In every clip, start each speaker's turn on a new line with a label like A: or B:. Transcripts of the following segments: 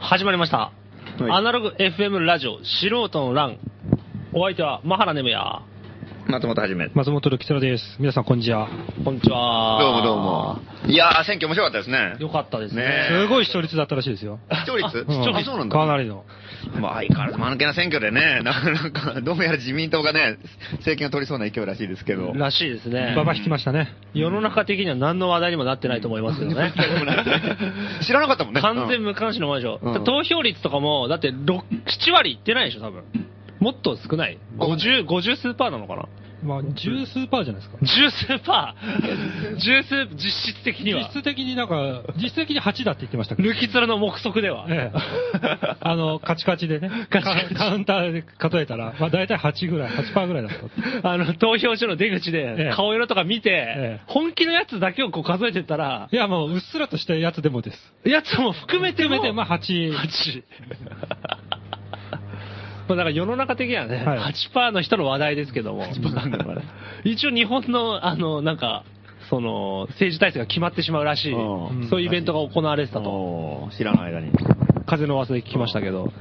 A: 始まりました。
B: はい
A: アナログ FM ラジオ、素人の欄。お相手は、マハラネムや。
B: 松本はじめ。
C: 松本力太郎です。皆さん、こんにちは。
A: こんにちは。
B: どうもどうも。いやー、選挙面白かったですね。
A: よかったですね。
B: ねえ
C: すごい視聴率だったらしいで すよ。
B: 視聴率
C: うん
B: あ、そうなんだ。
C: かなりの。
B: まあ、相変わらず間抜けな選挙でね、 なかなか、どうもやら自民党がね、政権を取りそうな勢いらしいですけど。
A: らしいですね。
C: 馬場引きましたね。
A: 世の中的には何の話題にもなってないと思いますけど ね。
B: 知らなかったもんね。
A: 完全
B: うん
A: 無関心のままでしょ。
B: うん
A: 投票率とかも、だって6、7割いってないでしょ、多分。もっと少ない。50、50数パーなのかな
C: まあ、十数パーじゃないですか。
A: 十数パ ー十数、実質的には
C: 実。質的になんか、実質的に8だって言ってましたけど。
A: 抜き面の目測では。
C: ええ。あの、カチカチでね、
A: カチカチ
C: カカウンターで数えたら、まあ、大体8ぐらい、8%ぐらいだったって。
A: あの、投票所の出口
C: え
A: で
C: え
A: 顔色とか見て、
C: ええ
A: 本気のやつだけをこう数えてったら
C: い、や、もう、うっすらとしたやつでもです。
A: やつも含めて
C: 含
A: も、
C: めて、まあ、8。
A: 8。まあだから世の中的にはね、
C: はい
A: 8%の人の話題ですけども、 一応日本の、あの、なんか、その、政治体制が決まってしまうらしい、
B: うん
A: そういうイベントが行われてたと、
B: おー知らない間に。
A: 風の噂で聞きましたけど、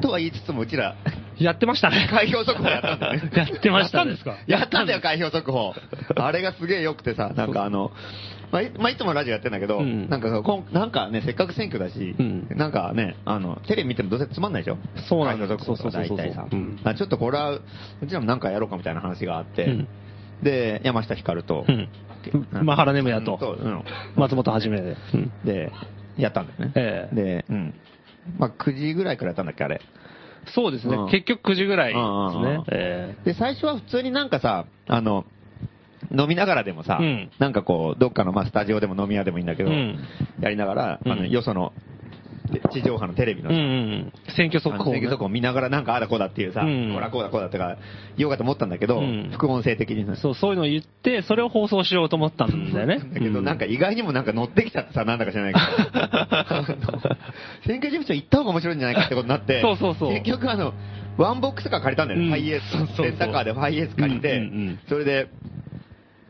B: とは言いつつも、うちら、
A: やってましたね。
B: 開票速報やったんだよね。
A: やってましたね、
C: やったんです
B: やったんだよ、開票速報。あれがすげえ良くてさ、なんかあの、まあ、いまあいつもラジオやってんだけど、
A: うん
B: なんかさこんなんかね、せっかく選挙だし、
A: うん
B: なんかね、あの、テレビ見てもどうせつまんないでしょ
A: そうなんですよ
B: 開票速報とか大体
A: そう
B: さ
A: そうそうそううん。
B: あちょっとこれは、うちらもなんかやろうかみたいな話があって、
A: うん
B: で、山下光と、
A: うん。マハラネムヤと、
B: うん
A: 松本はじめで。うん
B: で、やったんだよね。
A: ええ
B: で、うん。まあ、9時ぐらいからやったんだっけ、あれ。
A: そうですね、
B: うん
A: 結局9時ぐらい
B: うんうんうん
A: ですね。え
B: で、最初は普通になんかさ、あの、飲みながらでもさ、
A: うん
B: なんかこう、どっかのまあスタジオでも飲み屋でもいいんだけど、
A: うん
B: やりながら、あの、
A: うん
B: よその、で地上波のテレビ
A: え
B: の
A: うん
B: さ、
A: うんうん。選挙
B: あ
A: 速
B: の
A: 報、
B: 選
A: ね。
B: 挙速報見ながらなんかああだこうだっていうさ、
A: うん
B: ほらこうだこうだってか言おうかと思ったんだけど、
A: うん
B: 副音声的にさ
A: そう、そういうのを言って、それを放送しようと思ったんだよね。
B: だけど、なんか意外にもなんか乗ってきちゃってさ、なんだか知らないけど。あ の選挙事務所行った方が面白いんじゃないかってことになって、
A: そうそうそう
B: 結局あの、ワンボックスカー借りたんだよ
A: う
B: ね。
A: ん
B: ハイエー
A: そ
B: ス
A: うそうそう
B: レンタカーでハイエース借りて、
A: うんうんうん
B: それで、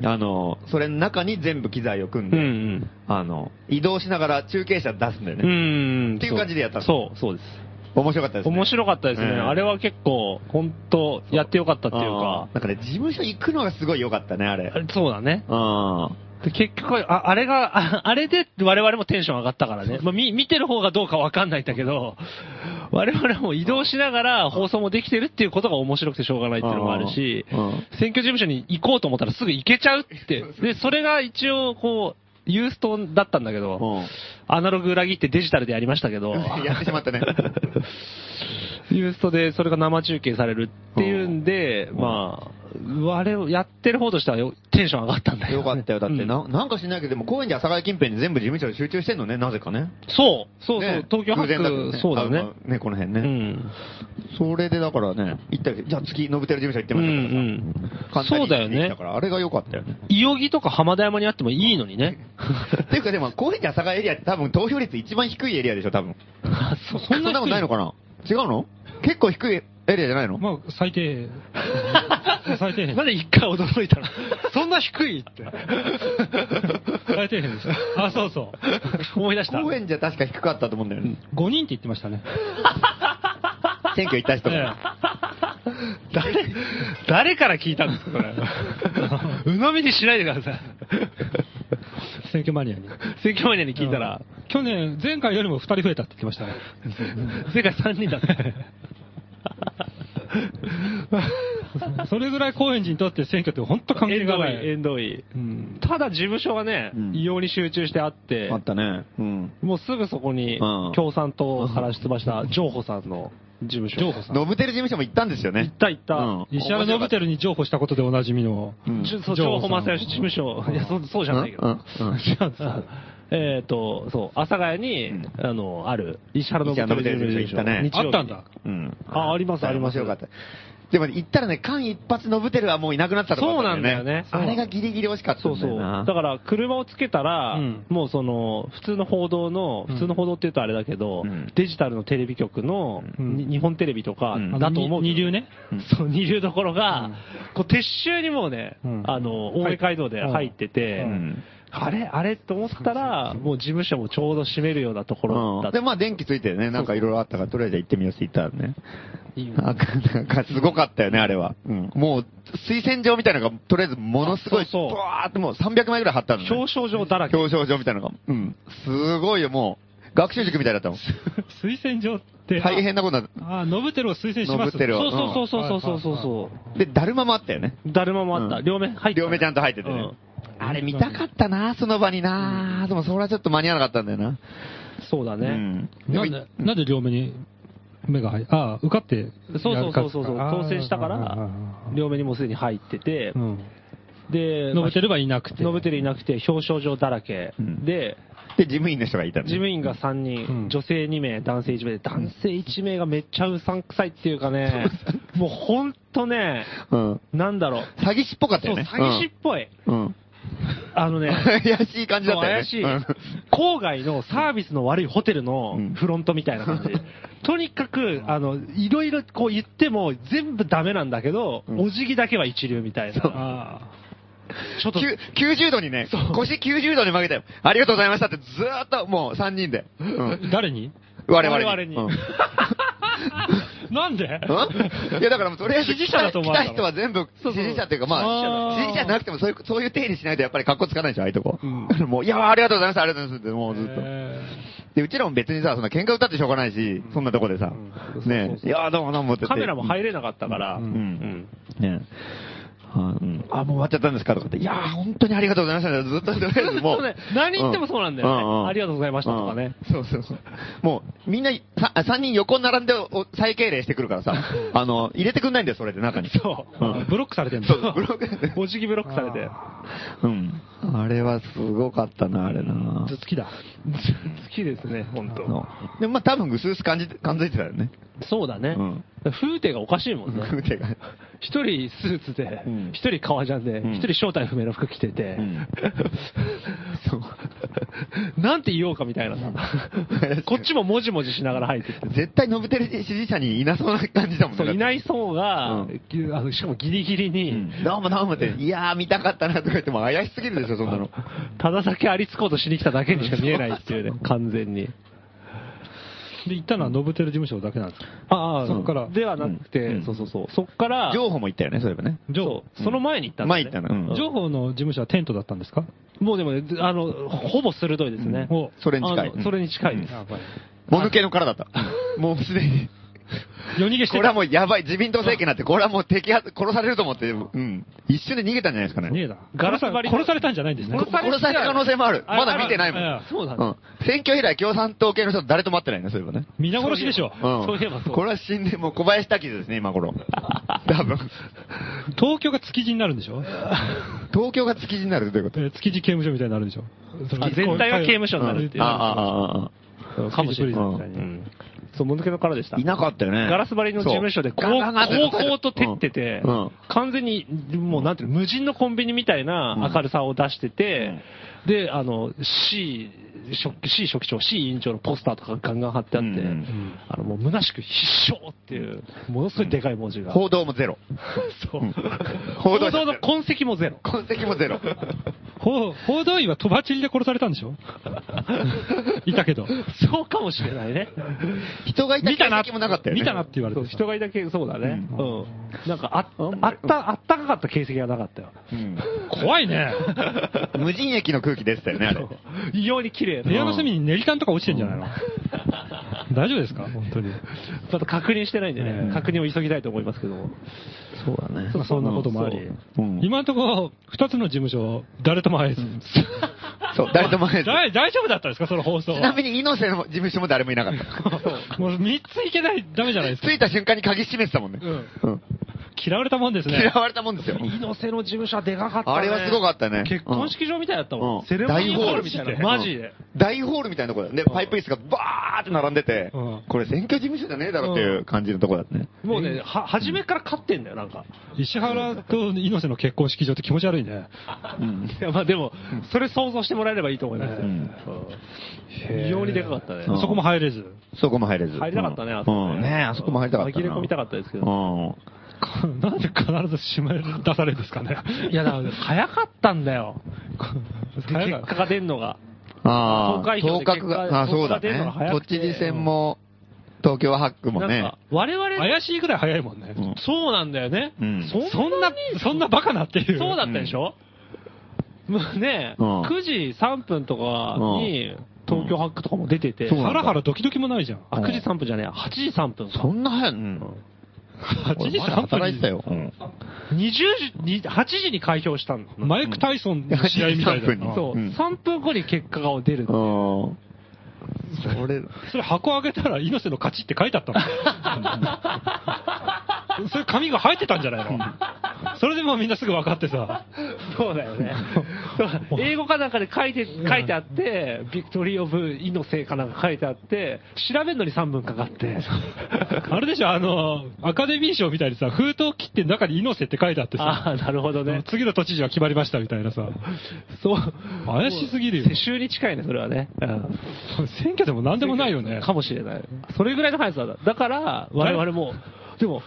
B: あの、それの中に全部機材を組ん
A: う
B: で、
A: んうん。
B: あの、移動しながら中継車出すんだよ
A: う
B: ね。
A: んん。
B: っていう感じでやったの
A: そう、そうです。
B: 面白かったですね。
A: 面白かったですね。
B: うん
A: あれは結構、本当やってよかったっていうか
B: あー。なんかね、事務所行くのがすごい良かったね、あれ。
A: そうだね。
B: あ
A: で結局あ、あれが、 ああれで我々もテンション上がったからね。まあ、み見てる方がどうかわかんないんだけど、我々も移動しながら放送もできてるっていうことが面白くてしょうがないっていうのもあるし
B: うんうん、
A: 選挙事務所に行こうと思ったらすぐ行けちゃうって。で、それが一応、こう、ユーストだったんだけ
B: あ。
A: ど、
B: うん
A: アナログ裏切ってデジタルでやりましたけ ど、
B: やってしまったね。
A: ユーストでそれが生中継されるっていうんで、
B: ん
A: まあ、あれをやってる方としてはよテンション上がったんだよ、ね。
B: よかったよ。だって、
A: うん
B: な、なんか知んないけど、でも高円寺阿佐ヶ谷近辺に全部事務所で集中してんのね、なぜかね。
A: そう、そうそう、
B: ね
A: 東京
B: 偶
A: 発
B: 然けど
A: ク、そうだ
B: あ
A: ね
B: の。ね、この辺
A: う
B: ね。
A: ん。
B: それでだからね、行ったけど、じゃあ次、ノブテル事務所行ってみましょうとかさ。
A: うんうんそうだよね
B: だから、あれが良かったよね。
A: いよぎとか浜田山にあってもいいのにね。
B: っていうかでも、高円寺阿佐ヶ谷エリアって多分投票率一番低いエリアでしょ、多分。
A: あ そ
B: そんなことないのかな違うの結構低いエリアじゃないの
C: まあ、最低。最低
A: 低い
C: 限
A: ま。だ一回驚いたな。そんな低いって。
C: 最低限です。あ、そうそう。
A: 思い出した。
B: 高円寺は確か低かったと思うんだよね。
C: 5人って言ってましたね。
B: 選挙行った人も。
C: ええ
A: 誰、誰から聞いたんですか、こ れ。鵜呑みにしないでください。
C: 選挙マニアに。
A: 選挙マニアに聞いたら、
C: 去年、前回よりも2人増えたって言ってましたね。
A: 世界3人だ って。
C: それぐらい高円寺にとって選挙って本当関係
A: 遠
C: が
A: 藤
C: な
A: 井、
C: い。
A: 遠藤井。
C: うん
A: ただ事務所がね
B: うん、
A: 異様に集中してあって
B: あ、ったね。うん。
A: もうすぐそこに
B: うん
A: 共産党から出馬した譲歩さんの事務所。
C: 譲歩さん。
B: ノブテル事務所も行ったんですよ
C: 行
B: ね
C: っ。た行った。
B: うん
C: 石原伸晃に譲歩したことでおなじみの。
B: うん
A: ちょそう、
C: 譲歩
A: 情報
C: さん
A: 正義事務所。いや、そうそうじゃないけど。
B: うんうん
A: 違うんですよ えっと、そう、阿佐ヶ谷に、
B: うん
A: あの、ある、石原の
B: 石原の事務所行ったね
A: 日曜日
C: あったんだ。
B: うん。
A: あありますあります
B: 面白かった。でも、行ったらね、間一髪のブテルはもういなくなってたとこった
A: そうなんだよね
B: あれがギリギリ惜しかった
A: そうん
B: だ
A: そ
B: よ
A: う。
B: な
A: だから、車をつけたら、
C: うん
A: もうその、普通の報道の、
C: うん
A: 普通の報道って言うとあれだけど、
B: うん
A: デジタルのテレビ局の、
C: うん
A: に日本テレビとか
B: うん、
A: だと思うけど。
C: 二流ね。
B: うん
A: そう、二流どころが、
C: うん
A: こう、撤収にもうね、
C: うん
A: あの、大江街道で入ってて、
C: うん
B: うん
A: あれあれと思ったら、もう事務所もちょうど閉めるようなところだ
B: うん
A: った。
B: で、まあ電気ついてね、なんかいろいろあったから、とりあえず行ってみようって言ったらね。
A: いいよ
B: なんか、なんかすごかったよね、あれは。うんもう、水洗場みたいなのが、とりあえずものすごい、
A: あそうそう
B: ブワーってもう300枚ぐらい貼ったのね。
A: 表彰状だらけ。
B: 表彰状みたいなのが。うん。すごいよ、もう、学習塾みたいだったもん。
C: 推薦状って。
B: 大変なことになっ
C: あ、ノブテルを推薦します。
B: ノブテルを
A: そうそうそうそうそうそう
C: うんは
A: そ
B: た。で、だるまもあったよね。
A: う。だるまもあった。
B: うん
A: 両面入ってた。
B: 両目ちゃんと入っててね。
A: うん
B: あれ見たかったな、その場にな。でもそれはちょっと間に合わなかったんだよな。
A: そうだね。
B: うん。で
C: な
B: も
C: んで、なんで両目に目が入ああ、受かって。
A: そうそうそうそうそう。当選したか
C: あ
A: ら
C: ー、
A: 両目にもうすでに入ってて
C: う、ん。
A: で、
C: ノブテルはいなくて。
A: ノブテルいなくて表彰状だらけ
B: うん。
A: で、
B: で、事務員の人がいたの
A: 事
B: ね
A: 務員が3
C: うん
A: 人、女性2名、男性1名で、男性1名がめっちゃうさんくさいっていうかね、もうほんとね、
B: うん。
A: なんだろう。
B: 詐欺師っぽかった
A: そう、
B: よね。
A: 詐欺師っぽい。
B: うん。うん。
A: あの ね、
B: 怪しい感じだ
A: そう
B: ったよね。
A: 怪しい
B: うん。
A: 郊外のサービスの悪いホテルの
B: うん
A: フロントみたいな 感じ。とにかく、あの、いろいろこう言っても全部ダメなんだけど、
B: うん
A: お辞儀だけは一流みたいな。
C: あ
A: ちょっと、
B: きゅ90度にね、腰90度に曲げて、ありがとうございましたってずーっともう3人で。うん
C: あ。誰に
B: 我々に。
A: 我々に
B: うん
C: なんで
B: うんいやだからもうとりあえず
C: 支持者だと思
B: 来
C: われ
B: た
C: たの
B: 人は全部
A: そう
B: 支持者っていうかま
C: あ
B: あ、
C: ー
B: 支持者じゃなくてもそういう、そういう定義しないとやっぱり格好つかないでしょ、ああいうとこ。
C: う
B: もう、いやーありがとうございました、ありがとうございますって、もうずっと。
C: え
B: で、うちらも別にさ、そんな喧嘩歌ってしょうがないし、そんなとこでさ
A: うん、そうそう
B: ね
A: そ
B: え、いやーどうもどうもって。
A: カメラも入れなかったから、
C: う
B: うんん。ねえはうんあ、もう終わっちゃったんですかとかって、いやー本当にありがとうございましたねずっととりあえずも
A: そう
B: う
A: ね。何言ってもそうなんだよねありがとうございましたとかね。
B: うんうんそうそうそう。もう、みんな、さ3人横に並んでお再敬礼してくる からさ、あの、入れてくんないんだよ、それで中に。
A: そ
B: うん
C: ーブロックされてんの
B: そう、ブログ
A: う。お辞儀ブロックされて。
C: あ
B: うん。あれはすごかったな、あれな
C: ーずっと好きだ。
A: 好きですね、本当。
B: そうでもまあ多分ぐすうす感じ、感づいてたよね。
A: そうだね。
B: うん
A: 風景がおかしいもんね。
B: 手が。
A: 一人スーツで
B: うん、
A: 一人革ジャンで
B: うん、
A: 一人正体不明の服着てて
B: うん、
A: そう。なんて言おうかみたいな さ。こっちももじもじしながら入ってきて。
B: 絶対ノブテル支持者にいなそうな感じだもん
A: そう、い
B: い。
A: ない層が、
B: うん
A: ぎゅあのしかもギリギリ
B: う
A: に、
B: んどうもどうもって、いやー見たかったなとか言っても怪しすぎるでしょ、そんなの。
A: ただ先ありつこうとしに来ただけにしか見えないっていうね、完全に。
C: で、行ったのはノブテル事務所だけなんですか
A: ああ、
C: そっから
A: ではなくて、
B: うん
A: そうそうそう。そっから、
B: 情報も言ったよね、そういえばね。
A: そうその前に行ったんだ
B: 前
A: よ
B: 行
A: ね
B: ったの。
C: 情報の事務所はテントだったんですか
A: もうでもね、あの、ほぼ鋭いですね。
C: うんお
B: それに近い
A: あのそれに近いです。
C: やばい。
B: もぬけの殻だった。もうすでに。
C: 夜逃げし
B: こ
C: て
B: れは
C: た。
B: もうやばい、自民党政権なんて、これはもう摘発、殺されると思って、うん。一瞬で逃げたんじゃないですかね。
C: ねえだ。
A: ガラス張りの
C: 殺されたんじゃないんですね。
A: 殺
B: 殺された可能性もある。
A: あ
B: まだ見てないも
C: あ
B: ん
C: あ。
A: そうだ
B: う
A: ね
B: ん。選挙以来共産党系の人誰と待ってないね、そういえばね。
C: 皆殺しでしょ。
B: うん。
A: そういえばそう
B: これは死んで、もう小林滝ですね、今頃。多分。
C: 東京が築地になるんでしょ
B: 東京が築地になるということ。
C: えー 築地刑務所みたいになるんでしょ
A: あ全体が刑務所になるっていう
B: ああ、ああ、あ
A: そうかもしれない。
B: うん
A: うんそう、もぬけの殻でした
B: あ。い。なかったよね。
A: ガラス張りの事務所で、
B: そう
A: 高
B: ガンガンガン
A: 校と照ってて
B: うんうん、
A: 完全に、もうなんていうの、無人のコンビニみたいな明るさを出してて、で、あの、C、職 C 職長、C 委員長のポスターとかガンガン貼ってあっ
B: うんう
A: て
B: ん、
A: あの、もう虚しく必勝っていう、ものすごいでかい文字が。
B: 報道もゼロ。
A: そう
B: うん
A: 報
B: 報道者
A: 道の痕跡もゼロ。
B: 痕跡もゼロ。
C: 報報道員は飛ばちりで殺されたんでし ょいたけど。
A: そうかもしれ ないね。
B: 人がいた
C: 見たな
B: 形跡もなかったよね。
C: 見たなって言われ
A: そ
C: て
A: う
C: た
A: 人がいたけそうだね。
B: う
A: うん。なんかあ、
B: あん
A: あ
B: まり
A: った、あったかかった形跡がなかった よ。
B: うん
C: 怖いね。
B: 無人駅の空気出てたよね、あれ。
A: 異様に綺麗
C: 部屋
A: な。
C: の隅に練り缶とか落ちてんじゃないの大丈夫ですか本当に。
A: ちょっと確認してないんで
C: え
A: ね。
C: え
A: 確認を急ぎたいと思いますけども。
B: そうだね
C: そんなこともあり
B: うん。
C: 今のところ、二つの事務所、誰とも会えず。
B: そう、誰とも会えず。
C: 大大丈夫だったんですか、その放送
B: ち
C: は。
B: なみに、猪瀬の事務所も誰もいなかった。
C: もう3ついけない、ダメじゃないですか。
B: 着いた瞬間に鍵閉めてたもんね。
C: うん
B: うん
C: 嫌われたもんです
B: 嫌
C: ね。
B: われたもんですよ。
A: 猪瀬の事務所はでかかったね。
B: あれはすごかったね。
A: 結婚式場みたいだったもん。
B: うん
A: セレモニーホールみたいな。
B: 大
A: マジで。
B: 大ホールみたいなとこだよ。で、パイプ椅子がバーって並んでて
C: うん、
B: これ選挙事務所じゃねえだろっていう感じのとこだったね。
A: もうね、は、初めから勝ってんだよ、なんか。
C: 石原と猪瀬の結婚式場って気持ち悪いね。
B: うん
A: いや、まあでも、それ想像してもらえればいいと思いますよ。
C: うん
A: うん非常にでかかったね。
B: うん
C: そこも入れず。
B: そこも入れず。
A: 入りたかったね、
B: うん
A: あそこ
B: うんねえあそこも入りたかったな。
A: 紛れ込みたかったですけど。
B: う
C: なんで必ず締め出されるんですかね。
A: いや、だから、早かったんだよ。結果が出んのが。
B: ん。あ
A: 投
B: あ、
A: 開票で結果
B: が、あそうだ
A: 投開票出るの
B: ね
A: が。早く
B: 都
A: て
B: 知事選も、東京8区も
A: なん
B: ね
A: か。、我々、
C: 怪しいぐらい早いもんね。
B: うん
A: そうなんだよね。
B: うん
A: そんな
C: そんな、そんなバカなっていう。
A: そうだったでしょ、もうね、
B: うん
A: 9時3分とかに、東京ハックとかも出てて、
B: そう
C: ハラハラドキドキもないじゃん。
A: あ、9時3分じゃねえ、8時3分か
B: そんな早い、うん。
C: 8時
B: 俺ま
C: 3
B: だ
C: 分
B: 働いてた
C: に
B: よ。うん
A: 20時に、8時に開票したの。
C: マイク・タイソンの試合みたい
B: 8
C: だ
B: 時3分
C: な
B: に
A: そう、
B: うん
A: 3分後に結果が出る。
B: うん。それ、
C: それ箱開けたら猪瀬の勝ちって書いてあった の。それ紙が入ってたんじゃないのそれでもうみんなすぐ分かってさ。
A: そうだよね。そう英語かなんかで書いて、書いてあって、ビクトリー・オブ・イノセイかなんか書いてあって、調べるのに3分かかって。
C: あれでしょ、あの、アカデミー賞みたいにさ、封筒切って中に猪瀬って書いてあってさ、
A: ああ、なるほどね。
C: 次の都知事は決まりましたみたいなさ。
A: そう。
C: 怪しすぎるよ
A: 世襲に近いね、それはね。うん
C: 選挙でも何でもないよね。
A: かもしれない。それぐらいの速さだ。だから、我々も、でも、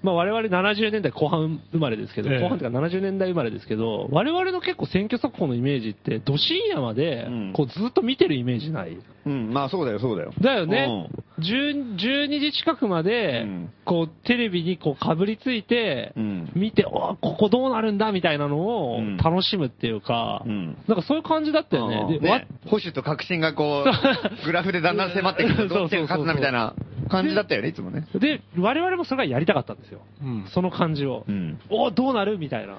A: まあ我々70年代後半生まれですけど、
C: ええ
A: 後半というか70年代生まれですけど、我々の結構選挙速報のイメージって、ど深夜まで
B: うん、
A: こうずっと見てるイメージない。
B: うん、まあそうだよ、そうだよ。
A: だよね。10 12時近くまで
B: うん、
A: こうテレビにこうかぶりついて
B: う、ん。
A: 見て、おここどうなるんだみたいなのを
B: うん
A: 楽しむっていうか、
B: うん
A: なんかそういう感じだったよ
B: うん
A: ね。でわ
B: ね保守と革新が こう、グラフでだんだん迫ってくる。どっちが勝つなみたいな感じだったよね、いつもね。
A: で、我々もそれがやりたかったんですよ。
C: うん
A: その感じを。
B: うん
A: おどうなるみたいな。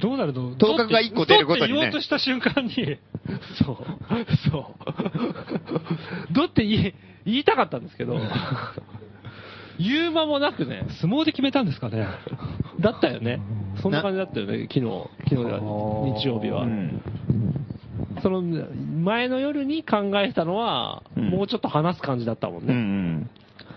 C: どうなるの
B: 頭角が一個出るごとにね
C: どうって言おうとした瞬間に、
A: そう。そう。 どって言い言いたかったんですけど、 言う間もなくね、
C: 相撲で決めたんですかね。
A: だったよね。そんな感じだったよね、昨日、昨日では、日曜日は。
B: うん
A: その前の夜に考えたのは、
B: うん
A: もうちょっと話す感じだったもん
B: うんう
A: ね。
B: ん。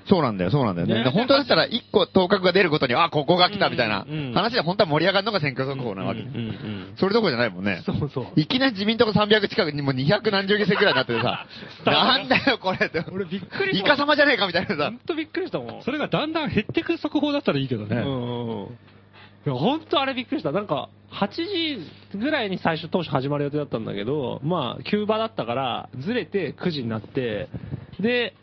B: そうなんだよ、そうなんだよね。
A: ね
B: で本当だったら、一個頭角が出るごとに、あ、ここが来たみたいな
A: うんうん
B: 話で本当は盛り上がるのが選挙速報なわ
A: うんう。
B: け
A: ん
B: それどころじゃないもんね。
A: そうそう。
B: いきなり自民党が300近くにもう200何十議席ぐらいになって てさ、なんだよこれって。
A: 俺びっくりし
B: イ
A: た
B: カ様じゃねえかみたいなさ
A: 本。当びっくりしたもん。
C: それがだんだん減ってく速報だったらいいけどね。
A: うん、本当あれびっくりした。なんか、8時ぐらいに最初当初始まる予定だったんだけど、まあ、急場だったから、ずれて9時になって、で、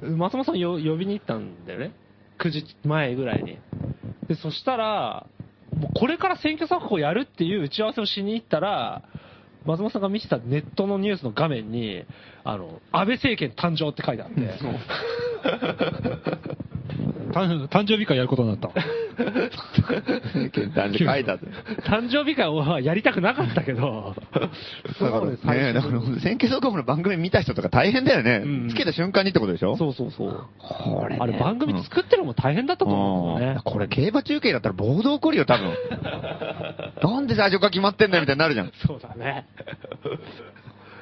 A: 松本さんよ呼びに行ったんだよね。9時前ぐらいに。で、そしたら、もうこれから選挙作法やるっていう打ち合わせをしに行ったら、松本さんが見てたネットのニュースの画面に、あの、安倍政権誕生って書いてあって、
C: 誕誕生日会やることになった。
B: 検単で書い たって。
A: 誕生日会はやりたくなかったけど、
B: だからね、
A: 最初
B: だから選挙速報の番組見た人とか大変だよね。
A: うん
B: つけた瞬間にってことでしょ
A: そうそうそう。
B: これね、
A: あれ番組作ってるのも大変だったと思うんだよ
B: うん
A: ね。
B: これ競馬中継だったら暴動起こるよ、多 分。なんで最初から決まってんだよみたいになるじゃん。
A: そうだね。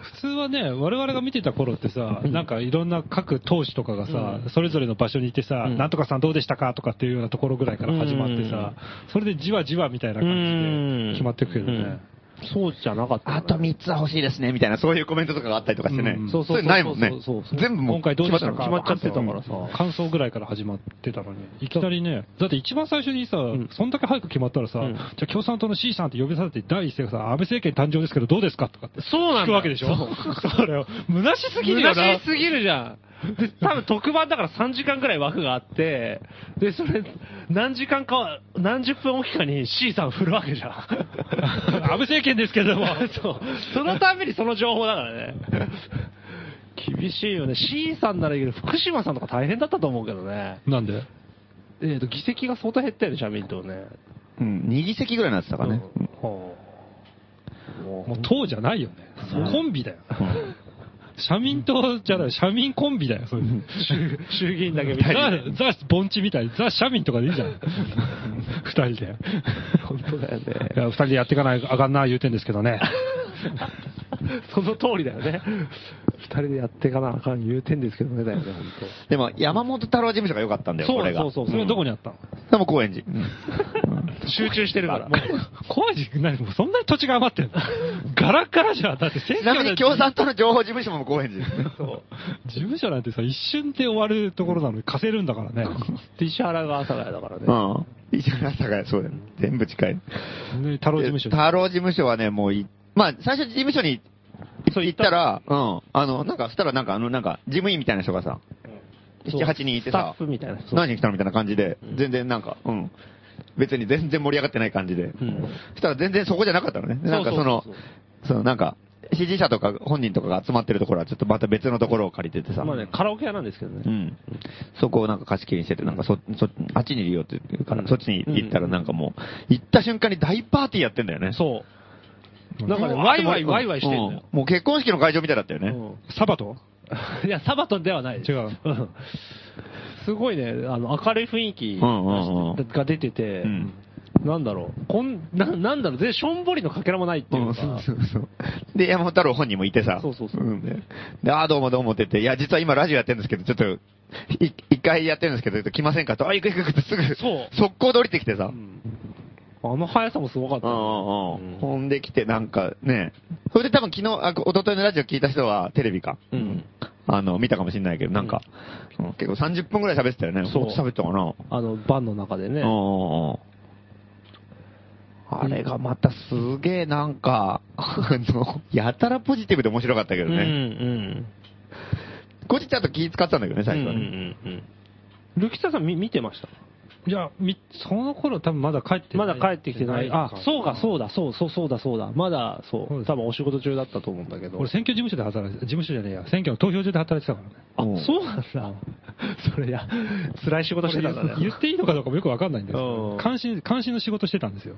C: 普通はね、我々が見てた頃ってさ、なんかいろんな各投手とかがさ、それぞれの場所にいてさ、
A: うん
C: なんとかさんどうでしたかとかっていうようなところぐらいから始まってさ、それでじわじわみたいな感じで決まってくけど
A: うん
C: ね。
A: そうじゃなかったね。
B: あと3つは欲しいですね、みたいな、そういうコメントとかがあったりとかしてね。
C: うん
A: そうそうそう
B: れないもんね
A: そうそうそう。
B: 全部もう
C: 今回どうでしたか
A: 決まっちゃってたからさ。
C: 感想ぐらいから始まってたのに。いきなりね、だって一番最初にさ、
A: ん
C: そんだけ早く決まったらさ、
A: うん
C: じゃあ共産党の C さんって呼び出されて第一声がさ、安倍政権誕生ですけどどうですかとかって
A: そうなんだ
C: 聞くわけでしょ
A: そう
C: それを、虚しすぎるよな。
A: 難しすぎるじゃん。で、多分特番だから3時間くらい枠があって、で、それ、何時間か、何十分おきかに C さん振るわけじゃん。
C: 安倍政権ですけども。
A: そう。そのためにその情報だからね。厳しいよね。C さんならいいけど、福島さんとか大変だったと思うけどね。
C: なんで
A: えっ、と、議席が相当減ったよね、社民党ね。
B: うん、2議席ぐらいになってたからね。
A: うんは
C: もう党じゃないよね。コンビだよ。社民党じゃない、社民コンビだよ、それ。
A: 衆議院だけ見た
C: ザ
A: い。、
C: ザ、盆地みたい。ザ、社民とかでいいじゃん。二 人で。
D: 本当だよ
C: い
D: ね。
C: や二人でやっていかない、あかんな言うてんですけどね。
D: その通りだよね。二人でやってかなあかん言うてんですけどね、だよね、本
B: でも、山本太郎事務所が良かったんだよ、
C: そ
B: こ
C: う
B: れが。
C: そうそう。それはどこにあったの
B: でも高円寺。
A: 集中してる から。
C: 怖いじゃないもうそんなに土地が余ってんのガラッガラじゃん。だって選
B: ちなみ
C: 挙
B: に
C: 事
B: 共産党の情報事務所も高円 寺です。
C: 務所なんてさ、一瞬で終わるところなのに貸せるんだからね。
D: 当。石原が阿佐ヶ谷だからね。
B: うん。一緒に朝からそうだよ。全部近い。
C: ね太郎事務所
B: で。太郎事務所はね、もうい、まあ、最初事務所に行ったら、うん。あの、なんか、したらなんか、あの、なんか、事務員みたいな人がさ、
D: そう
B: 7、8人いてさ
D: スタッフみたいな人。
B: 何に来たのみたいな感じで、全然なんか、うん。別に全然盛り上がってない感じで。
D: ん
B: したら全然そこじゃなかったのね。でなんかその
D: そうそう、
B: そのなんか、支持者とか本人とかが集まってるところはちょっとまた別のところを借りててさ。
D: まあね、カラオケ屋なんですけど
B: う
D: ね。
B: ん。そこをなんか貸し切りにしてて、なんかそ、そ、あっちにいるよって言うから、
D: うん
B: そっちに行ったらなんかもう、行った瞬間に大パーティーやってんだよね。
A: そう。なんかね、ワイワイワイワイしてるんだよ。
B: うんもう結婚式の会場みたいだったよ
D: う
B: ね。
D: ん
C: サバト
A: いや、サバトンではないです。
C: 違うん
A: すごいね、あの、明るい雰囲気
B: うんうんうん
A: が出てて
B: う、ん。
A: なんだろう、こん、な、なんだろう、で、しょんぼりのかけらもないって
B: う、
A: いうんか
B: そ、うそうそう。で、山本太郎本人もいてさ。
D: そうそうそうん
B: で、でああ、どうもどうもって言って、いや、実は今ラジオやってるんですけど、ちょっと、い一回やってるんですけど、ちょっと来ませんかと、あ、行く行く行くってすぐ、
A: そう
B: 速攻で降りてきてさ。
A: あの速さもすごかっ
B: う
A: た。
B: んうんうん。ほんできて、なんかね、それで多分昨日、あ、一昨日のラジオ聞いた人はテレビか。
D: うん。
B: あの、見たかもしれないけど、なんか、うん結構30分くらい喋ってたよね。
A: そう
B: もっと喋ったかな。
D: あの、バンの中でね
B: う。んうんうんあれがまたすげえなんか、あの、やたらポジティブで面白かったけ
A: う
B: ど
A: んう
B: ね。
A: ん。
B: こっちちゃんと気使ってたんだけどね、
A: うん
B: 最
A: うんう
B: 初はね。
A: んうん。ルキサさん見見てました
C: いや、みその頃多分まだ帰ってな
A: ま
C: い
A: だ帰ってきてない。あ、そうか、そうだ、そう、そう、そうだ、そうだ。まだ、そ
C: そうで
A: う、
C: す
A: 多分お仕事中だったと思うんだけど。
C: 俺選挙事務所で働いて、事務所じゃねえや、選挙の投票所で働いてたからね。
A: あ、
B: うん
A: そうなんだ。 それや、辛い仕事してたんだね。
C: 言っていいのかどうかもよくわかんないんですけど
A: うん、
C: 監視、監視の仕事してたんですよ。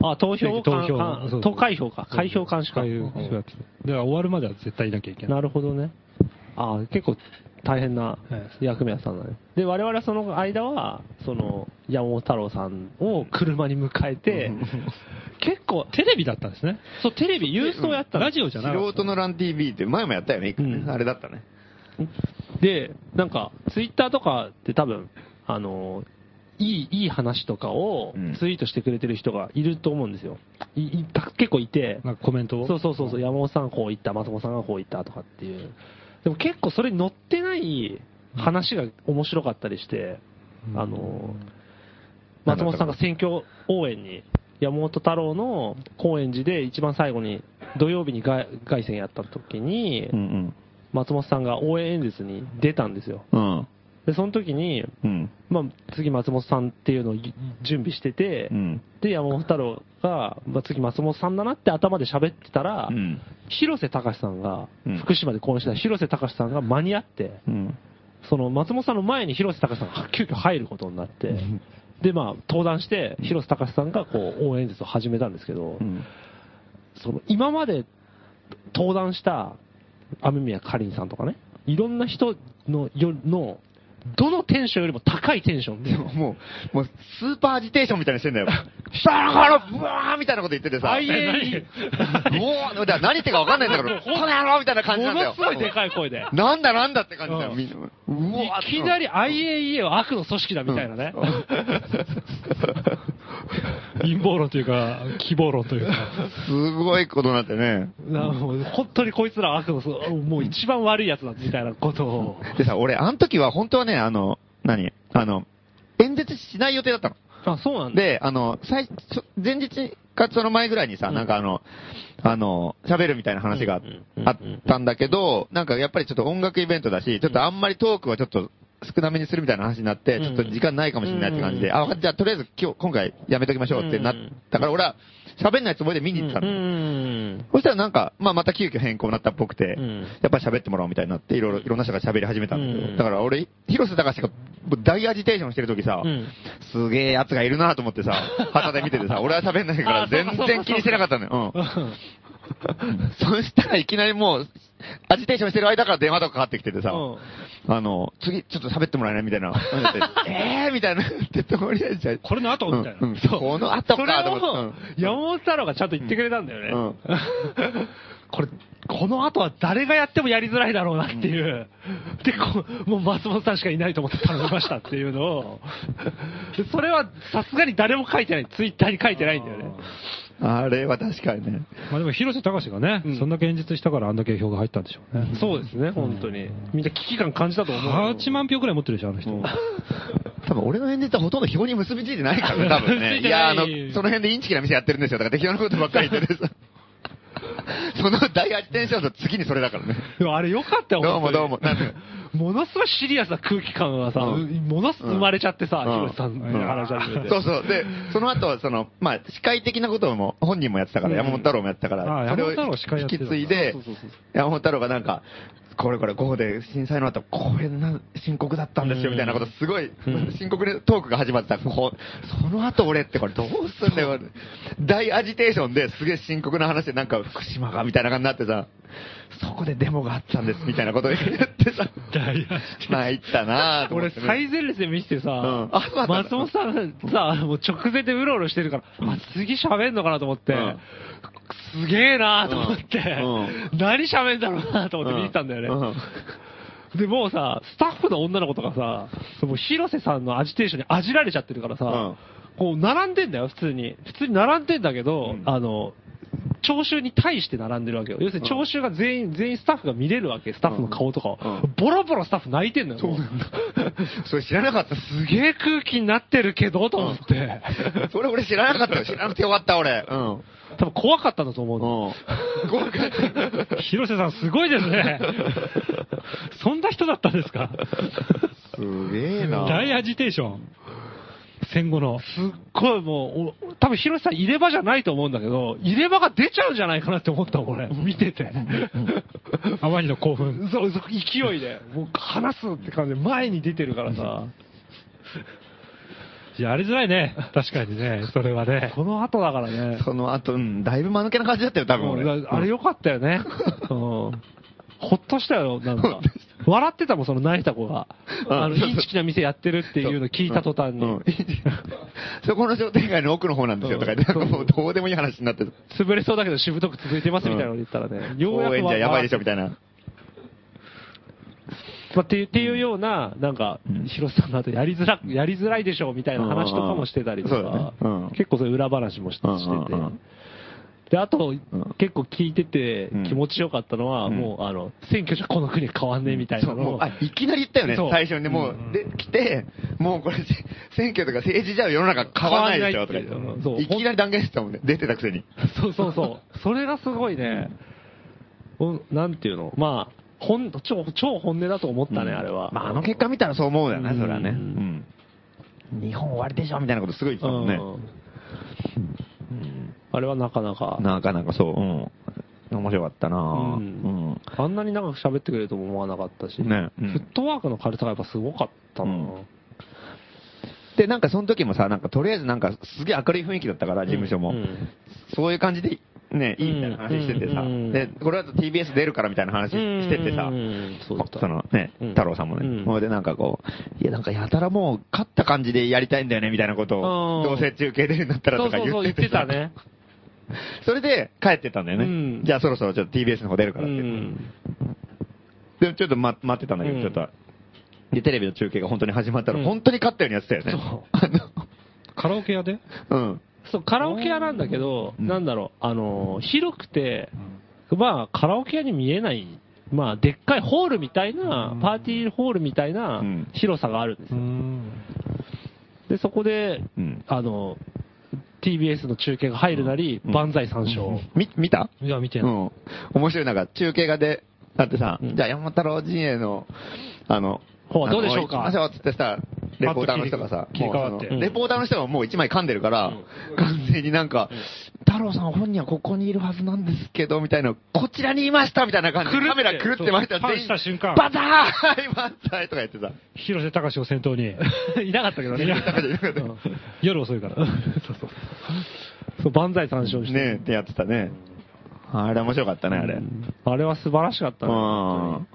A: あ、投票を、
C: 投
A: 投
C: 票そ
A: 票。
C: う
A: 投開票か。開票監視か。
C: そういうそうやってただから終わるまでは絶対いなきゃいけない。
A: なるほどね。あ結構大変な役目やったんだね。で、我々はその間は、その、山本太郎さんを車に迎えて、結構、
C: テレビだったんですね。
A: そう、テレビ、郵送やったの
C: ラジオじゃない。
B: 素人のラン TV って前もやったよね、一回ね
A: うん
B: あれだったね。
A: で、なんか、ツイッターとかって多分、あの、いい、いい話とかを
B: うん
A: ツイートしてくれてる人がいると思うんですよ。いいた結構いて、
C: なんかコメントを。
A: そうそうそうそう、山本さんこう行った、松本さんがこう行ったとかっていう。でも結構それに載ってない話が面白かったりして、
C: うん
A: あの、松本さんが選挙応援に、山本太郎の高円寺で一番最後に、土曜日にが凱旋やった時に、
B: ん
A: 松本さんが応援演説に出たんですよ。
B: うん。うん。
A: で、その時に、
B: うん。
A: まあ、次松本さんっていうのをい準備してて、
B: うん。
A: で、山本太郎が、まあ、次松本さんだなって頭で喋ってたら、
B: うん。
A: 広瀬隆さんが
B: うん、
A: 福島で講演した広瀬隆さんが間に合って、
B: うん。
A: その松本さんの前に広瀬隆さんが急遽入ることになって、で、まあ、登壇して、広瀬隆さんがこう、応援演説を始めたんですけど
B: う、ん。
A: その、今まで登壇した、雨宮かりんさんとかね、いろんな人の、よの、どのテンションよりも高いテンションで
B: で、ももう、もう、スーパーアジテーションみたいにしてんだよ。したらから、ブワーみたいなこと言って てさ。
A: IAEA
B: もう、だから何言ってるか分かんないんだから、この野郎みたいな感じな
A: も
B: んだよ
A: の。すごいでかい声で。
B: なんだなんだって感じだよ、
A: うん
B: みんな。うわ
A: いきなり IAEA は悪の組織だみたいなね。
C: 陰謀論というか、希望論というか。
B: すごいことになってね。
A: なもう本当にこいつらは悪の、そうもう一番悪いやつだみたいなことを。
B: でさ、俺、あの時は本当はね、あの、何あの、演説しない予定だったの。
A: あ、そうなんだ。
B: で、あの、最初、前日かその前ぐらいにさ、
A: うん
B: なんかあの、あの、喋るみたいな話が
A: うんうんうんうん
B: あったんだけど、なんかやっぱりちょっと音楽イベントだし、ちょっとあんまりトークはちょっと少なめにするみたいな話になって、
A: うん
B: ちょっと時間ないかもしれないって感じ
A: う
B: で、
A: ん
B: あ、分かったじゃあとりあえず今日、今回やめときましょうってなったから、俺は喋んないつもりで見に行ってた
A: う
B: の。
A: ん。
B: そしたらなんか、まあまた急遽変更になったっぽくて、
A: うん
B: やっぱり喋ってもらおうみたいになって、いろいろ、いろんな人が喋り始めたんだけど、
A: うん
B: だから俺、広瀬隆が大アジテーションしてる時さ、
A: うん
B: すげえ奴がいるなと思ってさ、旗で見ててさ、俺は喋んないから
A: あ
B: 全
A: そうかそう
B: 然
A: か
B: 気にしてなかったのよ。うん そしたらいきなりもう、アジテーションしてる間から電話とかかかってきててさ、
A: うん
B: あの、次ちょっと喋ってもらえないみたいな。 えーみたいな。ってとりあえずじゃあ
A: これの後みたいな。
B: うんうんそうこの後
A: それ
B: かと
A: を
B: 思って。うん
A: 山本太郎がちゃんと言ってくれたんだよね。
B: う
A: これ、この後は誰がやってもやりづらいだろうなっていう。で、こうもう松本さんしかいないと思って頼みましたっていうのを。でそれはさすがに誰も書いてない。ツイッターに書いてないんだよね。
B: あれは確かにね。
C: まあでも広瀬隆がね、そんだけ演説したからあんだけ票が入ったんでしょうね。
A: そうですね、本当に。みんな危機感感じたと思うよ。
C: 8万票くらい持ってるでしょ、あの人。
B: 多分俺の演説はほとんど表に結びついてないからね、多
A: 結
B: 分
A: び
B: ね。
A: つい
B: い
A: て
B: や、
A: ない
B: あの、その辺でインチキな店やってるんですよ。だから適当なことばっかり言って るさ。その大発展賞の次にそれだからね。
A: でもあれよかったよ、
B: どうも
A: 本当
B: ど
A: に
B: うも。なんか
A: ものすごいシリアスな空気感がさ、
B: うん
A: ものすごい生まれちゃってさ、
B: うん
A: 広瀬さんの話だ
B: うんそうそう。で、その後は、その、まあ、司会的なことも、本人もやってたから、山本太郎もやってたか
C: ああ
B: ら、それを
C: 山本太郎司会や
B: 引
C: って
B: き
C: た
B: 継いで
A: そうそうそう、
B: 山本太郎がなんか、これこれ、こうで震災の後、これな、深刻だったんですよ、みたいなこと、すごい、深刻なトークが始まってた。こうその後俺ってこれどうすんだよ、大アジテーションですげえ深刻な話で、なんか、福島が、みたいな感じになってさ、そこでデモがあったんです、みたいなことを言ってさ、参ったなぁと思
A: 俺
B: ってね、
A: 最前列で見ててさ、
B: んあそうだった
A: 松本さんさ、もう直前でうろうろしてるから、あ次喋んのかなと思って、
B: うん
A: すげえなーと思って、
B: う
A: 何喋んだろうなと思って見てたんだよね。
B: うんうん
A: で、もうさ、スタッフの女の子とかさ、その広瀬さんのアジテーションにあじられちゃってるからさ、
B: うん
A: こう、並んでんだよ、普通に。普通に並んでんだけど、
B: ん
A: あの、聴衆に対して並んでるわけよ。要するに聴衆が全員、全員スタッフが見れるわけ、スタッフの顔とかを。
B: うん
A: ボロボロスタッフ泣いてんのよ。もう
B: それ知らなかったっす。
A: すげえ空気になってるけど、と思って。
B: それ俺知らなかったよ。知らなくてよかった、俺。うん。うん。
A: 多分怖かったんだと思うの。
B: ごめん
C: 広瀬さんすごいですね。そんな人だったんですか。
B: すげえな
C: 大アジテーション。戦後の。
A: すっごいもう、お多分広瀬さん入れ歯じゃないと思うんだけど、入れ歯が出ちゃうんじゃないかなって思ったもん、俺。見てて。
C: あまりの興奮。
A: そう、そう勢いで。もう話すって感じで前に出てるからさ。
C: やりづらいね。確かにね。それはね。
A: この後だからね。
B: その後、うん、だいぶ間抜けな感じだったよ、多分
A: もう
B: 俺。
A: だあれよかったよね。うん。ほっとしたよ、なんか。笑ってたもん、その泣いた子が。
B: うん
A: あの、インチキな店やってるっていうの聞いた途端
B: うん
A: に
B: うん。そこの商店街の奥の方なんですよ、とか言って、なんかもうどうでもいい話になってる。
A: 潰れそうだけどしぶとく続いてますみたいなの言ったらね。ようや
B: 応
A: く
B: 援じゃやばいでしょ、
A: ま
B: みたいな。
A: あっていうっていうような、なんか、広瀬さんの後やりづら、やりづらいでしょ、みたいな話とかもしてたりと
B: うんうんう
A: か
B: んそうだねうん、
A: 結構そういう裏話もし
B: うんうん
A: してて
B: う。ん
A: で、あと
B: ん、
A: 結構聞いてて
B: うん
A: 気持ちよかったのは、
B: ん
A: もう、あの、選挙じゃこの国変わんねえみたい
B: そ
A: な
B: う
A: の
B: もう
A: を
B: あ、いきなり言ったよね
A: そう、
B: 最初に。もう、で、来て、もうこれ、せ選挙とか政治じゃ世の中変わらないでしょ、とか
A: 変わんない
B: 言
A: って
B: っ
A: そう
B: て。いきなり断言してたもんね、出てたくせに。
A: そうそうそう。それがすごいね、おなんていうのまあ、ほん、超、超本音だと思ったね、あれは。
B: まあ、あの結果見たらそう思うよね、
A: うん
B: それはね。うん日本終わりでしょみたいなことすごい言って
A: う
B: たもんね。
A: ん。あれはなかなか。
B: なんかなんかそう、うん。面白かったなぁ
A: う
B: うんん。
A: あんなに長く喋ってくれるとも思わなかったし。
B: ねうん
A: フットワークの軽さがやっぱすごかったな。
B: うんで、なんかその時もさ、なんかとりあえずなんかすげえ明るい雰囲気だったから、事務所も。
A: うん
B: そういう感じで、ね、いいみたいな話しててさ。
A: うん
B: で、これだと TBS 出るからみたいな話しててさ
A: う。んそうだった
B: そのね
A: うん、
B: 太郎さんも
A: うん
B: ね。それでなんかこう、いやなんかやたらもう勝った感じでやりたいんだよねみたいなこと
A: うん
B: を、どうせ中継出るんだったら
A: そう
B: とか
A: そう
B: 言
A: そう、言っ
B: って
A: て
B: て
A: た。
B: さ
A: ね。
B: それで帰ってったんだよね。
A: うん
B: じゃあそろそろちょっと TBS の方出 るからって。
A: うん
B: で、ちょっと待待ってたんだけ
A: う
B: ど、
A: ん
B: ちょっと。で、テレビの中継が本当に始まった
A: う
B: ら、
A: ん
B: 本当に勝ったようにやってたよね。
C: カラオケ屋で
B: うん。
A: そう、カラオケ屋なんだけど、
B: うん
A: なんだろう、あのー、広くて、まあ、カラオケ屋に見えない、まあ、でっかいホールみたいな、パーティーホールみたいな
B: うん
A: 広さがあるんです
C: う
A: よ。
C: ん。
A: で、そこで、
B: うん
A: あの、TBS の中継が入るなり、
B: うん
A: 万歳三唱。
B: み、見た
C: いや、見て
B: う
C: ない。
B: ん。面白い、なんか中継がで、だってさ、
A: うん
B: じゃあ山本太郎陣営の、あの、
A: ほう
B: あの
A: どうでしょうか
B: 行きましょうっつってさ、レポーターの人がさ、
C: 切り替わって
B: もうそのレポーターの人がもう一枚噛んでるから、完全になんか、太郎さん本人はここにいるはずなんですけど、みたいな、こちらにいましたみたいな感じ
C: 狂っ
B: で、
C: て
B: カメラ狂ってました
C: そうパンした瞬間
B: バザーイバザーイとか言ってさ、
C: 広瀬隆を先頭に。
A: いなかったけどね。 うん
C: 夜遅いから。
A: そう、万歳三唱して。
B: ねえってやってたね。あれ面白かったね、あれ。
D: あれは素晴らしかったね。
B: うん。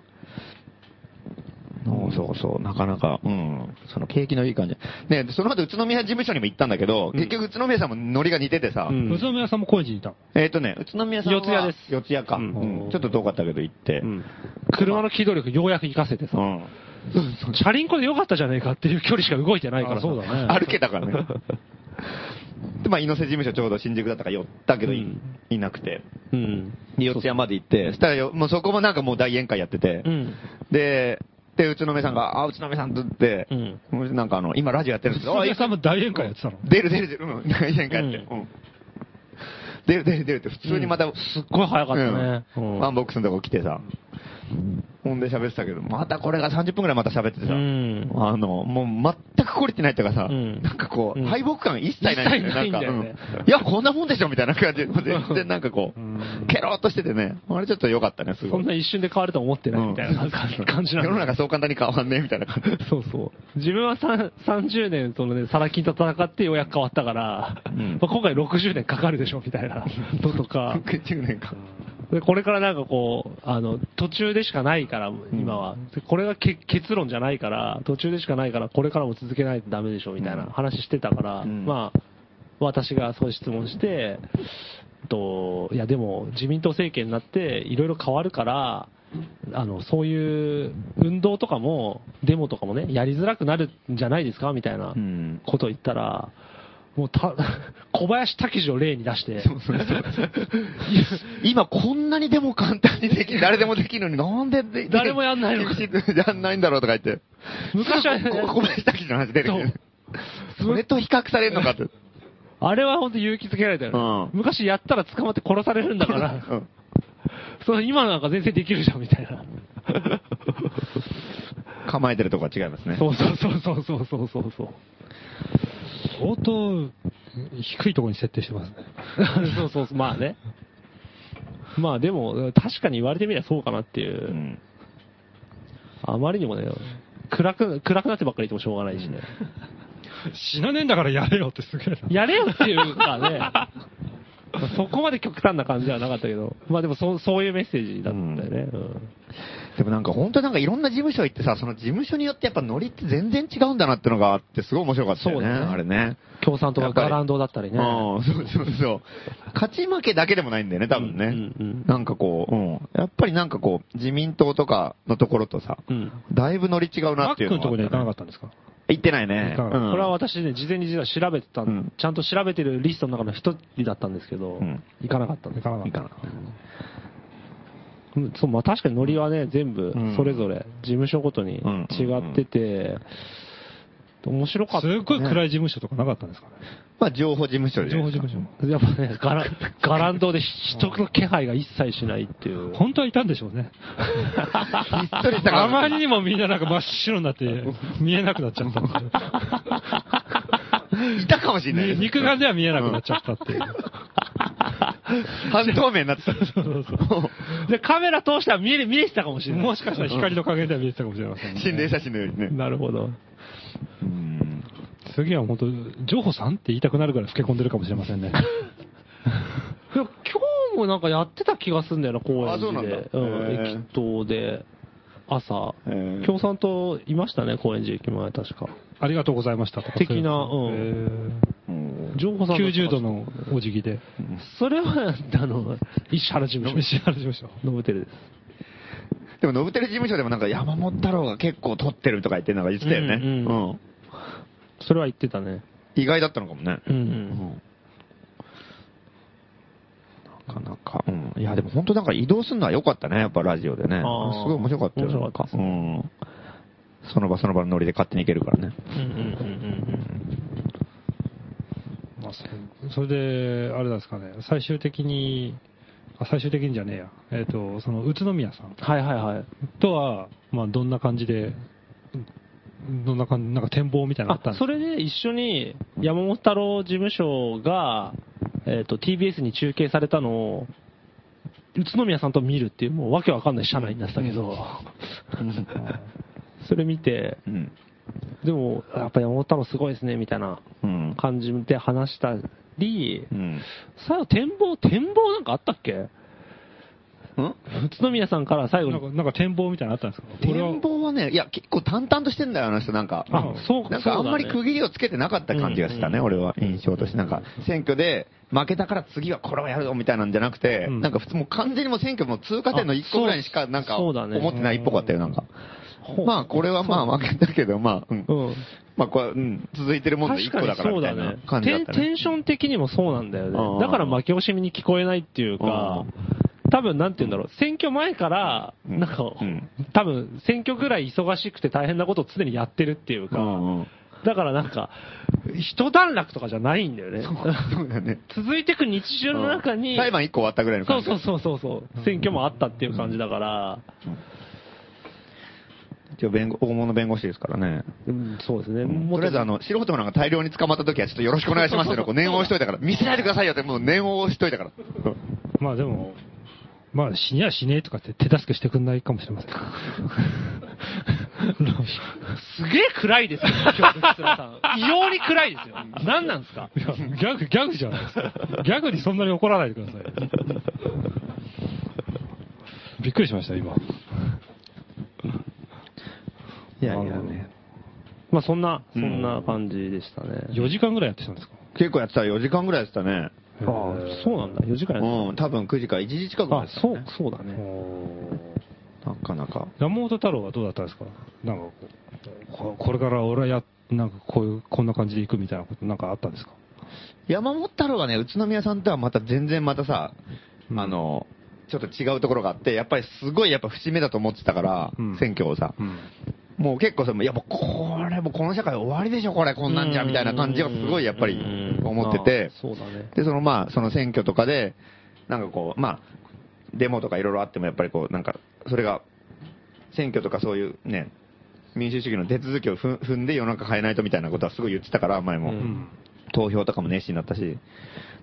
B: そうそう、なかなか、うん。その景気のいい感じ。ねその後宇都宮事務所にも行ったんだけど、結局宇都宮さんもノリが似ててさ、
D: うん
C: 宇都宮さんも高円寺にいた。
B: えっ、とね、宇都宮さんは
A: 四谷です
B: 四谷か、うんちょっと遠かったけど行って。う。
D: うんん
A: 車の機動力ようやく活かせてさ、チャリンコでよかったじゃねえかっていう距離しか動いてないからさ
C: あそうだね
B: 歩けたからね。で、まあ、猪瀬事務所ちょうど新宿だったから寄ったけど、いいなくて。
A: うん。
B: で、四谷まで行って、そしたらよ、もうそこもなんかもう大宴会やってて、
A: うん。
B: で、で、宇都宮さんが、あ、宇都宮さんって言って、なんかあの、今ラジオやっ てるんですよ。
C: 宇都
B: あ、い
C: 宮
B: い
C: さんも大宴会やってたの。
B: 出る出る出る、うん、 大宴会やって。
A: う
B: うん出る出る出るって、普通にまた、
A: すっごい早かったね。う
B: う
A: んん
B: ワンボックスのとこ来てさ、ほんで喋ってたけど、またこれが30分くらいまた喋っててさ、
A: うん
B: あの、もう全く懲りてないっていうかさ、
A: うん
B: なんかこう、
A: うん
B: 敗北感一切ない
A: 一切ないんだよね
B: なんか、うんいや、こんなもんでしょみたいな感じで、全然なんかこう、ケローっとしててね、あれちょっと良かったね、す
A: そ
B: ごい。
A: んな一瞬で変わると思ってないみたいな感じな
B: 世の
A: んだ
B: 中そう簡単に変わんねえみたいな感じ。
A: そうそう。自分はさ30年、そのね、サラ金と戦ってようやく変わったから、
B: ん
A: まあ今回60年かかるでしょ、みたいなのとか、
B: 10年か。
A: でこれからなんかこう、あの、途中でしかないから、今は。でこれがけ結論じゃないから、途中でしかないから、これからも続けないとダメでしょ、みたいな話してたから、
B: うん
A: まあ、私がそういう質問して、と、いやでも自民党政権になっていろいろ変わるから、あの、そういう運動とかも、デモとかもね、やりづらくなるんじゃないですかみたいな
B: うん
A: ことを言ったら、もうた、 小林武史を例に出して、
B: 今こんなにでも簡単 にできる、誰でもできるのになんでで
A: 誰もやんないの
B: 厳し やんないんだろうとか言って。
A: 昔はね
B: ここ小林滝の話出てくる。
A: そう
B: それと比較されるのかって。
A: あれは本当勇気づけられたよね。
B: う
A: 昔やったら捕まって殺されるんだから、
B: うん
A: その今なんか全然できるじゃんみたいな。
B: 構えてるとこは違いますね。
A: そうそうそうそうそうそうそうそう。
C: 相当低いところに設定してますね。
A: そうそうそう、まあね。まあでも、確かに言われてみればそうかなっていう。
B: うん
A: あまりにもね、暗く、暗くなってばっかりいてもしょうがないしね。
C: 死なねえんだからやれよってすげえな。
A: やれよっていうかね、まあ そこまで極端な感じはなかったけど、まあでもそうそういうメッセージだったよね。うん
B: でもなんか本当なんかいろんな事務所行ってさ、その事務所によってやっぱノリって全然違うんだなってのがあって、すごい面白かったよね、
A: そうだね
B: あれね。
A: 共産党がガランドだったりね。
B: うん、そうそうそう。勝ち負けだけでもないんだよね、多分ね。
A: うんうんうん
B: なんかこう、うん。やっぱりなんかこう、自民党とかのところとさ、
A: うん
B: だいぶ乗り違うな
C: マ
B: っ
C: ッ
B: てい
C: ク
B: う
C: の
B: の
C: ところには行かなか
B: っ
C: ったんですか
B: た。行ってないね。
C: 行かなかった
B: うん
A: これは私ね、事前に実は調べてた、
B: うん
A: ちゃんと調べてるリストの中の一人だったんですけど、
B: うん
A: 行かなかったんで
C: 行
A: す
C: かなかった。
A: うんそう、まあ確かにノリはね、全部
B: うん
A: それぞれ、事務所ごとに
B: うん
A: 違ってて、面白かった、
C: す
A: ね。
C: っごい暗い事務所とかなかったんですかね。
B: まあ、情報事務所で。
C: 情報事務所も。
A: やっぱね、ガラ、ガランドで人の気配が一切しないっていう。
C: 本当はいたんでしょうね。
B: ひっそりした
C: あ
B: 感
C: ま
B: じ
C: りにもみんななんか真っ白になって、見えなくなっちゃったんで。
B: いたかもしれない。
C: 肉眼では見えなくなっちゃったっていう。
B: 半透明になってた。
A: で、カメラ通したら見える、見えてたかもしれない。
C: もしかしたら光の陰では見えてたかもしれませんね。
B: 心霊写真のようにね。
A: なるほど。
B: うん
C: 次は本当、情報さんって言いたくなるぐらい老け込んでるかもしれませんね。
A: いや、今日もなんかやってた気がするんだよな、公園
B: あそうなんだ
A: で。うん、
B: へー
A: 駅頭で、朝
B: へー。
A: 共産党いましたね、高円寺駅前、確か。
C: ありがとうございましたとか。
A: 的な
C: そういう
B: うん
A: 情報さん
C: えー
A: だった
C: 90度。のお辞儀 で。
A: それは、あの、石原事務所。
C: 石原事務所。
A: ノブテルです。
B: でも、ノブテル事務所でもなんか山本太郎が結構撮ってるとか言ってなんか言ってたよね。
A: うんうん
B: うん
A: それは言ってたね。
B: 意外だったのかもね。
A: うん
B: なかなか、うん。いや、でも本当なんか移動するのは良かったね、やっぱラジオで
A: あ
B: ね。す
A: ー
B: ごい面白かったよ。
A: 面白かった
B: うん。その場その場のノリで勝手に行けるからね。
A: うん。うんうんうん
C: まあ、そそれで、あれなんですかね、最終的に、あ最終的にじゃねえや、えっ、と、その宇都宮さん
A: うん。はいはいはい。
C: とは、まあ、どんな感じで、うんどんな感じ、なんか展望みたいなのあった
A: あ、
C: んです
A: そ
C: か
A: れで一緒に山本太郎事務所が、えっ、と、TBS に中継されたのを、宇都宮さんと見るっていう、もうわけわかんない社内になってたけど、それ見て、
B: うん。
A: でも、やっぱ山本太郎すごいですね、みたいな
B: うん。
A: 感じで話したり
B: う、ん。
A: 最後展望、展望なんかあったっけ
B: ん
A: 宇都宮さんから最後
C: なん
A: に
C: か、なんか展望みたいなのあったんですかこれは
B: 展望はね、いや、結構淡々としてんだよ、あの人、なんか。
A: あそう
B: なんかあんまり
A: そうだね
B: 区切りをつけてなかった感じがしたね、
A: うん
B: 俺は、印象として。なんか、選挙で負けたから次はこれをやるぞみたいなんじゃなくて、
A: うん
B: なんか普通もう完全にもう選挙も通過点の1個ぐらいにしか、なんか、
A: そう
B: 思
A: だね
B: ってないっぽかったよ、なんか。
A: ほう
B: まあ、これはまあ負けたけど、まあ、うん
A: うん。
B: まあ、これは、うん、続いてるもんの1個だからみたいな感じだった
A: テンテ
B: ね。
A: ンション的にもそうなんだよ
B: うん
A: ね。だから負け惜しみに聞こえないっていうか、多分なんて言うんだろう、選挙前から、
B: うん
A: なんか
B: うん、
A: 多分選挙ぐらい忙しくて大変なことを常にやってるっていう
B: う
A: か、
B: ん うん
A: だからなんか、一段落とかじゃないんだよね。
B: そうだね。
A: 続いてく日常の中
B: うん
A: に、
B: 裁判1個終わったぐらいの
A: そ
B: 感
A: う
B: じ。
A: そうそうそうそう、選挙もあったっていう感じだから、
B: 一応弁護、大物弁護士ですからね。
A: うん、そうですね。
B: とりあえずあの、素人なんか大量に捕まった時はちょっとよろしくお願いしますっていうのをこう念を押しといたから、見せないでくださいよってもう念を押しといたから。
C: まあでも、まあ死にはしねえとかって手助けしてくんないかもし れません。
A: すげえ暗いですよ、今日、哲郎さん。異様に暗いですよ。何なんですか
C: いやギャグ、ギャグじゃないですか。ギャグにそんなに怒らないでください。びっくりしました、今。
D: いやいやね。
A: まあそんな、そんな感じでしたね。
C: 4時間ぐらいやってたんですか
B: 結構やってたら4時間ぐらいやってたね。
A: ああ、そうなんだ。4時間やって
B: うん、多分9時から1時近く
A: た。
B: ま
A: あ
B: で、
A: そう、そうだね。
B: なかなか。
C: 山本太郎はどうだったんですかなんかこうこ、これから俺はや、なんかこういう、こんな感じで行くみたいなことなんかあったんですか
B: 山本太郎はね、宇都宮さんとはまた全然またさ、
C: うん
B: あの、ちょっと違うところがあって、やっぱりすごいやっぱ節目だと思ってたから、
C: うん
B: 選挙をさ、
C: うん。
B: もう結構その、いやもうこれもうこの社会終わりでしょ、これこんなんじゃ、みたいな感じがすごいやっぱり思ってて、
A: そうだね。
B: で、そのまあ、その選挙とかで、なんかこう、まあ、デモとかいろいろあってもやっぱりこう、なんか、それが、選挙とかそういうね、民主主義の手続きを踏ん踏んで世の中変えないとみたいなことはすごい言ってたから、前も。
A: う
C: うん。
B: 投票とかも熱心だったし。だ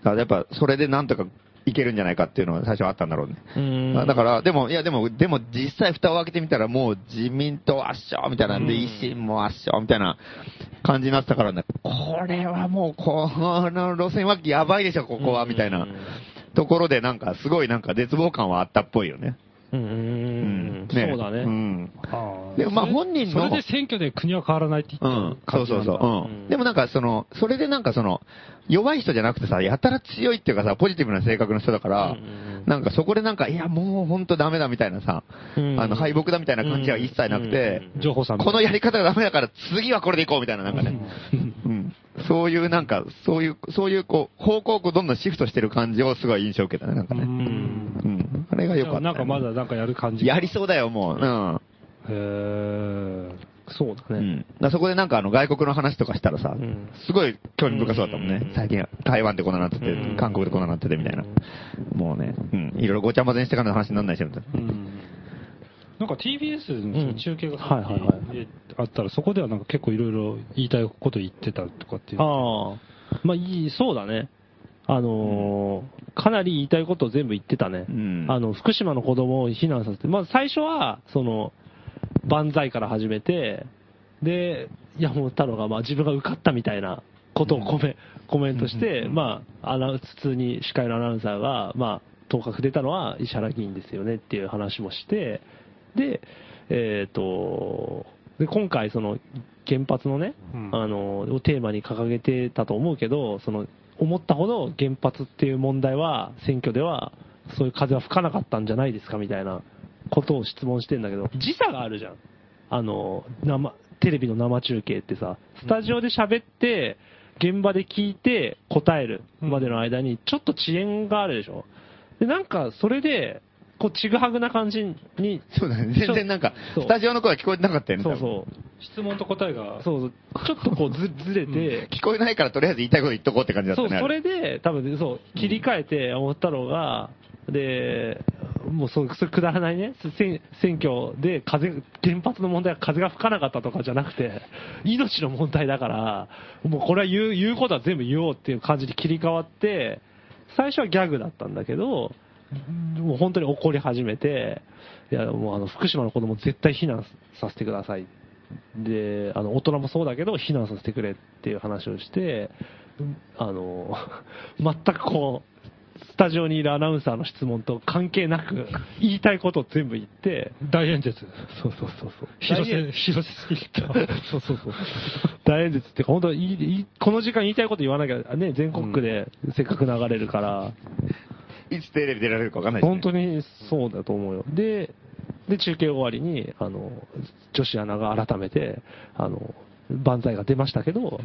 B: からやっぱ、それでなんとかいけるんじゃないかっていうのは最初はあったんだろうね。
A: うん
B: だから、でも、いや、でも、でも、実際、蓋を開けてみたら、もう、自民党圧勝みたいなんで、
A: うん
B: 維新も圧勝みたいな感じになってたからね、これはもう、この路線はやばいでしょ、ここは、みたいなところで、なんか、すごい、なんか、絶望感はあったっぽいよね。
A: うんうん
B: う
A: うんうん。そうだ
B: う
A: ね。
B: ん。
C: ああ
B: でまあ本人の
C: それで選挙で国は変わらないって
B: う
C: 言っ
B: ん
C: て、た
B: そ
C: 感
B: う
C: じな
B: そ
C: んだ
B: うそう。うん。でもなんかその、それでなんかその、弱い人じゃなくてさ、やたら強いっていうかさ、ポジティブな性格の人だから、
A: うん
B: なんかそこでなんか、いやもうほんとダメだみたいなさ、
A: うん
B: あの敗北だみたいな感じは一切なくて、
A: うん
C: 情報さん
B: このやり方がダメだから次はこれでいこうみたいななんかね、うん。そういうなんか、そういう、そういうこう、方向をこうどんどんシフトしてる感じをすごい印象を受けたね、なんか
C: う
B: ね。
C: ん
B: うん。あれが良かった、ね。
C: なんかまだなんかやる感じ
B: やりそうだよ、もう。うん。
C: へー
A: そうだ
B: う
A: ね。
B: ん。だからそこでなんかあの外国の話とかしたらさ、
A: ん
B: すごい興味深そうだったもんね。
A: うん
B: 最近台湾でこんななってて、
A: うん
B: 韓国でこんななっててみたいな。もうね、うん。いろいろごちゃ混ぜにしてからの話にならないし、みたいな。
C: うんなんか TBS
A: うん
C: の中継が
A: はいはいはい
C: えあったら、そこではなんか結構いろいろ言いたいこと言ってたとかっていう。
A: ああ。まあいい、そうだね。あのー、かなり言いたいことを全部言ってたね。
B: うん
A: あの、福島の子供を避難させて、まあ最初は、その、万歳から始めて、で、山本太郎がまあ自分が受かったみたいなことをコメ,、コメントして、まあ、アナウン普通に司会のアナウンサーが、まあ、当確出たのは石原議員ですよねっていう話もして、で、えっ、と、で今回、その原発のね、
C: うん
A: あのをテーマに掲げてたと思うけど、その思ったほど原発っていう問題は、選挙ではそういう風は吹かなかったんじゃないですかみたいなことを質問してんだけど、時差があるじゃん、あの生テレビの生中継ってさ、スタジオで喋って、現場で聞いて答えるまでの間に、ちょっと遅延があるでしょ。でなんかそれでこうちぐはぐな感じに
B: そうだね。全然なんか、
A: そう
B: スタジオの声は聞こえてなかったよね。
A: そう
B: 多分
A: そう
C: 質問と答えが、
A: そうそうちょっとこうずずれて、
B: 聞こえないからとりあえず言いたいこと言っとこうって感じだった
A: そう、
B: ね。あ
A: それで、多分ねそう、切り替えて、思ったのが、で、もうそう、それくだらないね、選選挙で風、原発の問題は風が吹かなかったとかじゃなくて、命の問題だから、もうこれは言う、言うことは全部言おうっていう感じに切り替わって、最初はギャグだったんだけど、もう本当に怒り始めて、いや、もうあの、福島の子供絶対避難させてください。で、あの、大人もそうだけど、避難さ せてくれっていう話をして、あの、全くこう、スタジオにいるアナウンサーの質問と関係なく、言いたいことを全部言って、
C: 大演説。
A: そうそうそうそう。
C: 広
A: 大演
C: 瀬、広瀬スピリット。
A: そうそうそう。 大演説っていうか、本当はいいいいこの時間言いたいこと言わなきゃ、ね、全国区でせっかく流れるから、
B: いつテレビ出られるかわかんないです、ね。
A: 本当にそうだと思うよ。で、で、中継終わりに、あの、女子アナが改めて、あの、万歳が出ましたけど、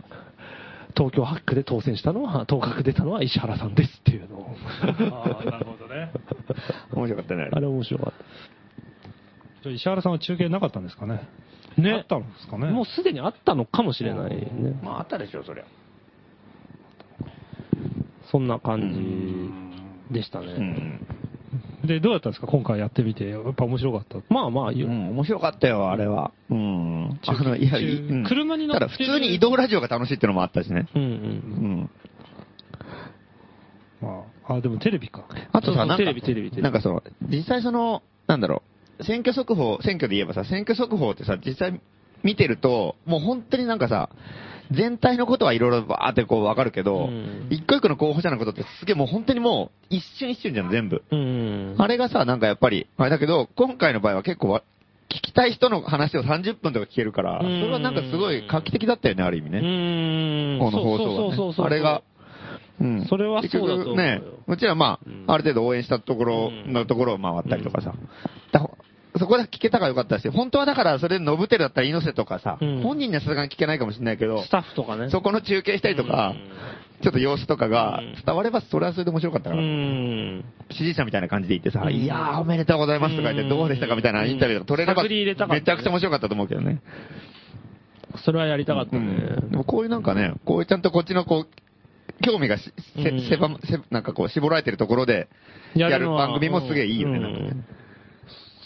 A: 東京8区で当選したのは、当確出たのは石原さんですっていうのを。
C: ああ、なるほどね。
B: 面白かったね。
A: あれ面白かっ
C: じゃあ石原さんは中継なかったんですかね。
A: た。ね。
C: あったんですかね。
A: もうすでにあったのかもしれないね。
B: まあ、あったでしょ、そりゃ。
A: そんな
B: う
A: 感じでしたね。
B: うん。
C: で、どうだったんですか今回やってみて。やっぱ面白かった。
A: まあまあ、よ
B: うん、面白かったよ、あれは。うん。あの、いや、いうん
C: 車に乗って
B: た
C: る
B: だ、普通に移動ラジオが楽しいってのもあったしね。
A: うんう。
B: うんん。
C: まあ、あ、でもテレ ビか。
B: あとさ、なんか、
A: テレビテレビテレビ
B: なんかその、実際その、なんだろう、選挙速報、選挙で言えばさ、選挙速報ってさ、実際見てると、もう本当になんかさ、全体のことはいろいろバーってこうわかるけど、
A: うん
B: 一個一個の候補者のことってすげえもう本当にもう一瞬一瞬じゃん、全部。
A: うん。
B: あれがさ、なんかやっぱり、あれだけど、今回の場合は結構わ聞きたい人の話を30分とか聞けるから、そ
A: うん
B: れはなんかすごい画期的だったよね、ある意味
A: う
B: ね。
A: ん。
B: この
A: そうそう
B: 放送
A: そうそうそう。
B: は、ね。あれが、うん
A: それはそうだと思うよ
B: 結局ね、うちらまあ、
A: うん
B: ある程度応援したところ
A: うん
B: のところを回ったりとかさ。だそこで聞けたからよかったし、本当はだからそれ、ノブテルだったら猪瀬とかさ、
A: うん
B: 本人にはさすがに聞けないかもしれないけど
A: ス、タッフとかね。
B: そこの中継したりとか、ちょっと様子とかが伝われば、それはそれで面白かった
A: う
B: から、
A: ん。
B: 支持者みたいな感じで言ってさ、
A: うん
B: いやー、おめでとうございますとか言って、どうでしたかみたいなインタビューが取れれば、
A: うん探り入れたかったね
B: めちゃくちゃ面白かったと思うけどね。
A: それはやりたかったね。
B: うんでもこういうなんかね、こうちゃんとこっちのこう、興味がし、せ
A: うん
B: 狭ませなんかこう、絞られてるところで、やる番組もすげえいいよね、
A: うん
B: なんかね。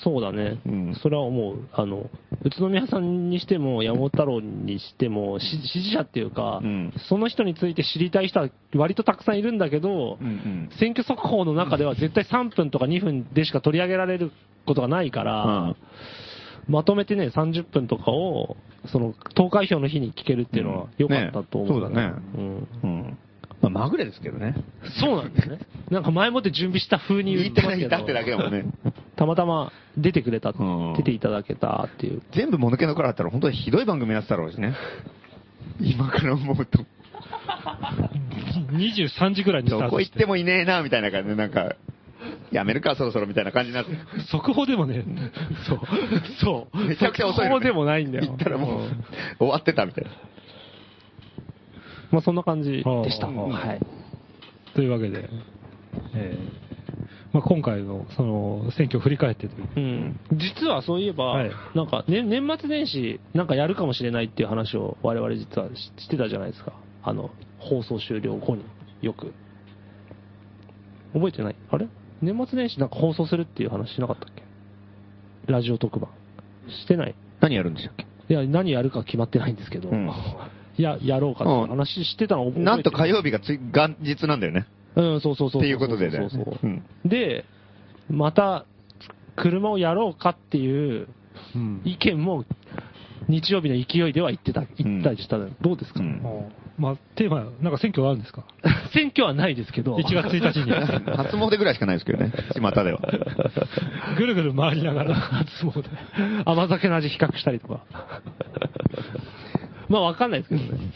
A: そうだね、
B: うん
A: それは思う。あの、宇都宮さんにしても、山本太郎にしても、し支持者っていうか、
B: うん
A: その人について知りたい人は割とたくさんいるんだけど、
B: うんうん
A: 選挙速報の中では絶対3分とか2分でしか取り上げられることがないから、まとめてね、30分とかを、その、投開票の日に聞けるっていうのは良かったと思う、
B: うんねそう
A: う
B: だ
A: ん
B: うん。まあ、まぐれですけどね。
A: そうなんです ね。なんか前もって準備した風に言
B: 言っ
A: ってて
B: な
A: ます
B: い
A: け
B: い
A: ど
B: たってだけだもんね。
A: たまたま出てくれた、
B: うん
A: 出ていただけたっていう。
B: 全部もぬけの殻だったら本当にひどい番組になってたろう しね。今から思うと、
C: 23時ぐらいにスタ
B: ど
C: ー
B: こ
C: トし
B: 行ってもいねえな、みたいな感じで、なんか、やめるか、そろそろみたいな感じになって。
A: 速報でもね、そう、そう。
B: めちゃくちゃ遅い
A: 速
B: の
A: 報
B: ね
A: でもないんだよ。
B: 行ったら
A: う、
B: もうん終わってたみたいな。
A: まあそんな感じでした。
C: うん
A: はい。
C: というわけで、えーまあ、今回のその選挙を振り返ってという
A: うん。実はそういえば、
C: はい
A: なんか、ね、年末年始、なんかやるかもしれないっていう話を我々実はししてたじゃないですか。あの、放送終了後によく。覚えてないあれ年末年始なんか放送するっていう話しなかったっけラジオ特番。してない
B: 何やるんでしたっけ
A: いや、何やるか決まってないんですけど、
B: うん
A: いや、やろうかって話してたの覚えてる
B: なんと火曜日がつい元日なんだよね。
A: うん、そうそうそうそう。
B: っていうことでね。
A: そうそうそう
B: うん
A: で、また、車をやろうかっていう
C: うん
A: 意見も、日曜日の勢いでは言ってた、言ったりしたのよどうですか、
B: うん
C: まあ、テーマ、なんか選挙はあるんですか
A: 選挙はないですけど。
C: 1月1日に
B: 初詣ぐらいしかないですけどね、巷で は。
C: ぐるぐる回りながら初詣
A: 甘酒の味比較したりとか。まあ、わかんないですけどね。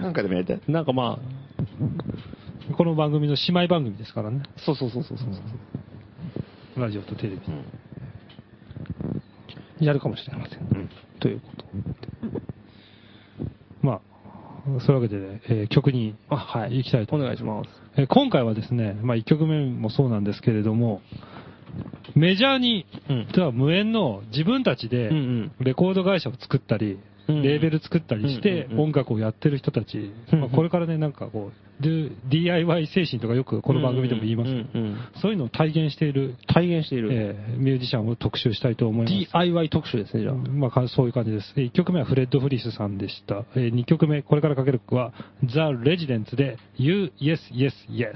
B: なんかでもやりたい。
A: なんかまあ、
C: この番組の姉妹番組ですからね
A: そうそうそうそうそう、
C: ラジオとテレビ、
A: やるかもしれません。ということ。
C: まあそういうわけでね、えー曲に
A: あ、はい。
C: 行きたいと
A: お
C: 思い
A: 願
C: ま
A: い
C: す
A: します。
C: えー今回はですね、まあ、1曲目もそうなんですけれどもメジャーに、
A: うん
C: では無縁の自分たちで
A: うんうん
C: レコード会社を作ったり、
A: うん
C: レーベル作ったりして
A: うんうんうん
C: 音楽をやってる人たち、
A: うん
C: まあこれからねなんかこう do- DIY 精神とかよくこの番組でも言いますけど、
A: うんうんうん
C: そういうのを体現している、
A: 体現している。
C: えーミュージシャンを特集したいと思います。
A: DIY 特集ですね、じゃあ。
C: まあか、そういう感じです。1曲目はフレッド・フリスさんでした。え2曲目、これからかける曲は、The Residents で、You, Yes, Yes, Yes。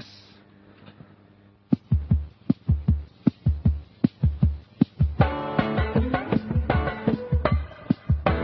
E: 「君の声が聞こえる」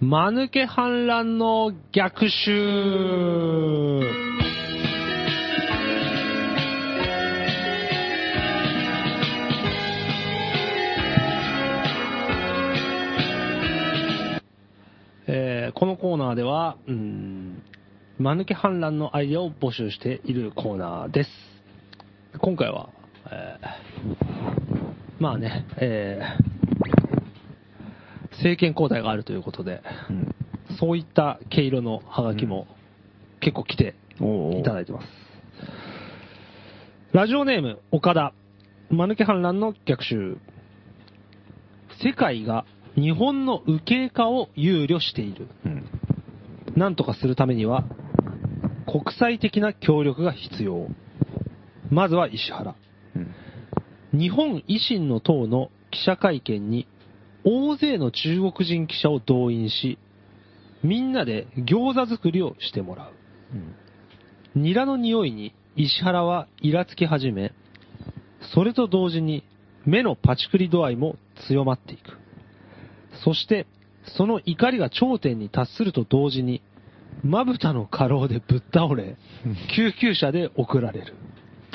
A: 間抜け反乱の逆襲えーこのコーナーでは、うん、間抜け反乱のアイデアを募集しているコーナーです。今回は、えーまあね、えー政権交代があるということで、
B: うん
A: そういった毛色のハガキも結構来て
B: おうおう
A: いただいてます。ラジオネーム、岡田。間抜け反乱の逆襲。世界が日本の右傾化を憂慮している。
B: うん
A: なんとかするためには、国際的な協力が必要。まずは石原。
B: うん
A: 日本維新の党の記者会見に大勢の中国人記者を動員し、みんなで餃子作りをしてもらう。ニラの匂いに石原はイラつき始め、それと同時に目のパチクリ度合いも強まっていく。そして、その怒りが頂点に達すると同時に、まぶたの過労でぶっ倒れ、救急車で送られる。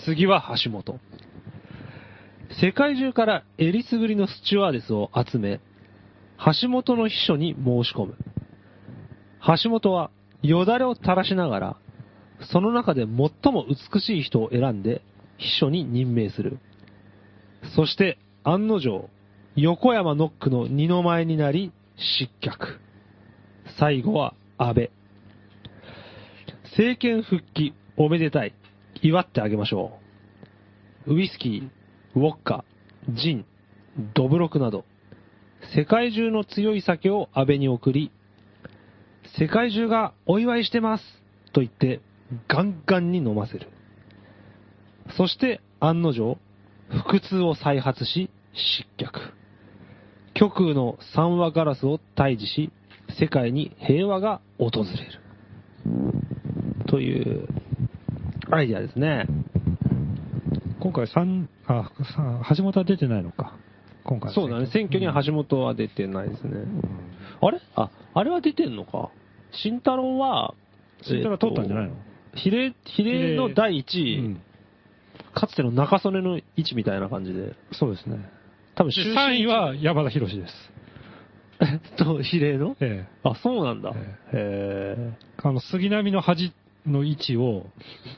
A: 次は橋本。世界中からえりすぐりのスチュワーデスを集め、橋本の秘書に申し込む。橋本はよだれを垂らしながら、その中で最も美しい人を選んで、秘書に任命する。そして、案の定、横山ノックの二の前になり、失脚。最後は、安倍。政権復帰、おめでたい。祝ってあげましょう。ウイスキー、ウォッカ、ジン、ドブロクなど、世界中の強い酒を安倍に送り、世界中がお祝いしてますと言って、ガンガンに飲ませる。そして、案の定、腹痛を再発し、失脚。極右の三和ガラスを退治し、世界に平和が訪れる。という、アイデアですね。
C: 今回三あ、さ橋本は出てないのか。今回の
A: そうだね。選挙には橋本は出てないですね。あれあ、あれは出てんのか。慎太郎は、
C: 慎太郎通ったんじゃないの
A: えっと比例、比例の第一位、
C: うん
A: かつての中曽根の位置みたいな感じで、
C: そうですね。
A: 多分終身
C: 3位は山田博です。
A: えっ と、比例の
C: ええ。
A: あ、そうなんだ。へえ。
C: あの、杉並の端の位置を、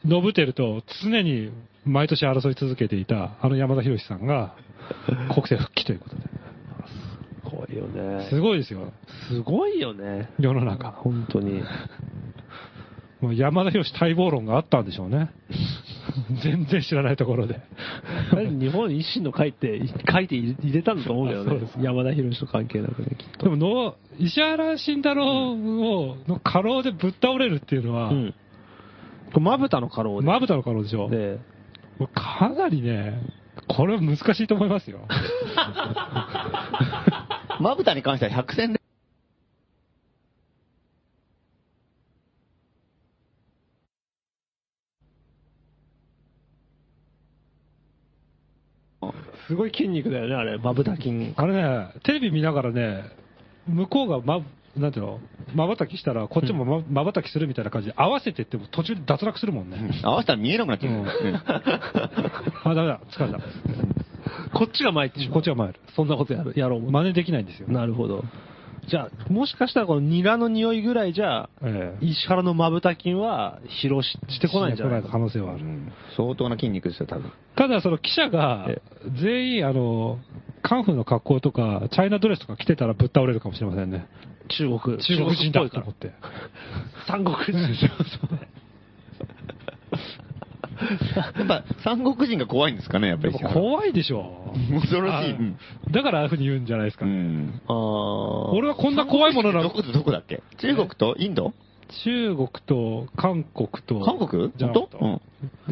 C: ノブテルと常に毎年争い続けていた、あの山田博さんが、国政復帰ということで。
A: すごいよね。
C: すごいですよ、
A: すごいよね。
C: 世の中。
A: 本当に。
C: もう山田博待望論があったんでしょ うね。全然知らないところで。
A: あれ日本維新の会って、書いて入れたんだと思うけど
C: あそう
A: ね
C: です。か
A: 山田博士と関係なくね、きっと。
C: でもの、石原慎太郎を、の過労でぶっ倒れるっていうのは
A: う、ん。これまぶたの過労で。
C: まぶたの過労でしょ。
A: で、
C: もうかなりね、これは難しいと思いますよ。
B: まぶたに関しては100戦で。
A: すごい筋肉だよね、あれ。まぶた筋。
C: あれね、テレビ見ながらね、向こうがま、なんていうの、まばたきしたら、こっちもままばたきするみたいな感じで、合わせてっても途中で脱落するもんね。
B: 合わせたら見えなくなっちゃう。
C: うん
B: うん
C: あ、ダメだ、疲れた。
A: こっちが前ってし
C: こ
A: ょ
C: っちは参る。
A: そんなことやるやろうもん。
C: 真似できないんですよ。
A: なるほど。じゃあ、もしかしたらこのニラの匂いぐらいじゃ、
C: ええ
A: 石原のまぶた筋は疲労ししてこないんじゃない
C: してこ可能性はある。
B: 相当な筋肉ですよ、多分。
C: ただ、その記者が
A: え、
C: 全員、あの、カンフーの格好とか、チャイナドレスとか着てたらぶっ倒れるかもしれませんね。
A: 中国。
C: 中国人
A: っぽ
C: だ
A: い
C: と
A: から
C: 思って。
A: 三国人。
B: やっぱ、三国人が怖いんですかね、やっぱ
C: や
B: り。
C: っぱ怖いでしょ。
B: 恐ろしい。
C: あ
B: うん
C: だからああいうふうに言うんじゃないですか。
B: うん。
A: ああ。
C: 俺はこんな怖いものな
B: ど
C: の
B: ことどこだっけ中国とインド
C: 中国と韓国と。
B: 韓国
C: じゃ
B: 本
C: な
B: 当
C: く
B: うん。
A: い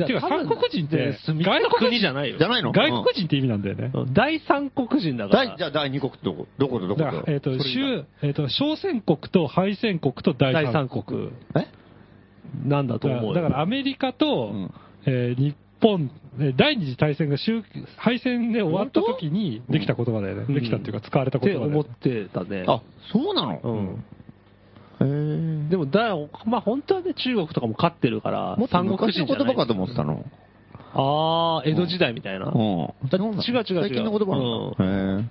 A: や
C: てか
A: 多分
C: 韓国人って
A: 住みたい
C: 外国人
A: 国じゃないよ。
B: じゃないの
C: 外国人って意味なんだよね。
A: うん第三国人だ
B: うん
A: か
B: 第
A: ら。
B: じゃあ第二国どこどことど
C: だ
B: こ
C: から
B: と、
C: えっ、と、
B: それ以外
C: 州、えっ、と、小戦国と敗戦国と第
A: 第
C: 三
A: 三
C: 国。
A: 国。
B: え
A: なんだと思うよ。
C: だからアメリカと、
B: うん
C: えー日本、えー第二次大戦が終敗戦で終わった時にできた言葉だよね。
A: うん
C: できたっていうか使われた
A: って
C: 言葉だよ
A: 思っ
C: ね。
A: てたね。
B: あ、そうなの
A: うん。
B: え
A: でもだ、まあ本当はね、中国とかも勝ってるから、
B: もっと
A: 三国
B: 昔
A: 志
B: の
A: じ
B: 言
A: ゃない
B: 葉かと思ってたの。
A: ああ、江戸時代みたいな。
B: うん。
A: だ違う違う違う
B: 最近の言葉なんだ。へ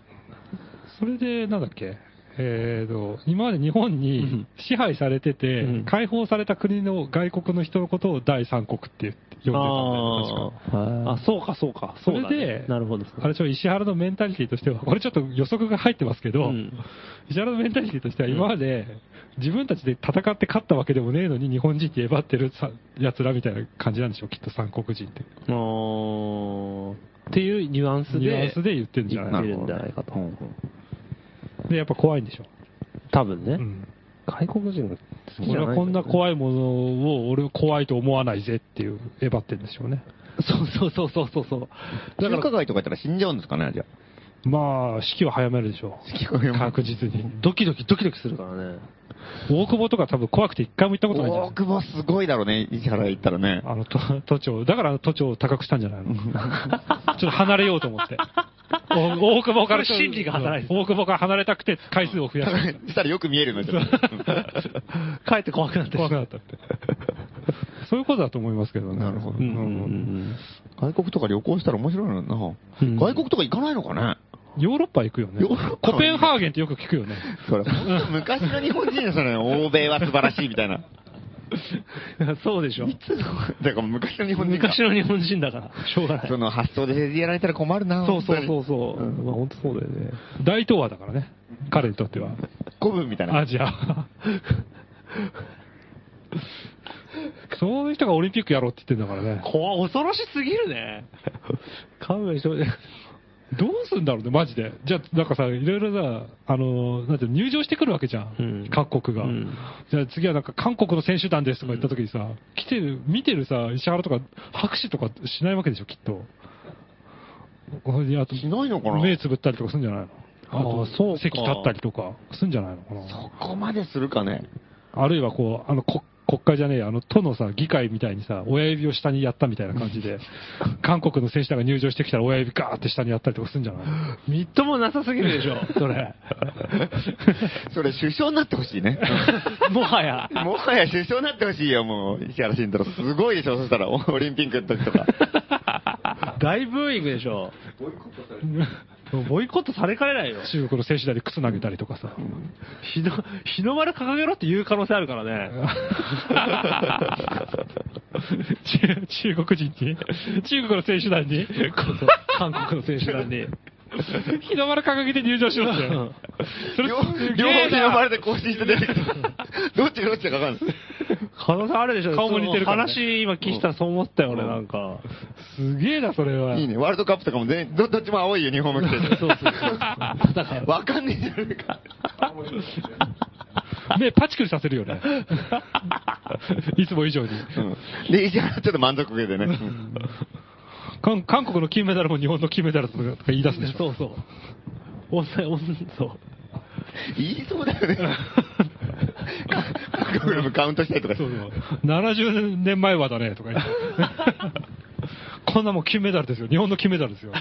C: それで、なんだっけ、えーと、今まで日本
A: うん
C: に支配されてて、
A: うん
C: 解放された国の外国の人のことを第三国って呼んでたんだよね、確
A: あ
C: か。
A: ーあ、そうかそうか。そうだね
C: それで
A: なるほど。
C: あれでしょ、石原のメンタリティとしては、これちょっと予測が入ってますけど、
A: うん
C: 石原のメンタリティとしては、今まで自分たちで戦って勝ったわけでもねえのに、日本人って威張ってるさやつらみたいな感じなんでしょう、きっと三国人って。
A: あーっていうニュアンスで。
C: ニュアンスで言ってんじゃ
A: 言
C: な
A: っ
C: い
A: てるんじゃないかと。
C: で、やっぱ怖いんでしょ。
A: 多分ね
C: う。ん
D: 外国人が好きじ
C: 俺
D: ゃない
C: はこんな怖いものを俺は怖いと思わないぜっていう威張ってるんでしょうね。
A: そうそうそうそうそう。
B: え。中華街とか行ったら死んじゃうんですかね、じゃ
C: まあ、士気は早めるでしょ
B: あ。結構
C: う。確実に。
A: ドキドキドキドキするから ね。
C: 大久保とか多分怖くて一回も行ったことないんじゃな
B: 大
C: い
B: 久保すごいだろうね、石原行ったらね。
C: あの、都都庁、だから都庁を高くしたんじゃないのちょっと離れようと思って。お大久保から、
A: それ心理が働いて
C: 大久保から離れたくて回数を増やした。
B: したらよく見えるのじゃ
A: 帰って怖くなって
C: 怖く
A: る。
C: なったって。そういうことだと思いますけどね。
B: なるほど
C: うん
A: うん
B: 外国とか旅行したら面白いのにな。
A: うん
B: 外国とか行かないのかね
C: ヨーロッパ行くよね
B: ヨーロッ。パ
C: コペンハーゲンってよく聞くよね。
B: それ、ほんと昔の日本人で すよね。欧米は素晴らしいみたいな。
A: そうでしょ。
B: だから昔の日本人が
A: 昔の日本人だから、しょうがない。
B: その発想で政治やられたら困るな。
A: そうそうそうそう。
B: うん
A: まあ本当そうだよね。
C: 大東亜だからね。彼にとっては。
B: 古文みたいな。
C: アジア。そういう人がオリンピックやろうって言ってんだからね。
A: 怖、恐ろしすぎるね。 勘弁してほしい。
C: どうすんだろうね、マジで。じゃあ、なんかさ、いろいろさ、あの、なんていうの入場してくるわけじゃん。
A: うん
C: 各国が。
A: うん
C: じゃあ次はなんか、韓国の選手団ですとか言った時にさ、来てる、見てるさ、石原とか、拍手とかしないわけでしょ、きっと。いやあと
B: しないのかな
C: 目つぶったりとかするんじゃないの
A: あー
C: と
A: そうか
C: 席立ったりとか、するんじゃないのかな
B: そこまでするかね。
C: あるいはこう、あの、こ国会じゃねえや、あの、都のさ、議会みたいにさ、親指を下にやったみたいな感 じで、韓国の選手団が入場してきたら親指ガーって下にやったりとかするんじゃないの
A: みっともなさすぎるで しょ、それ。
B: それ首相になってほし いね。
A: もはや。
B: もはや首相になってほしいよ、もう。石原慎太郎。すごいでしょ、そしたら、オリンピックの時 とか。
A: 大ブーイングでしょ。 ボイコットされかねないよ。
C: 中国の選手団で靴投げたりとかさ、
A: 日の、日の丸掲げろって言う可能性あるから ね。
C: 中中国人に、中国の選手団に、
A: 韓国の選手団に。
C: 日の丸掲げて入場しろって
A: ん。
C: それ
B: 両
C: す
B: 両
C: げえ
B: 方呼ば
C: な
B: れて更新して出 てきた。どっちがどっちだかわかんない。
A: 可能性あるでしょ。
C: 顔も似てるからね
A: その話今聞いたらそう思ったよ、俺なんか。
C: すげえな、それは。
B: いいね。ワールドカップとかも全員どどっちも青いユニフォーム着てる。
A: そうそう。だから、
B: わかんねえじゃねえか。
C: 目パチクリさせるよ ね。いつも以上に。
B: うんで、石原ちょっと満足げ でね。
C: 韓韓国の金メダルも日本の金メダルとか言い出すでしょ。
A: そうそう。おんおんそう。
B: 言いそうだよね。韓国のもカウントしたりとか
C: そうそう70年前はだね、とか言 って。こんなもん金メダルですよ。日本の金メダルですよ。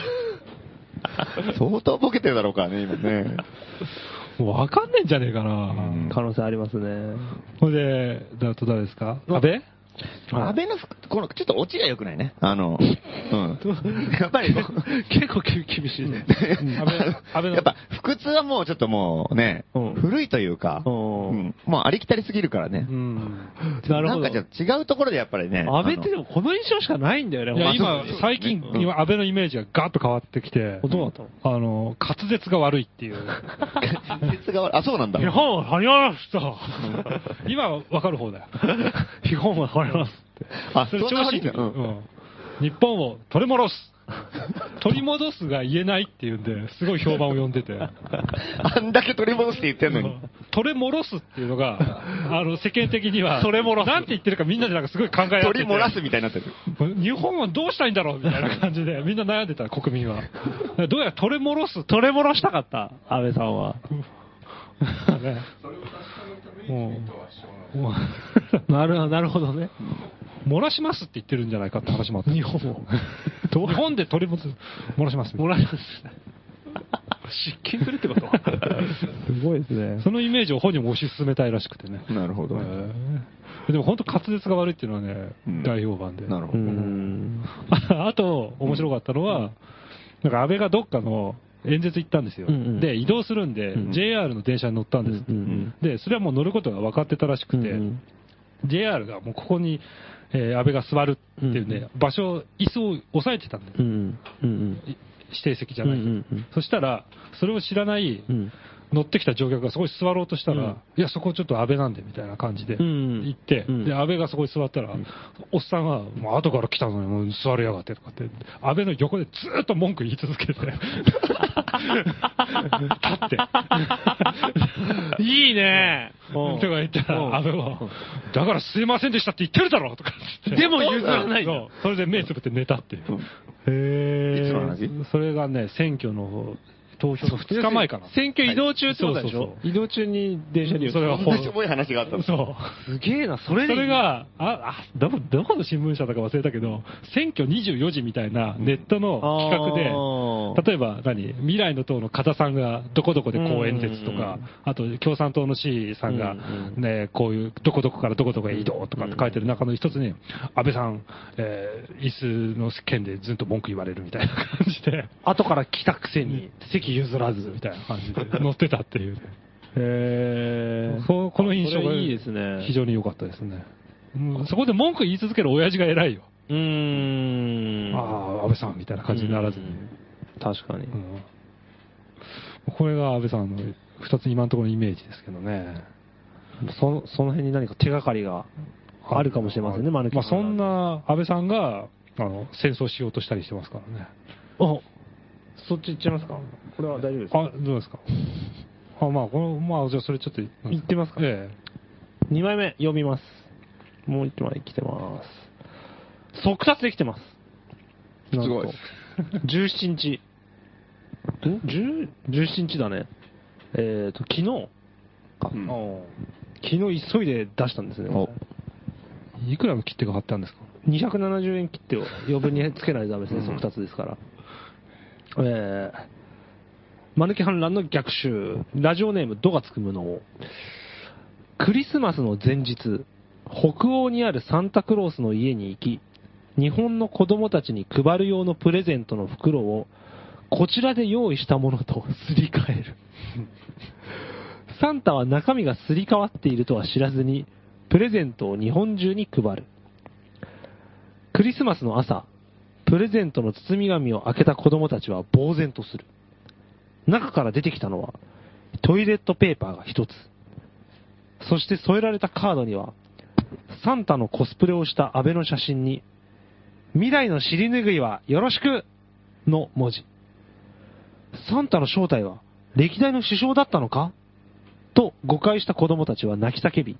B: 相当ボケてるだろうからね、今ね。
C: も うわかんねえんじゃねえかな。
A: 可能性ありますね。
C: ほいで、だと誰ですか安倍
B: 安倍の服、この、ちょっとオチが良くないね。あの、うん。やっぱりこう、
A: 結構厳しいね。
C: 安倍安倍の
B: やっぱ、腹痛はもうちょっともうね、
A: うん
B: 古いというか、
A: う
B: うんんもうありきたりすぎるからね
C: う。ん。
A: なるほ
B: な
A: ど
B: ん。かちょっと違うところでやっぱりね。
A: 安倍って
B: あ
A: で
B: の
A: もこの印象しかないんだよ
C: い
A: ね、
C: や、
A: 俺
C: 今、最近、今、安倍のイメージがガーッと変わってきて、
A: どうだったの
C: あの、滑舌が悪いっていう。
B: 質が悪いあ、そうなんだ。
C: 日本はりました今はわかる方だよ。
A: 基本は変わりますって。
B: あ、
C: それ調
B: な
C: 子いい
B: 悪い
C: ん
B: ん
C: だ
B: だ。
C: よ。
B: うん
C: うん日本を取り戻す。取り戻すが言えないっていうんで、すごい評判を呼んでて。
B: あんだけ取り戻して言ってんのに。
C: 取れ戻すっていうのが、あの、世間的には、
A: トレモロス
C: なんて言ってるかみんなでなんかすごい考え合ってて
B: 取り漏らすみたいになってる。
C: 日本はどうしたいんだろうみたいな感じ で、みんな悩んでた、国民は。どうやら取れ戻す
A: 取れ戻したかった、安倍さんは。
C: ね。う ん
A: なるなるほどね。
C: 漏らしますって言ってるんじゃないかって話もあった。日本を。日本で取り戻す、漏らします。
A: もらいます。
F: 失禁するってこと
A: すごいですね。
C: そのイメージを本人も推し進めたいらしくてね。
B: なるほど。
C: えーでも本当滑舌が悪いっていうのはね、
B: うん
C: 大評判で。
B: なるほ
A: う
B: ど。
A: ん。
C: ああと、面白かったのは、なんか安倍がどっかの演説行ったんですよ。
A: うんうん
C: で、移動するんで、
A: うん
C: JR の電車に乗ったんですって、
A: うん
C: で、それはもう乗ることが分かってたらしくて、
A: うん
C: JR がもうここに、えー安倍が座るっていうね、場所、椅子を押さえてたんです、
A: うん。うん。
C: い指定席じゃない、
A: うんうんうん
C: そしたら、それを知らない、
A: うん。
C: 乗ってきた乗客がそこに座ろうとしたら、
A: うん
C: いや、そこちょっと安倍なんでみたいな感じで
A: うんうん
C: 行って、
A: うん
C: で安倍がそこに座ったら、おっさんは、もう後から来たのに、もう座りやがってとかって、安倍の横でずーっと文句言い続けて、立って、
F: いいね
C: とか言った
F: うん
C: ら、安倍は、だからすいませんでしたって言ってるだろとかっつって
F: でも譲らない
C: そうそれで目つぶって寝たっていう。
B: い
C: へ
B: つの話
C: それがね、選挙の投票の2日前かな。
F: 選挙移動中ってことでし
C: はいそう
F: ょ
C: そう
A: 移動中に電車に
C: それは
B: こんなしょぼい話があったんです
C: そう。
F: すげえな、それ
C: そ
F: で
C: れが、あ、あ、どこ、どこの新聞社だか忘れたけど、選挙24時みたいなネットの企
F: あ
C: 画で、例えば何、未来の党の加田さんがどこどこで講演説と
F: うんうんう
C: か、あと共産党の C さんが
F: うん、
C: ね、こういう、どこどこからどこどこへ移動とかって書いてる中の一つに、安倍さん、えー椅子の件でずっと文句言われるみたいな感じで、
F: 後から来たくせに。
C: 席譲らずみたいな感じで乗ってたっていうね。
A: へ
C: ここの印象
F: そ
C: が
F: れいいですね
C: 非常に良かったですね。うんそこで文句言い続ける親父が偉いよ。
F: うーん。
C: ああ、安倍さんみたいな感じにならずに。
A: 確かに。
C: うんこれが安倍さんの二つ今のところのイメージですけどね。
A: そのその辺に何か手がかりがあるかもしれませんね、
C: ま
A: マヌケさ
C: あそん
A: あ、
C: な安倍さんが、あの、戦争しようとしたりしてますからね。
A: そっち行っちゃいますかこれは大丈夫ですか
C: あ、どうですかあ、まあ、この、まあ、じゃあそれちょっと。
A: 言ってますか
C: え
A: ?2 枚目、読みます。もう1枚来てます。速達で来てます。
B: すごいです。
A: 17日。ん 10? 17日だね。えっ、と、昨日か、
B: うん
A: 昨日急いで出したんですね。
B: お
C: えいくらの切手が貼ってあるんですか
A: 270円切手を余分につけないとダメですね、速達ですから。えー、マヌケ反乱の逆襲、ラジオネーム、ドがつく無能。クリスマスの前日、北欧にあるサンタクロースの家に行き、日本の子供たちに配る用のプレゼントの袋を、こちらで用意したものと すり替える。サンタは中身がすり替わっているとは知らずに、プレゼントを日本中に配る。クリスマスの朝、プレゼントの包み紙を開けた子供たちは呆然とする。中から出てきたのは、トイレットペーパーが一つ。そして添えられたカードには、サンタのコスプレをした安倍の写真に、未来の尻拭いはよろしくの文字。サンタの正体は歴代の首相だったのかと誤解した子供たちは泣き叫び、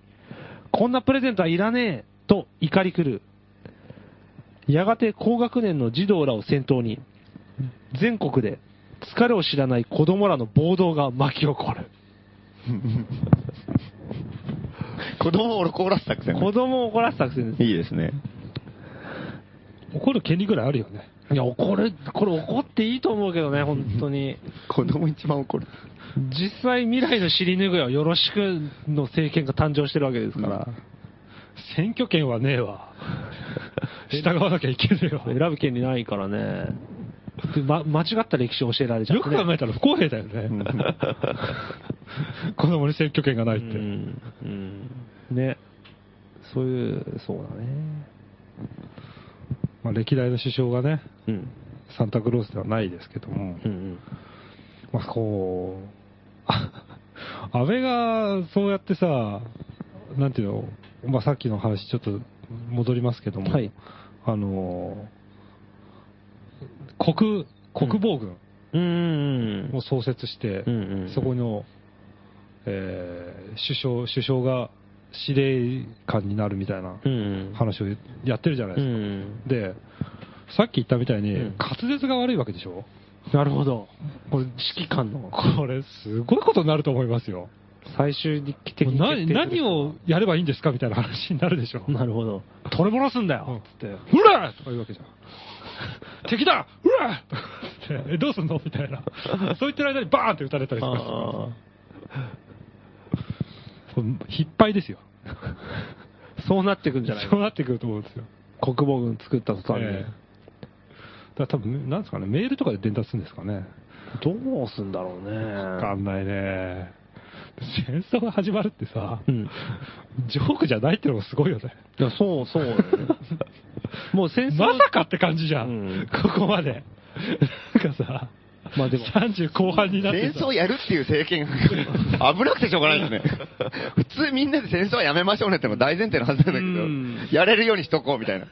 A: こんなプレゼントはいらねえと怒り狂う。やがて高学年の児童らを先頭に、全国で疲れを知らない子供らの暴動が巻き起こる。
B: 子供を俺凍らせたくせ
A: 子供を怒らせたくせに。
B: いいですね。
C: 怒る権利ぐらいあるよね。
A: いや、怒る、これ怒っていいと思うけどね、本当に。
B: 子供一番怒る。
A: 実際未来の尻拭いはよろしくの政権が誕生してるわけですから、
C: 選挙権はねえわ。従わなきゃいけねえわ。
A: 選ぶ権利ないからね。でま、間違った歴史を教えられちゃ
C: よ
A: う、
C: く
A: ね。
C: 考えたら不公平だよね。 子供に選挙権がないって。
A: うんうんね。そういう、そうだね。
C: まあ、歴代の首相がね、
A: うん。
C: サンタクロースではないですけども、
A: うんうん。
C: まあ、こう、あ安倍がそうやってさ、なんていうの、まあ、さっきの話ちょっと戻りますけども、
A: はい
C: あのー国、国防軍
A: うんうん
C: を創設して、
A: うんうんうん
C: そこの、えー首相、首相が司令官になるみたいな
A: うん。うん
C: 話をやってるじゃないで
A: う
C: すか。
A: ん。
C: で、さっき言ったみたいに、
A: うん
C: 滑舌が悪いわけでしょ
A: なるほど。これ、指揮官の
C: これ、すごいことになると思いますよ。
A: 最終的に決定す
C: 何
A: る
C: 何をやればいいんですかみたいな話になるでしょ。
A: なるほど。取り戻すんだよ、
C: うん
A: つって。
C: ほらとか言うわけじゃん。敵だうわっってえどうすんのみたいな。そう言ってる間にバーンって撃たれたりとか
A: あ
C: これ失敗ですよ。
A: ーそうなってくんじゃない
C: そうなってくると思うんですよ。
A: 国防軍作った途端に。
C: ええだから多分、なんですかね、メールとかで伝達するんですかね。
A: どうすんだろう
C: わか
A: ね。
C: んないね。戦争が始まるってさ、
A: うん。
C: ジョークじゃないってのがすごいよね。
A: いやそうそう、 ね。もう戦争、
C: まさかって感じじゃん、
A: うん
C: ここまで。なんかさ、
A: まあでも
C: 30後半になって
B: 戦
C: さ
B: 争やるっていう政権が危なくてしょうがないですね。 普通みんなで戦争はやめましょうねってのが大前提のはずなんだ
A: うん
B: けど、やれるようにしとこうみたいな。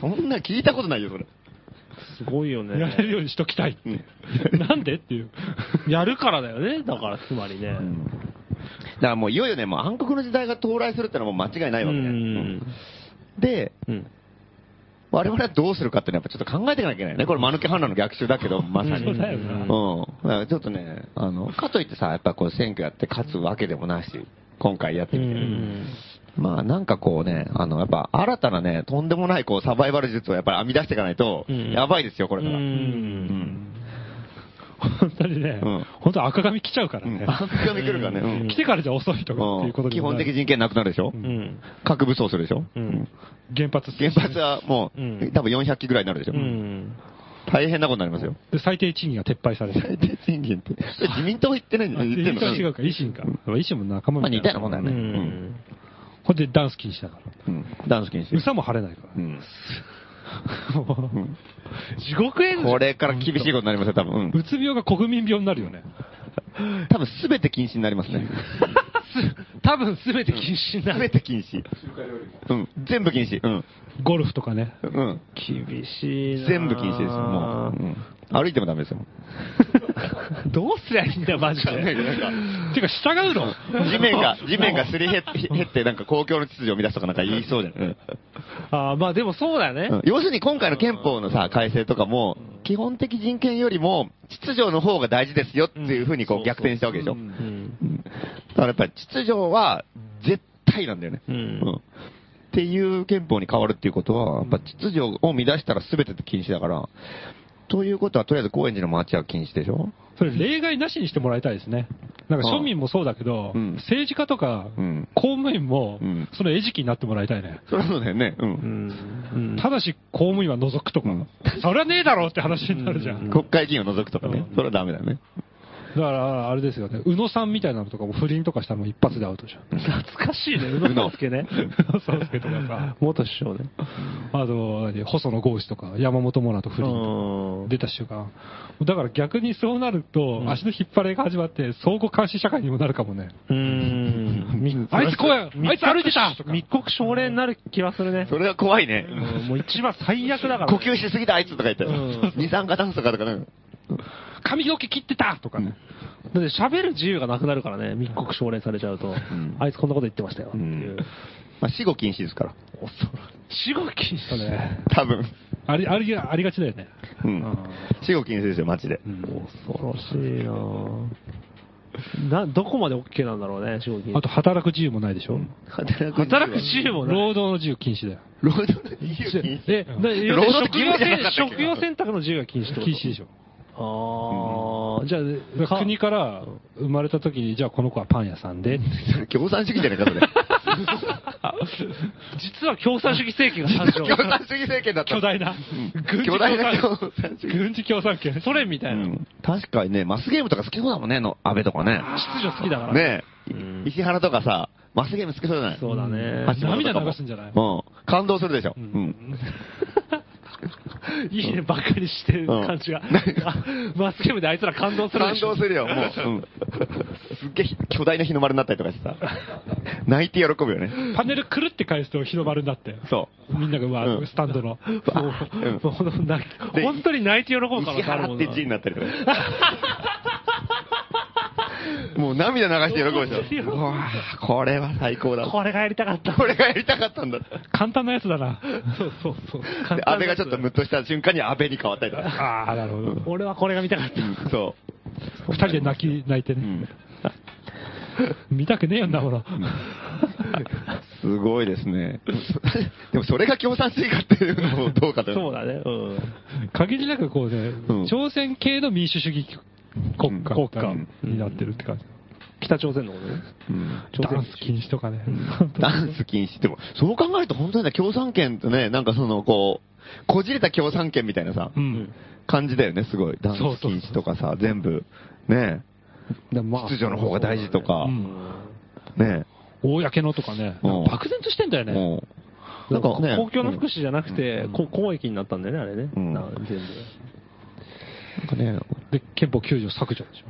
B: そんな聞いたことないよ、それ。
A: すごいよ
C: やれる
A: ね。
C: ようにしときたいって。
B: う
C: なんでっていう。
A: やるからだよね。だから、つまりね。
B: だからもういよいよね、もう暗黒の時代が到来するってのはもう間違いないわけね。
A: う
B: うんんで、
A: うん。
B: 我々はどうするかっていうのはやっぱちょっと考えていかなきゃいけないね。これ、間抜け判断の逆襲だけど、まさに。。
C: そううんだよ
A: う
C: な。
B: だからちょっとね、あの、かといってさ、やっぱこう選挙やって勝つわけでもないし、今回やってみて。
A: うん
B: まあなんかこうね、あの、やっぱ新たなね、とんでもないこうサバイバル術をやっぱり編み出していかないと、
A: うん
B: やばいですよ、こ
A: う
B: れから。うん。
A: ん。
C: 本当にね、
B: うん
C: 本当赤髪来ちゃうからね。
B: 暗黒が見くるからね。うん
C: 来てからじゃ遅いとかっていうこと
B: 基
C: にも
B: 本
C: なる
B: 的人権なくなるでしょ、
C: う
A: うんん。
B: 核武装するでしょ、
A: う
B: うんん、
C: 原発
B: 原発はもう、
A: うん
B: 多分400機ぐらいになるでしょ、
A: うん。
B: 大変なことになりますよ。
C: で最低賃金が撤廃されて
B: 最低賃金って。それ自民党言ってないん
C: あ
B: だ言ってんの
C: 違うか、維新か。維新も仲間
B: まあ似たようなもんだよ
A: う
B: ね
A: ん。
C: ほんでダンス禁止だから。
B: うん。ダンス禁止。
C: 嘘も晴れないから
B: う
C: ね。
B: ん。
C: もう
B: うん
A: 地獄絵図
B: これから厳しいことになりますよ、多分。う
C: うんつ病が国民病になるよね。
B: 多分すべて禁止になりますね。
A: 多分すべて禁止にな
B: すべ
A: る。
B: て禁止。うん。全部禁止。うん。
C: ゴルフとかね。
B: うん。
A: 厳しいな
B: 全部禁止ですよ、もう。うん歩いてもダメですよ、も
A: どうすりゃいいんだよ、マ ジ
B: う。
A: で。
B: なん
C: てか、従うの
B: か地面が、 地面がすり減って、減ってなんか公共の秩序を乱すとかなんか言いそうじゃない、
A: ああ、まあでもそうだよね
B: う。ん要するに今回の憲法のさ、改正とかも、基本的人権よりも秩序の方が大事ですよっていうふうにこう逆転したわけでしょ。
A: うん。
B: だからやっぱり秩序は絶対なんだよね。
A: うん
B: っていう憲法に変わるっていうことは、やっぱ秩序を乱したら全て禁止だから、ということはとりあえず高円寺の街は禁止でしょ
C: それ例外なしにしてもらいたいですね。なんか庶民もそうだけど、
B: うん
C: 政治家とか
B: うん
C: 公務員も
B: うん
C: その餌食になってもらいたいね。
B: それはそうだよね。
A: う
B: う。
A: んん。
C: ただし公務員は除くとか
B: うん、
C: そりゃねえだろうって話になるじゃ。
A: うん
C: だ
B: 国会議員を除くとかね。それはダメだよね。
C: から、あれですよね、宇野さんみたいなのとかも不倫とかしたらもう一発でアウトじゃん。
A: 懐かしいね、宇野助ね。
C: そうですけどなんか
A: 元首相ね。
C: あと、何細野剛志とか山本もなと不倫とか。
A: うん
C: 出た瞬間。だから逆にそうなると、足の引っ張りが始まって、相互監視社会にもなるかもね。
A: うん。
C: あいつ声、あいつ歩いてたとか。
A: 密告症例になる気はするね。
B: それは怖いね。
A: うんもう一番最悪だからね。
B: 呼吸しすぎたあいつとか言って
A: うん。
B: 二酸化炭素かとかなんか。
C: 髪の毛切ってたとかね。
A: だって喋る自由がなくなるからね、密告奨励されちゃうと、
B: ん
A: あいつこんなこと言ってましたよっていう
B: う。まあ死後禁止ですから。
A: 恐ろしい。死 後禁
C: そう
A: 止。
C: ね
B: 多分。
C: あり、あり、ありがちだよね。
B: うん。死後禁止ですよ、街で。
A: 恐ろしいなぁな、どこまで OK なんだろうね、死後禁止。
C: あと、働く自由もないでしょ。
B: 働く
A: 働く自由もない。
C: 労働の自由禁止だよ。
B: 労働の自由禁止。
A: え、な
B: 労働って
A: 職
B: 義
A: 業
B: 務じゃなかったっけ
A: 選職業選択の自由が禁止ってこと
C: 禁止でしょ。
A: ああ、じゃ
C: だ
A: あ、
C: から国
A: か
C: から生まれた時に、じゃあこの子はパン屋さんで、
B: 共産主義じゃないか、それ。
A: 実は共産主義政権が誕
B: 共
A: 生。
B: 産主義政権だった。
C: 巨大な
B: うん、
C: 軍事
B: 巨
C: 共
B: 大な
C: 産
B: 共産主義。
C: 軍事共産権。
A: ソ連みた
B: う
A: いな。
B: ん確かにね、マスゲームとか好きそうだもんね、の安倍とかね。
A: 秩序好きだから。
B: ね
A: うん
B: 石原とかさ、マスゲーム好きそうじゃない
A: そうだね。
B: 橋本と
C: 涙
B: かも
C: 流すんじゃない
B: うん。感動するでしょ。うん。
A: いいね、ばっかりしてる感じが。あマスゲームであいつら感動する
B: 感
A: でしょ
B: 動するよ、もう。うんすっげえ巨大な日の丸になったりとかしてさ。泣いて喜ぶよね。
C: パネルくるって返すと広まるんだって。
B: そ
C: みんながうわ
B: う
C: ー、
B: ん
C: スタンドの。
B: う。うん
A: もう泣き
B: で
A: 本当に泣いて喜ぶ可能
B: 石
A: 性ある
B: 原
A: も
B: っ
A: ん
B: て
A: な
B: 字になったりとか。もう涙流して喜ぶでしょ。うわぁ、これは最高だ。
A: これがやりたかった。
B: これがやりたかったんだ。
C: 簡単なやつだな。
A: そうそうそう。
B: で、安倍がちょっとムッとした瞬間に安倍に変わったりとか。
C: ああ、なるほど。
A: 俺はこれが見たかった。
B: そう。
C: 二人で泣き、泣いて
B: う
C: ね。
B: ん
C: 見たくねえよんなもの。
B: すごいです ね。でもそれが共産主義かっていうのもどうかという。
A: そうだね。うん。
C: 限りなくこうね、
B: ん
C: 朝鮮系の民主主義国家
B: うん
C: 国家になってるって感じ。
A: 北朝鮮のことね。
B: うん
A: 朝
C: ダ
A: 鮮
C: ンス禁止とかね。
B: ダンス禁止でも、そう考えると本当にね、共産権ってね、なんかその、こう、こじれた共産権みたいなさ、
C: うん。
B: 感じだよね、すごい。ダンス
C: そうそう
B: 禁止とかさ、全部、ね
C: でま
B: 秩序の方が大事とか
C: う、ん
B: ね
C: 公のとかね。
B: うん
C: なんか漠然としてんだよね。
B: もう、なんかね、
A: 公共の福祉じゃなくて、こ公益になったんだよね、あれね。
B: うん
A: な全部。
B: なんかね、
C: で、憲法9条削除でしょ。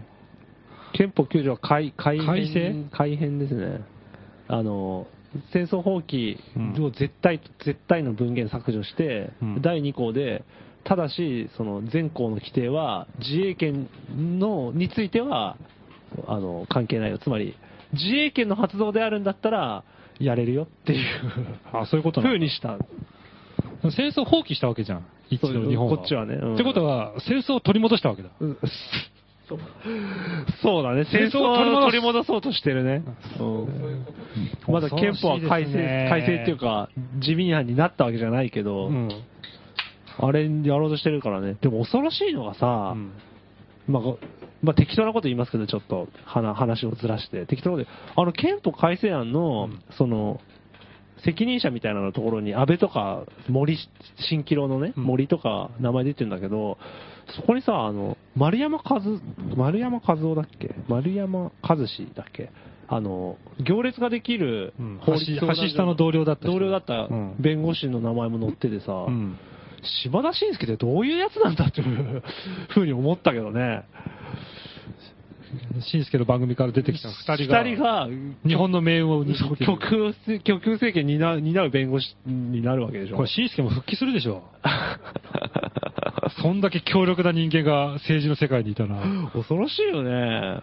A: 憲法9条は改改
C: 改正
A: 改変ですね。あの、戦争放棄
C: うん
A: を絶対、絶対の文言削除して、
C: うん
A: 第2項で、ただし、その前項の規定は、自衛権のについてはあの関係ないよ、つまり、自衛権の発動であるんだったら、やれるよっていう
C: あ、そういうことな
A: 風
C: の
A: にした、
C: 戦争放棄したわけじゃん。一度日本は。
A: こっちはねうん
C: ってことは、戦争を取り戻したわけだ。
A: そうだね、戦
C: 戦
A: 争
C: 争
A: を
C: を取
A: 取
C: り戻す
A: り戻そうとしてるね。まだ憲法は改正、改正っていうか、自民案になったわけじゃないけど、
C: うん。
A: あれやろうとしてるからね。でも恐ろしいのが
C: う
A: さ、
C: ん。
A: まあ、ごまあ適当なこと言いますけど、ちょっと話話をずらして、適当なことあの憲法改正案の、
C: うん
A: その、責任者みたいなのところに安倍とか森、新喜郎のね、
C: うん
A: 森とか名前出てるんだけど、そこにさ、あの、丸山和、丸山和夫だっけ丸山和志だっけあの、行列ができる
C: うん
A: 法律
C: 橋
A: 相談所
C: 橋下の同僚だった人
A: 同僚だった
C: うん
A: 弁護士の名前も載っててさ、
C: うん。
A: 島田紳介ってどういうやつなんだっていうふうに思ったけどね。
C: しんすけの番組から出てきた二人が。
A: 二人が
C: 日本の命運を握
A: そう
C: ってる。
A: 極右せ極右政権にな担う弁護士になるわけでしょ。
C: これ、しんすけも復帰するでしょ。 そんだけ強力な人間が政治の世界にい たら、
A: 恐ろしいよ ね。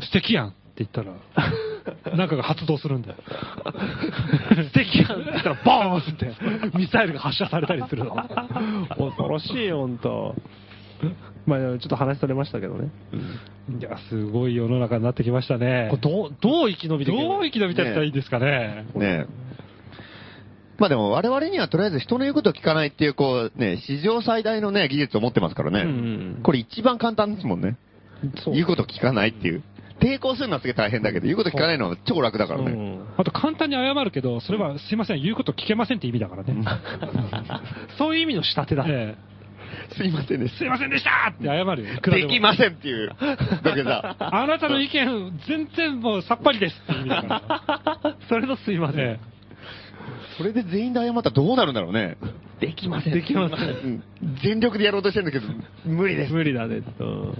C: 素敵やんって言った ら、なんかが発動するんだよ。
A: 素敵やんって言ったら、ボーンって、ミサイルが発射されたりする の。恐ろしいよ、ほんと。まあ、ちょっと話されましたけどね。
C: いや、すごい世の中になってきましたね
A: これ。どう、どう生き延びていける
C: どう生き延びてったらいいんですかね。
B: ねまあでも我々にはとりあえず人の言うことを聞かないっていう、こうね、史上最大のね、技術を持ってますからね。
A: うんうん
B: これ一番簡単ですもんね。
A: そう
B: 言うこと聞かないっていう。抵抗するのはすげえ大変だけど、言うこと聞かないのは超楽だから
A: う
B: ね。
A: ん
C: あと簡単に謝るけど、それはすいません、言うこと聞けませんって意味だから ね。
A: そういう意味の仕立てだ。
C: え
B: すいませんね。
C: えすいませんでしたって謝るよ。いくら
B: で
C: も
B: きませんっていう。だけどさ、
C: あなたの意見、全然もうさっぱりですって意味だから。
A: それのすい ません。
C: え
B: それで全員で謝ったらどうなるんだろうね。できません。
A: できません
B: うん。全力でやろうとしてるんだけど、無理です。
A: 無理だね。うん
C: え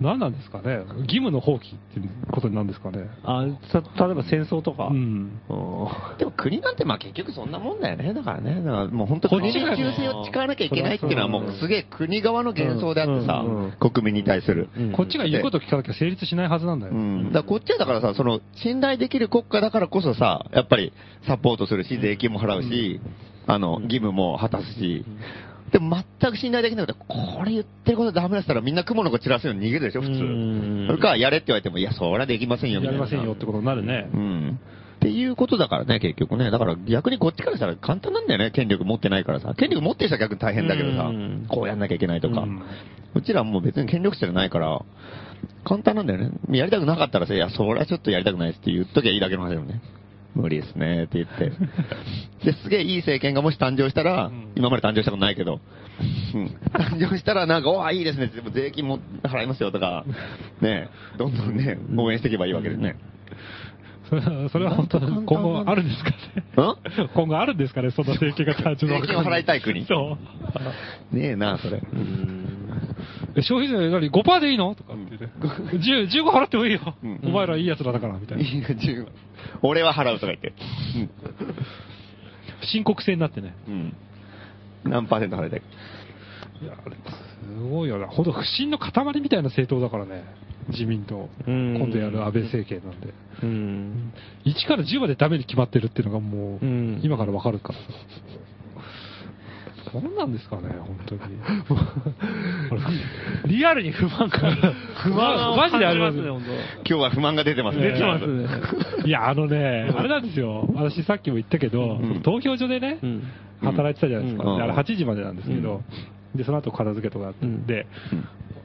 C: 何なんですかね義務の放棄っていうことになるんですかね。
A: あさ例えば戦争とか、
C: うん。
A: うん
B: でも国なんてまあ結局そんなもんだよね。だからね。だからもう本当
C: 個
B: 国
C: 人
B: の
C: が
B: 忠誠を誓わなきゃいけないっていうのはもうすげえ国側の幻想であってさ
A: うんうん、
B: 国民に対する。
A: うん
C: こっちが言うこと聞かなきゃ成立しないはずなんだよ。
B: うん、だからこっちはだからさ、その信頼できる国家だからこそさ、やっぱりサポートするし、税金も払うし、あの義務も果たすし、でも全く信頼できなくて、これ言ってることダメだったら、みんな雲の子散らすように逃げるでしょ、普
A: うん
B: 通。それか、やれって言われても、いや、そりゃできませんよ、み
C: や
B: たい
C: り
B: な。
C: ませんよってことになるね
B: う。ん。っていうことだからね、結局ね。だから逆にこっちからしたら簡単なんだよね、権力持ってないからさ。権力持ってる人は逆に大変だけどさ
A: うん、
B: こうやんなきゃいけないとか。
C: うん
B: うちらもう別に権力者じゃないから、簡単なんだよね。やりたくなかったらさ、いや、それはちょっとやりたくないですって言っときゃいいだけの話だよね。無理ですねって 言って。で、すげえいい政権がもし誕生したら、
C: ん
B: 今まで誕生したことないけど、うん誕生したらなんか、おあ、いいですねって、でも税金も払いますよとか、ねえどんどんね、応援していけばいいわけですね。
C: それはそれは本当、今後あるんですか
B: うん
C: ね。今後あるんですかね、そんな政権が誕生
B: 税金を払いたい国。
C: そう。
B: ねえな、それ。
C: え消費税何 ?5% でいいのとかってね。10 15払ってもいいよ
B: うん。
C: お前らいい奴らだから、みたいな。
B: いいな自由俺は払うとか言って。
C: 深刻性になってね。
B: うん。うん何パーセント払いたい
C: いや、あれ、すごいよな。ほんと不信の塊みたいな政党だからね。自民党。
A: うん
C: 今度やる安倍政権なんで。
A: うん
C: 1から10までダメに決まってるっていうのがも
A: う
C: う
A: ん、
C: 今からわかるから。こんなんですかね、本当に。
A: リアルに不満感。不
C: 満
A: マジでありま
C: 感
A: す
C: じ
A: ね、
C: ま
A: 本
B: 今日は不満が出てます
A: 当。
B: ね。
A: 出てますね。
C: いや、あのね、あれなんですよ。私さっきも言ったけど、
B: ん
C: 投票所でね、
A: うん
C: 働いてたじゃないですか。
B: うん
C: であれ8時までなんですけど、で、その後片付けとかあって、
A: うん
C: で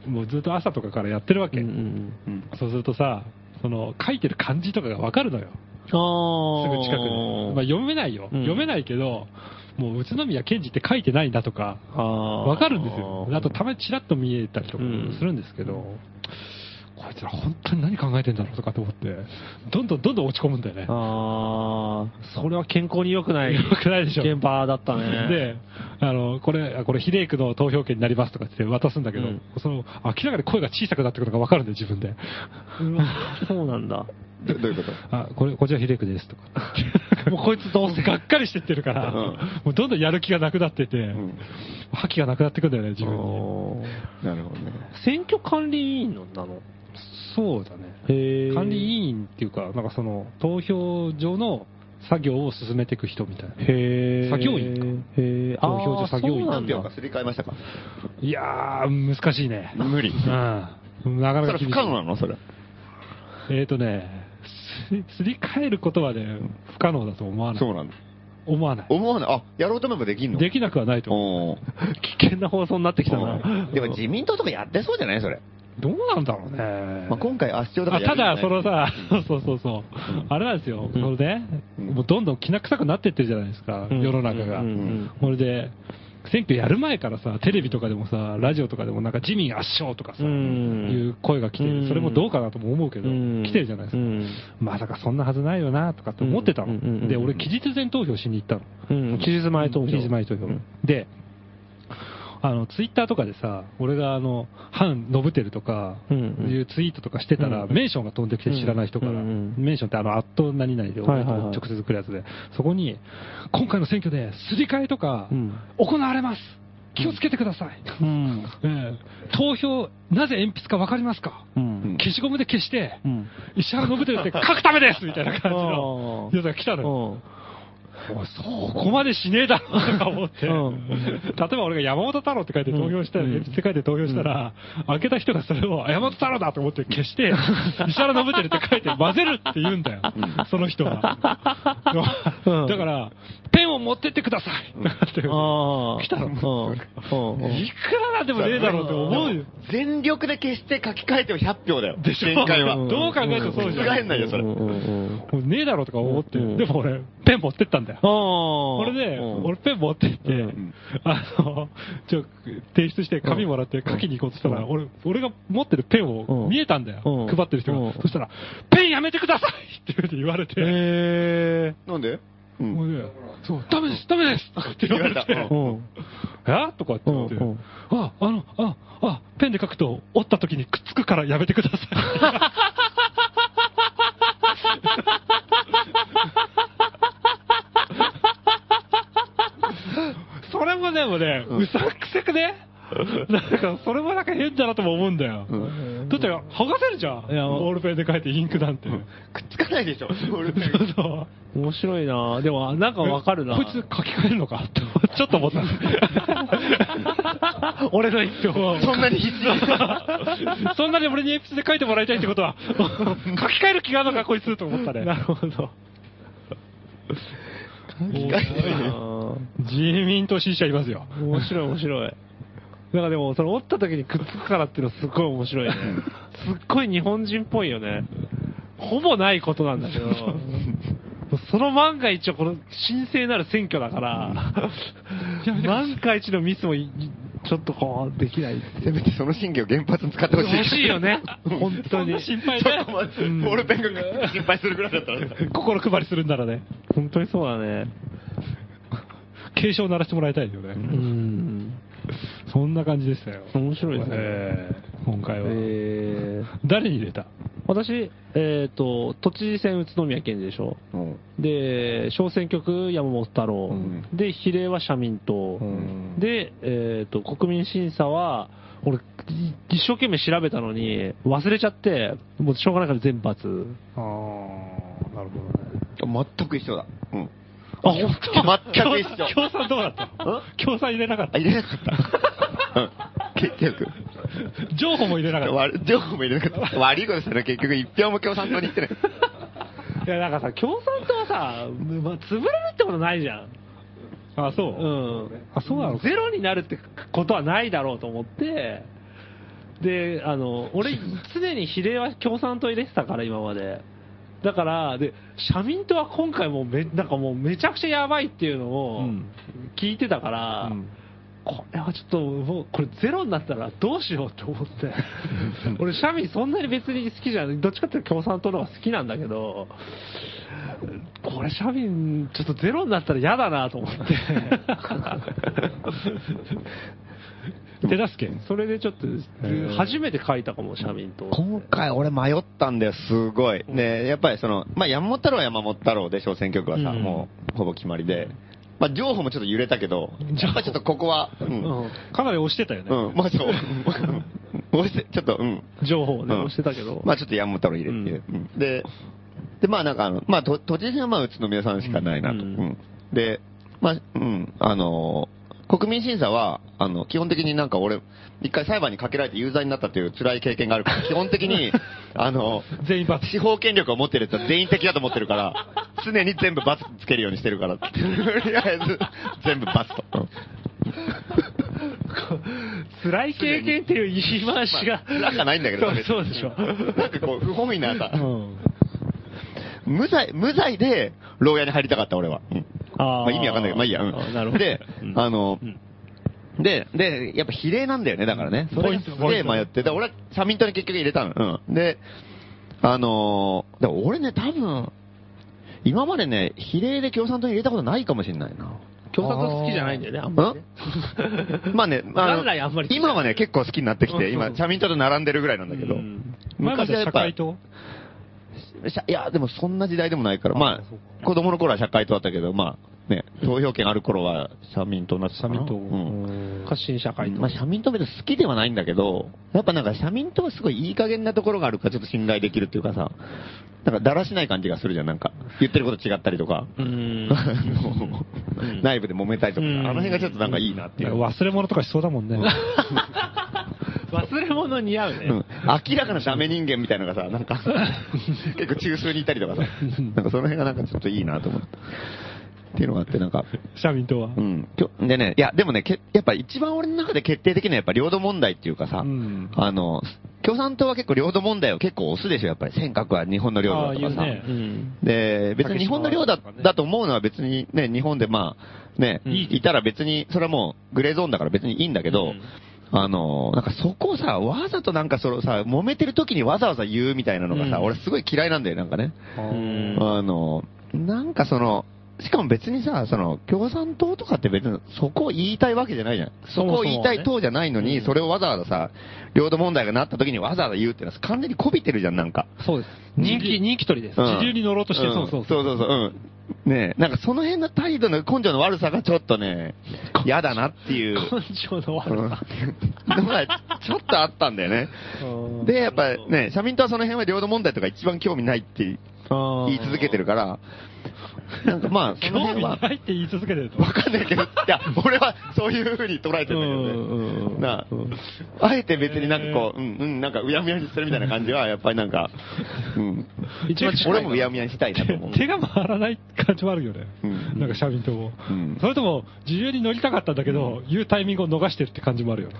C: もうずっと朝とかからやってるわけ。
A: うん
B: うん
C: そうするとさ、その書いてる漢字とかがわかるのよ。
A: あ
C: すぐ近くで。まあ
A: で。
C: 読めないよ。
A: うん
C: 読めないけど、もう宇都宮健治って書いてないんだとか、
A: ああ
C: わかるんですよ。あと、たまにチラッと見えたりとか
A: うん
C: するんですけど、こいつら本当に何考えてんだろうとかと思って、どんどんどんどん落ち込むんだよね。
A: ああ、それは健康に良くない。
C: 良くないでしょ
A: 現場だったね。
C: で、あの、これ、あこれ、比例区の投票権になりますとかって渡すんだけど、
A: うん
C: その、明らかに声が小さくなってくるのが分かるんだよ、自分で。
A: うわ そうなんだ。
B: どどういうこと
C: あ、これ、こちら比例区ですとか。
A: もうこいつどうせ
C: がっかりしてってるから、
B: うん
C: もうどんどんやる気がなくなってて、
B: ん
C: 覇気がなくなってくんだよね、自分に。
A: あ
B: なるほどね。
A: ー選挙管理委員のなの
C: そうだね。
A: へ
C: 管理
A: 員
C: 委員っていうか、なんかその、投票所の作業を進めていく人みたいな。
A: へー
C: 作業員
A: へーあー
C: 投票所作業員
A: そうなん
B: 何
A: だ
B: 秒かすり替えましたか
C: いやー、難しいね。
B: 無理。
C: うん。
B: そ
C: なかなか厳
B: れ
C: しい
B: 不可能なのそれ。
C: えーとね、すすり替えることはね、不可能だと思わない。
B: そうなんだ。
C: 思わない。
B: 思わない。あ、やろうと思えばできんの
C: できなくはないと思う。
B: おー
A: 危険な放送になってきたな。
B: でも自民党とかやってそうじゃないそれ。
C: どうなんだろうね。
B: まあ、今回圧勝だか
C: あ
B: らやる
C: た
B: んじゃ
C: だ
B: な、い
C: そのさ、そうそうそう、あれなんですよ、それで、
B: うん
C: もうどんどんきな臭くなってってるじゃないですか、
A: うん
C: 世の中が
A: うんうんうん。
C: それで、選挙やる前からさ、テレビとかでもさ、ラジオとかでも、なんか自民圧勝とかさ、
A: う
C: い
A: ん
C: う声が来て
A: うん
C: る、それもどうかなとも思うけど、
A: うん
C: 来てるじゃないです
A: う
C: か。
A: ん
C: まさかそんなはずないよなとかって思ってた
A: うんうんうんう
C: の。
A: ん
C: で、俺、期日前投票しに行ったの。
A: うん。期日前投票。
C: 期日前投票
A: うん。
C: で、あの、ツイッターとかでさ、俺があの、反ノブテルとか、
A: う
C: い
A: んうん
C: うツイートとかしてたら、
A: うん
C: メンションが飛んできて知らない人から、
A: うんうん
C: メンションってあの、アット何々で、
A: はいは
C: 俺
A: い
C: と
A: はい
C: 直接来るやつで、そこに、今回の選挙ですり替えとか、
A: うん
C: 行われます気をつけてください、
A: うん。
C: ええ投票、なぜ鉛筆かわかりますか、
A: うん。
C: 消しゴムで消して、
A: うん
C: 石原伸晃って書くためですみたいな感じの
A: あー
C: やつが来たのよ。
A: うん
C: おいそこまでしねえだろとか思って、
A: うん
C: 例えば俺が山本太郎って書いて投票したら、
A: うん
C: 鉛筆書いて投票したら、開けた人がそれをあ山本太郎だと思って消して、石原伸晃って書いて混ぜるって言うんだよ、その人は。
A: うん
C: だから、ペンを持ってってくださいって言う
A: ああ。
C: 来たの
A: うんうんうん
C: いくらなんでもねえだろうと思うよ。
B: 全力で消して書き換えても100票だよ。
C: でしょ
B: 限界は。
C: うんどう考えてもそうじゃん
B: 覆んないよ、それ。
A: うんうんうん
C: もうねえだろうとか思って、
A: うん
C: でも俺、ペン持ってったんだよ。
A: ああ。
C: こ
A: こ
C: れで、俺
A: 俺、
C: ペン持ってって、
B: ん
C: あの、ちょ、提出して紙もらって書きに行こうとしたら、俺、俺が持ってるペン
A: う
C: を
A: ん
C: 見えたんだよ。
A: うん
C: 配ってる人
A: うん
C: が。そしたら、ペンやめてくださいっていうふうに言われて、
A: へ
B: なんでうん
C: もうね、そう、ダメです、ダメですって言われ
B: 言われ
C: て
A: え。、うん。
C: えとかって言って
A: うんうん、
C: あ、あの、あ、あ、ペンで書くと折った時にくっつくからやめてください。それもでもね、うさんくせくね。なんか、それもなんか変だなとも思うんだよ。だって、剥がせるじゃん。
A: いや
C: ボールペンで書いてインクなんて。
B: くっつかないでしょ。俺
C: そうそう。
A: 面白いなでも、なんかわかるな
C: こいつ書き換えるのかって、ちょっと思った。 俺の一票を。
B: そんなに必死
C: そんなに俺に鉛筆で書いてもらいたいってことは、 書き換える気があるのか、こいつと思ったね。なるほど。
A: あ
C: 自民党支持者いますよ。
A: ー面白い面白い。なんかでも、その折った時にくっつくからっていうのすっごい面白いね。すっごい日本人っぽいよね。ほぼないことなんだ けど。その万が一はこの神聖なる選挙だから、万が一のミスもいちょっとこうできない。
B: せめてその神経を原発に使ってほしい。
A: 欲しいよね。本当に。
C: 心配
B: そ
C: ね
B: こ。まで、ボールペンが心配するぐらいだったらさ。
C: 心配りするんならね、
A: 本当にそうだね。
C: 警鐘を鳴らしてもらいたいよね。
A: うん。
C: そんな感じでしたよ。
A: 面白いですね
C: えー今回は。
A: えー、
C: 誰に入れた
A: 私、えっ、と、都知事選宇都宮県でしょ。
B: うん
A: で、小選挙区山本太郎。
B: ん
A: で、比例は社民党。
B: ん
A: で、えっ、と、国民審査は、俺、い一生懸命調べたのに、忘れちゃって、もうしょうがないから全部罰。
C: ああ、なるほどね。
B: 全く一緒だ。うん。
A: あ、本
B: 全く一緒。
C: 共産どうだったの共産入れなかっ
B: あ、
C: た。
B: 入れなかった。うん結局。
C: 情報も入れなかっ
B: 悪い情報も入れなかった。悪いことしたら結局一票も共産党に行ってない。
A: いや、なんかさ、共産党はさ、まあ、潰れるってことないじゃん。
C: た。あ、そうう。
A: ん。
C: あそうなの
A: ゼロになるってことはないだろうと思って、で、あの、俺、常に比例は共産党入れてたから、今まで。だから、で、社民党は今回もうめ、なんかもうめちゃくちゃやばいっていうの
C: う
A: を
C: ん
A: 聞いてたから、これはちょっと、もう、これゼロになったらどうしようと思って。俺、社民そんなに別に好きじゃない。どっちかっていうと共産党の方が好きなんだけど、これ社民、ちょっとゼロになったら嫌だなと思 って。
C: 手助け。
A: それでちょっと、初めて書いたかも、社民党。
B: 今回俺迷ったんだよ、すごい。で、やっぱりその、まあ、山本太郎は山本太郎で小選挙区はさ、
A: うん
B: もうほぼ決まりで、まあ、情報もちょっと揺れたけど、やっぱりちょっとここは、うん、
C: かなり押してたよね。
B: うん、まあそう、押して、ちょっと、うん、
A: 情報をね、
B: うん
A: 押してたけど。
B: まあちょっと山本太郎入れていう、うんで、で、まあなんかあの、まあと都知事はまあ宇都宮さんしかないなと。
A: うん
B: うんで、まあ、うん、あのー国民審査は、あの、基本的になんか俺、一回裁判にかけられて有罪になったという辛い経験があ るから、基本的に、あの、
C: 全員バツ。
B: 司法権力を持ってるやつは全員敵だと思ってるから、常に全部罰つけるようにして るから、とりあえず、全部罰と。うん
A: 辛い経験っていう言い回しが。
B: まあなんかないんだけど
A: そう
B: 別に
A: そうでしょ。
B: なんかこう、不本意なさ
C: う、ん。
B: 無罪、無罪で、牢屋に入りたかった、俺は。うん
A: あー
B: まあ、意味わかんないけど、まあいいや。うん
A: あなるほど
B: で、
A: うん
B: あの
A: うん、
B: で、で、やっぱ比例なんだよね、だからね。そ
C: ポイ
B: れ
C: ントポイン
B: で
C: ト
B: 迷って、で俺は社民党に結局入れたの。うん。で、あのー、でも俺ね、多分、今までね、比例で共産党に入れたことないかもしれないな。
A: 共産党好きじゃないんだよね、あんまりね。
B: んまあね、あ
A: 元来あんまり
B: の、今はね、結構好きになってき
A: う
B: て、今、
A: ん
B: 社民党と並んでるぐらいなんだけど
A: うん、
C: 前ま
B: 昔
C: で
B: はや
C: 社
B: っぱ
C: 会、党
B: しゃいや、でもそんな時代でもないから、まあ、子供の頃は社会党だったけど、まあ、ね、投票権ある頃は社民党になってた
C: 社
B: かな
C: 民党。
B: うん。
A: か新社会と。
B: まあ、社民党別に好きではないんだけど、やっぱなんか社民党はすごいいい加減なところがあるからちょっと信頼できるっていうかさ、なんかだらしない感じがするじゃん、なんか。言ってること違ったりとか。
A: うん
B: あの内部で揉めたりとかさ、
A: う
B: あ
A: ん
B: の辺がちょっとなんかいいなっていう。
C: 忘れ物とかしそうだもんね。
A: 忘れ物似合うね。
B: うん明らかなダメ人間みたいなのがさ、 なんか、結構中枢にいたりとかさ、なんかその辺がなんかちょっといいなと思った。っていうのがあって、なんか、
C: 社民党は。
B: うん。きょでね、いや、でもね、けやっぱ一番俺の中で決定的なやっぱ領土問題っていうかさ、
C: うん
B: あの、共産党は結構領土問題を結構押すでしょ、やっぱり。尖閣は日本の領土だとかさ。
C: ああ言うね
A: うん
B: で、別に日本の領だ,、だと思うのは別にね、日本でまあ、ね、
A: うん
B: いたら別に、それはもうグレーゾーンだから別にいいんだけど、
A: うん
B: あの、なんかそこをさ、わざとなんかそのさ、揉めてる時にわざわざ言うみたいなのがさ、
A: うん
B: 俺すごい嫌いなんだよ、なんかね。
A: うん
B: あの、なんかその、しかも別にさ、その、共産党とかって別にそこを言いたいわけじゃないじゃん。そ
A: もそも
B: こを
A: はね
B: 言いたい党じゃないのに、それをわざわざさ、領土問題がなった時にわざわざ言うってのは完全にこびてるじゃん、なんか。
A: そうです。人気、人気取りです。
B: うん
C: 自流に乗ろうとして
B: ん
C: そうそう
B: そ
C: そうう
B: そうそう、うん。ねえ、なんかその辺の態度の根性の悪さがちょっとね、嫌だなっていう。
A: 根性の
B: うん
A: 悪さ。
B: のがちょっとあったんだよね。
A: うん
B: で、やっぱ、ね、社民党はその辺は領土問題とか一番興味ないって言い続けてるから、なんかまあ、そ
C: 興
B: の
C: 味
B: 辺は、
C: ないって言い続けてると。
B: わかんないけど、いや、俺はそういう風に捉えてるんだけどね。なあ、あえて別になんかこう、うん、うん、なんかうやむやにするみたいな感じは、やっぱりな んか、うん。
A: 一番近い
B: 俺もうやむやにしたいなと思う。
C: 手が回らない感じもあるよね。
B: うん
C: なんか社民党も
B: うん。
C: それとも、自流に乗りたかったんだけど、言うタイミングを逃してるって感じもあるよね。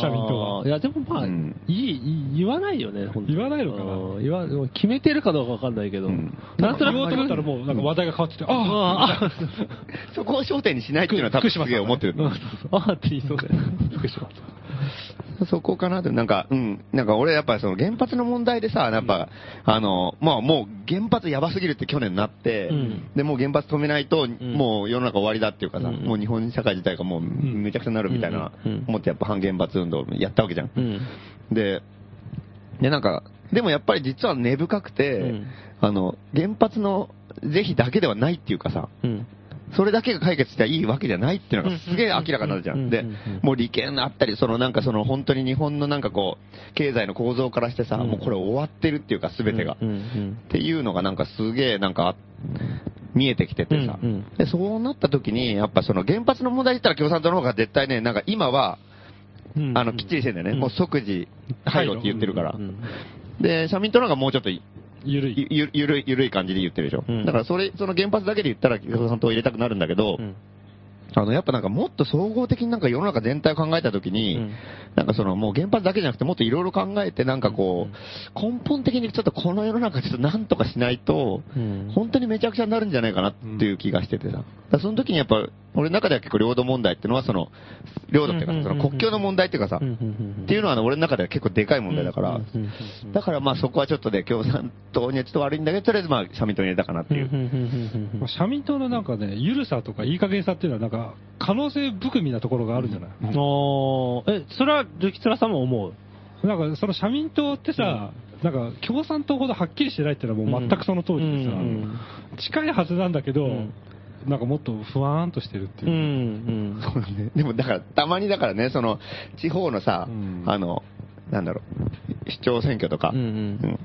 C: 社民党
A: あ
C: は
A: ー。いや、でもまあ、
B: うん
A: いいいい、言わないよね、本当に
C: 言わないのかな
A: うん言わ、でも決めてるかどうかわかんないけど。
B: うん
A: なんとな
C: 言おうと思ったらもう、なんか話題が変わってて、ああ
A: あーあ
B: そこを焦点にしないっていうのは多分すげえ思ってる。
A: ー、あーって言いそうだよね。福島
B: そこかなと、なんか、うん、なんか俺やっぱその原発の問題でさ、やっぱ、あの、まあもう原発やばすぎるって去年なって、
A: うん
B: で、もう原発止めないと、
A: ん
B: もう世の中終わりだっていうかさ、
A: うん
B: もう日本社会自体がもうめちゃくちゃになるみたいな、
A: うん
B: 思ってやっぱ反原発運動やったわけじゃん。
A: うん。
B: で、で、なんか、でもやっぱり実は根深くて、
A: うん
B: あの、原発の是非だけではないっていうかさ、
A: うん。
B: それだけが解決したらいいわけじゃないっていうのがすげえ明らかになるじゃ。
A: うんうんん
B: で
A: うん、
B: もう利権あったり、そのなんかその本当に日本のなんかこう、経済の構造からしてさ、
A: うん
B: もうこれ終わってるっていうか全てが。
A: うん。
B: っていうのがなんかすげえなんか、見えてきててさ、
A: うんうん
B: でそうなった時に、やっぱその原発の問題で言ったら共産党の方が絶対ね、なんか今は、
A: うん
B: あの、きっちりしてんだよね。
A: ん
B: もう即時廃炉って言ってるから
A: う。ん
B: で、社民党なんかもうちょっとい
C: ゆるい。
B: ゆゆゆるい、ゆるい感じで言ってるでしょ。
A: うん
B: だからそれ、その原発だけで言ったら共産党を入れたくなるんだけど、
A: うん
B: あの、やっぱなんかもっと総合的になんか世の中全体を考えたときに、
A: うん
B: なんかそのもう原発だけじゃなくてもっといろいろ考えてなんかこう、根本的にちょっとこの世の中ちょっとなんとかしないと、
A: うん
B: 本当にめちゃくちゃになるんじゃないかなっていう気がしててさ。だからその時にやっぱ、俺の中では結構領土問題っていうのはその、領土っていうか
A: うん
B: さ、
A: うん
B: そ
A: うんうん
B: の国境の問題っていうかさ、っていうのはね俺の中では結構でかい問題だから、だからまあそこはちょっとね、共産党にはちょっと悪いんだけど、とりあえずまあ社民党に入れたかなっていう。
C: まあ社民党のなんかね、ゆるさとかいい加減さっていうのは、なんか、可能性含みなところがあるんじゃない、
A: おーえ、それは、ルキツラさんも思う
C: なんか、その社民党ってさ、なんか、共産党ほどはっきりしてないっていうのはもう全くその通りでさ、
A: うんうん
C: 近いはずなんだけど、
A: うん
C: なんかもっと不安としてるっていうう。
A: ん。
B: そうだね でもだから、たまにだからね、その、地方のさ、
C: うん
B: あの、なんだろう、市長選挙とか、
A: うんうん
B: うん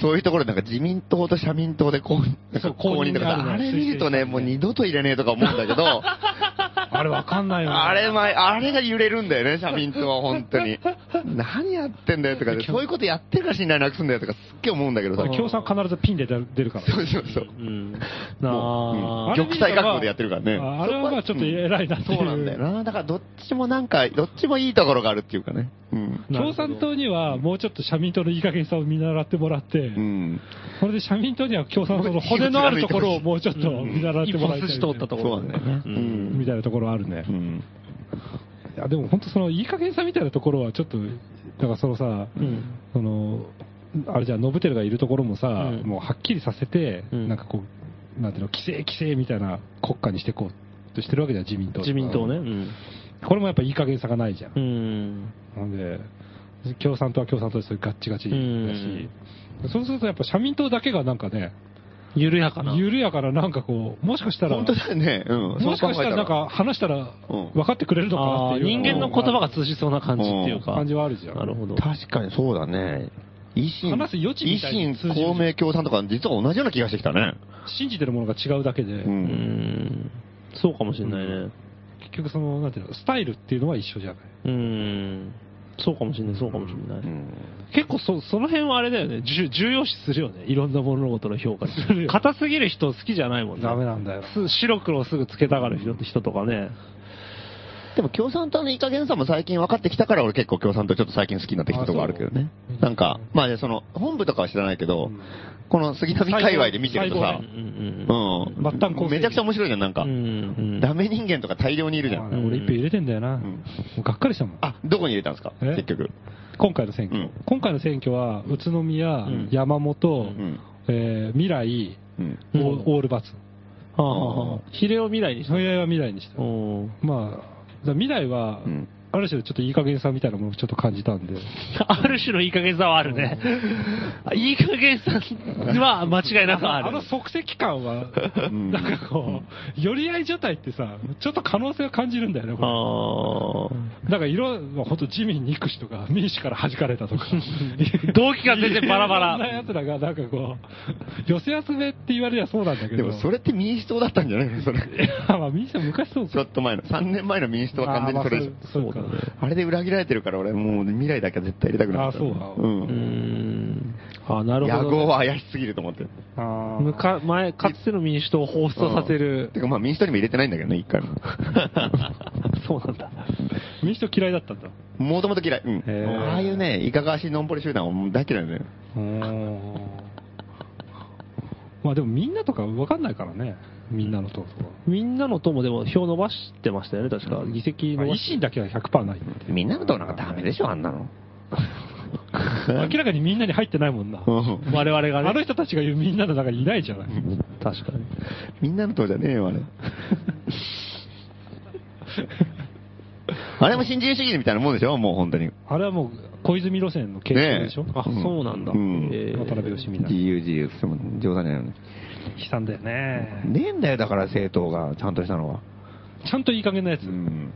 B: そういうところでなんか自民党と社民党でこう、なん
C: そ
B: か
C: う
B: 公認とか
C: 公認
B: さ、
C: があ
B: あ
C: るね
B: れ見る
C: 推薦
B: とね、
C: したりね
B: もう二度と入れねえとか思うんだ けど、
C: あれわかんないよね。
B: あれ、まあ、あれが揺れるんだよね、社民党は本当に。 何やってんだよとか、そういうことやってるから信頼なくすんだよとか、すっげえ思うんだけどさ、
C: 共産必ずピンで出る出るから。
B: そうそうそう。
A: うん。
B: もう
A: な
B: う
A: あ
B: ん
C: あれ
B: 玉砕覚悟でやってるからね。
C: ああれはまあちょっと 偉いなっていう
B: そうなんだよな。だからどっちもなんか、どっちもいいところがあるっていうかね。うん。
A: なるほど
C: 共産党にはもうちょっと社民党のいい加減さを見習ってもらって、
B: うん。
C: それで社民党には共産党の骨のあるところをもうちょっと見習って
A: 一
C: もら
A: 本
C: いたい
A: 筋通
C: みたい
A: っ
C: な
A: たとこ
B: そう
A: ろ
B: なんだよね。う
C: み
B: ん。
C: たいなところあるね
B: う。ん。
C: いやでも本当そのいい加減さみたいなところはちょっと、だからそのさ、
A: うん。
C: その、あれじゃん、ノブテルがいるところもさ、
A: うん
C: もうはっきりさせて、
A: うん
C: なんかこう、なんていうの、規制規制みたいな国家にしていこうとしてるわけじゃん、自民党とか
A: 自民党ね。。うん。
C: これもやっぱいい加減さがないじゃん。
A: うん。
C: なんで、共産党は共産党でそれガッチガチだし、そうするとやっぱ社民党だけがなんかね、
A: 緩やかな。
C: 緩やかななんかこう、もしかしたら、
B: 本当だよね。うん。
C: もしかしたらなんか話したら
B: うん
C: 分かってくれるのかな
A: あ
C: っ
A: あ
C: ていう
A: 人間の言葉が通じそうな感じっていうか。
C: 感じはあるじゃん。
A: なるほど。
B: 確かにそうだね。維新、
C: 話す余地
B: 維
C: みたいに
B: 新
C: 通じる、
B: 公明、共産とか、実は同じような気がしてきたね。
C: 信じてるものが違うだけで、
B: う。
A: うんん。そうかもしれないね。
C: 結局その、なんていうの、スタイルっていうのは一緒じゃない。
A: うん。そうかもしれない、そうかもしれな
B: う
A: い。
B: ん
A: 結構そ、その辺はあれだよね。重重要視するよね。いろんな物事の評価に
C: するよ
A: 硬すぎる人好きじゃないもんね。
C: ダメなんだよ。
A: す白黒をすぐつけたがる人人とかね。
B: でも共産党のいい加減さも最近分かってきたから俺結構共産党ちょっと最近好きになってきたとこあるけどね
C: あそう。
B: なんか、まあその、本部とかは知らないけど、
C: うん
B: この杉並界隈で見てると
C: 最
B: さ
A: う、
C: 高
A: ん
B: うん。
C: 末端構成
B: めちゃくちゃ面白いじゃん、なんか。
A: うんうん。
B: ダメ人間とか大量にいるじゃ
C: まあね
B: ん。
C: 俺一票入れてんだよな。
B: ん
C: もうがっかりしたもん。
B: あ、どこに入れたんですか
C: え
B: 結局。
C: 今回の選挙、
B: うん
C: 今回の選挙は、宇都宮、
A: ん
C: 山本、
B: うん。
C: えー未来、
B: うん。
A: うん
C: オーオールバツ。
A: はあはあはあヒレを未来にし
C: そ
A: た。
C: れ以外は未来にした。
A: うん
C: まあ、だから未来は、
B: うん
C: ある種ちょっといい加減さみたいなものをちょっと感じたんで、
A: ある種のいい加減さはあるね。いい加減さは間違いなくあ
C: あ
A: る
C: の。即席感 は、
B: ん
C: なんかこう、寄り合い所帯ってさ、ちょっと可能性を感じるんだよね、これ。
A: あ
C: なんか色、ほんと自民に憎しとか、民主から弾かれたとか。
A: ー動機が全然バラバ
C: いろんな
A: ラ。
C: 奴らがなんかこう、寄せ集めって言われりゃそうなんだけ
B: で
C: ど。
B: もそれって民主党だったんじゃないのそれ。
C: あまあ、民主は昔そう
B: ちょっと前の、3年前の民主党は完全にそれでし
C: あ
B: ょ
C: まあそうそうか。
B: あれで裏切られてるから俺もう未来だけは絶対入れたくない。
C: あそうなの
A: うー
B: ん。
A: ん。あなる
B: 野
A: ほど
B: 号
A: ね。
B: は怪しすぎると思って。
C: あー
A: むか前、かつての民主党を放出させる
B: て。かまあ民主党にも入れてないんだけどね、一回も。
A: そうなんだ。
C: 民主党嫌いだったんだ。
B: もともと嫌い。う
C: へ
B: ん。
C: ー
B: ああいうね、いかがわしいのんぽり集団はもう大嫌いだよね。
C: まあでもみんなとかわかんないからね。みんなの党とか。
A: みんなの党もでも票伸ばしてましたよね、確か。議席
C: まあ
A: 伸ば
C: 維
A: し
C: 新だけは100%ないって。
B: みんなの党なんかダメでしょ、あんな の。
C: 明らかにみんなに入ってないもんな。
B: うん
A: 我々が
C: あ
A: ね。
C: の人たちが言うみんなの中にいないじゃない。
A: 確かに。
B: みんなの党じゃねえよ、あれ。あれも新自由主義みたいなもんでしょ、もう本当に。
C: あれはもう小泉路線の継承でしょ。
B: ね
A: あ、そうなんだ。
B: うん
A: えー
C: 渡辺義美な
B: 自
C: 悲
B: 由自由っても冗談じゃないのね。
C: 惨だよね。
B: ねえんだよ、だから政党が、ちゃんとしたのは。
C: ちゃんといい加減なやつ。
B: うん。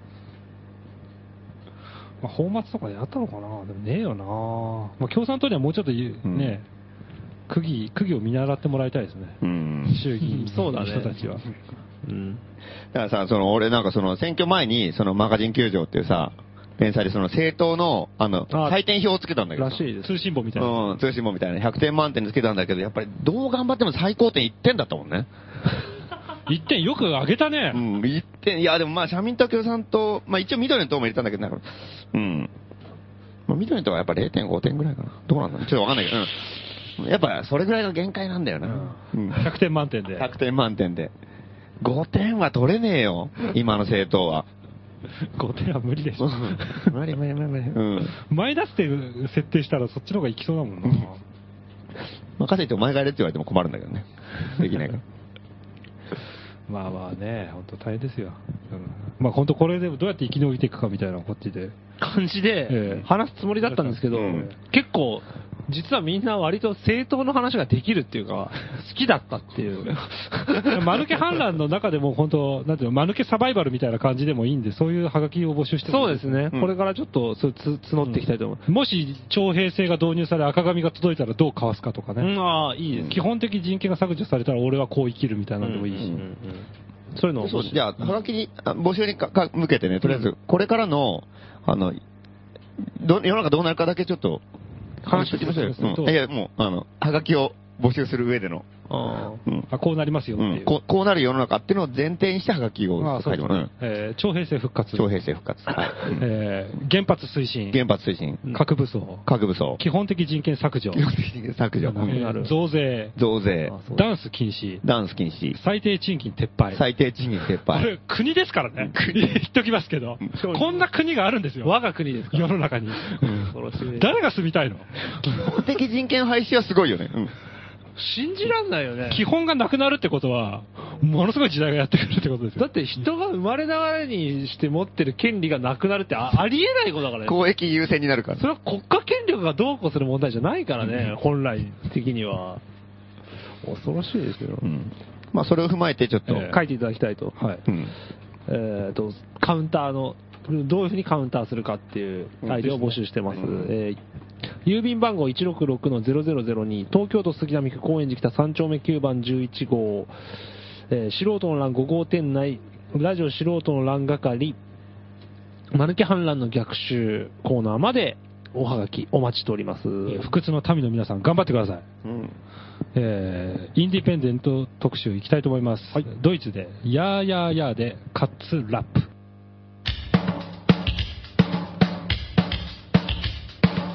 C: まあ、泡沫とかであったのかなでもねえよなまあ、共産党にはもうちょっと言う、
B: うん
C: ね区議、区議を見習ってもらいたいですね。
B: うん
C: 衆議院
A: そうだ
C: の
A: ね
C: 人た ちは。
A: うん。
B: だからさ、その、俺なんかその、選挙前に、その、マガジン球場っていうさ、連載でその、政党の、あの、
C: あ
B: 採点表をつけたんだけど
A: ら
B: さ。
A: しいです。
C: 通信簿みたいな。
B: うん、通信簿みたいな。100点満点につけたんだけど、やっぱり、どう頑張っても最高点1点だったもんね。
C: 一点よく上げたね
B: う。ん、1点。いや、でもまあ、社民と共産党、まあ一応緑の党も入れたんだけど、なんか、うん。まあ、緑の党はやっぱ0.5点ぐらいかな。どうなんだろうちょっとわかんないけど、うん。やっぱ、それぐらいが限界なんだよな。うん
C: 100点満点で。
B: 100点満点で。5点は取れねえよ、今の政党は。
C: 5点は無理でし
B: う
C: ょ。
B: ん無理無理無理無理。うん。
C: マイナスで設定したらそっちの方がいきそうだもんな。
B: 任せてお前がやれって言われても困るんだけどね。できないから。
C: まあまあね、本当大変ですよ。うんまあ本当これでどうやって生き延びていくかみたいなこっちで。
A: 感じ
C: え
A: で
C: え
A: 話すつもりだったんですけど、
B: うん
A: 結構、実はみんな割と政党の話ができるっていうか、好きだったっていう。
C: マヌケ反乱の中でも本当、なんていうの、マヌケサバイバルみたいな感じでもいいんで、そういうハガキを募集しても
A: そうですね、
B: うん
A: これからちょっとそうつ募っていきたいと思う。
C: もし徴兵制が導入され赤紙が届いたらどうかわすかとか
A: う
C: ね。
A: ん、ああ、いいです。
C: 基本的人権が削除されたら俺はこう生きるみたいなのでもいいし。
A: うんうんうんそういうの
B: そ
A: 面
B: う
A: 白い
B: じゃあ、はがきに、あ募集にかか向けてね、とりあえず、これからの、あの、ど世の中どうなるかだけちょっと、話しておきましょうよ。
C: そうそうそう
B: うんいや、もう、あの、はがきを募集する上での、
A: あ
B: うん。
C: あこうなりますよって
B: う
C: い
B: ん
C: う。
B: こうこうなる世の中っていうのを前提にしてはがき
C: あ
B: を
C: あそ
B: 書
C: う
B: いて
C: で
B: も
C: す
B: らう
C: ね。えー徴兵制復活
B: うん。。徴兵制復活。はい。うん
C: えー原発推進。
B: 原発推進、
C: 核武装。
B: 核武装、
C: 基本的人権削除。
B: 基本的に削除、う
C: え
B: ん
C: ー増税。
B: 増税、
A: あそう
C: ダンス禁止。
B: ダンス禁止、
C: 最低賃金撤廃。
B: 最低賃金撤
C: こ
B: 廃。
C: れ国ですからね。言っときますけど。こんな国があるんですよ。
A: 我が国ですから
C: 世の中に。
A: 恐ろしい
C: 誰が住みたいの
B: 基本的人権廃止はすごいよね。うん
A: 信じらんないよね。
C: 基本がなくなるってことは、ものすごい時代がやってくるってことです
A: だ
C: よ
A: っ。て人が生まれながらにして持ってる権利がなくなるってあありえないことだからね。
B: 公益優先になるから
A: そ。れは国家権力がどうこうする問題じゃないからね、本来的には。恐ろしいですよ。
B: うんまあ、それを踏まえて、ちょっと、
C: ええ
A: 書いていただきたいと。
C: はい。
B: うん
A: えっ、と、カウンターの、どういうふうにカウンターするかっていうアイデアを募集してます。
B: うん
A: えー郵便番号166-0002、東京都杉並区高円寺北3丁目9番11号、えー素人の欄5号店内、ラジオ素人の欄係、マヌケ反乱の逆襲コーナーまでおはがきお待ちしております。
C: えー不屈の民の皆さん、頑張ってください。
B: うん
C: えーインディペンデント特集いきたいと思います。ドイツで、やーやーやーで、カッツラップ。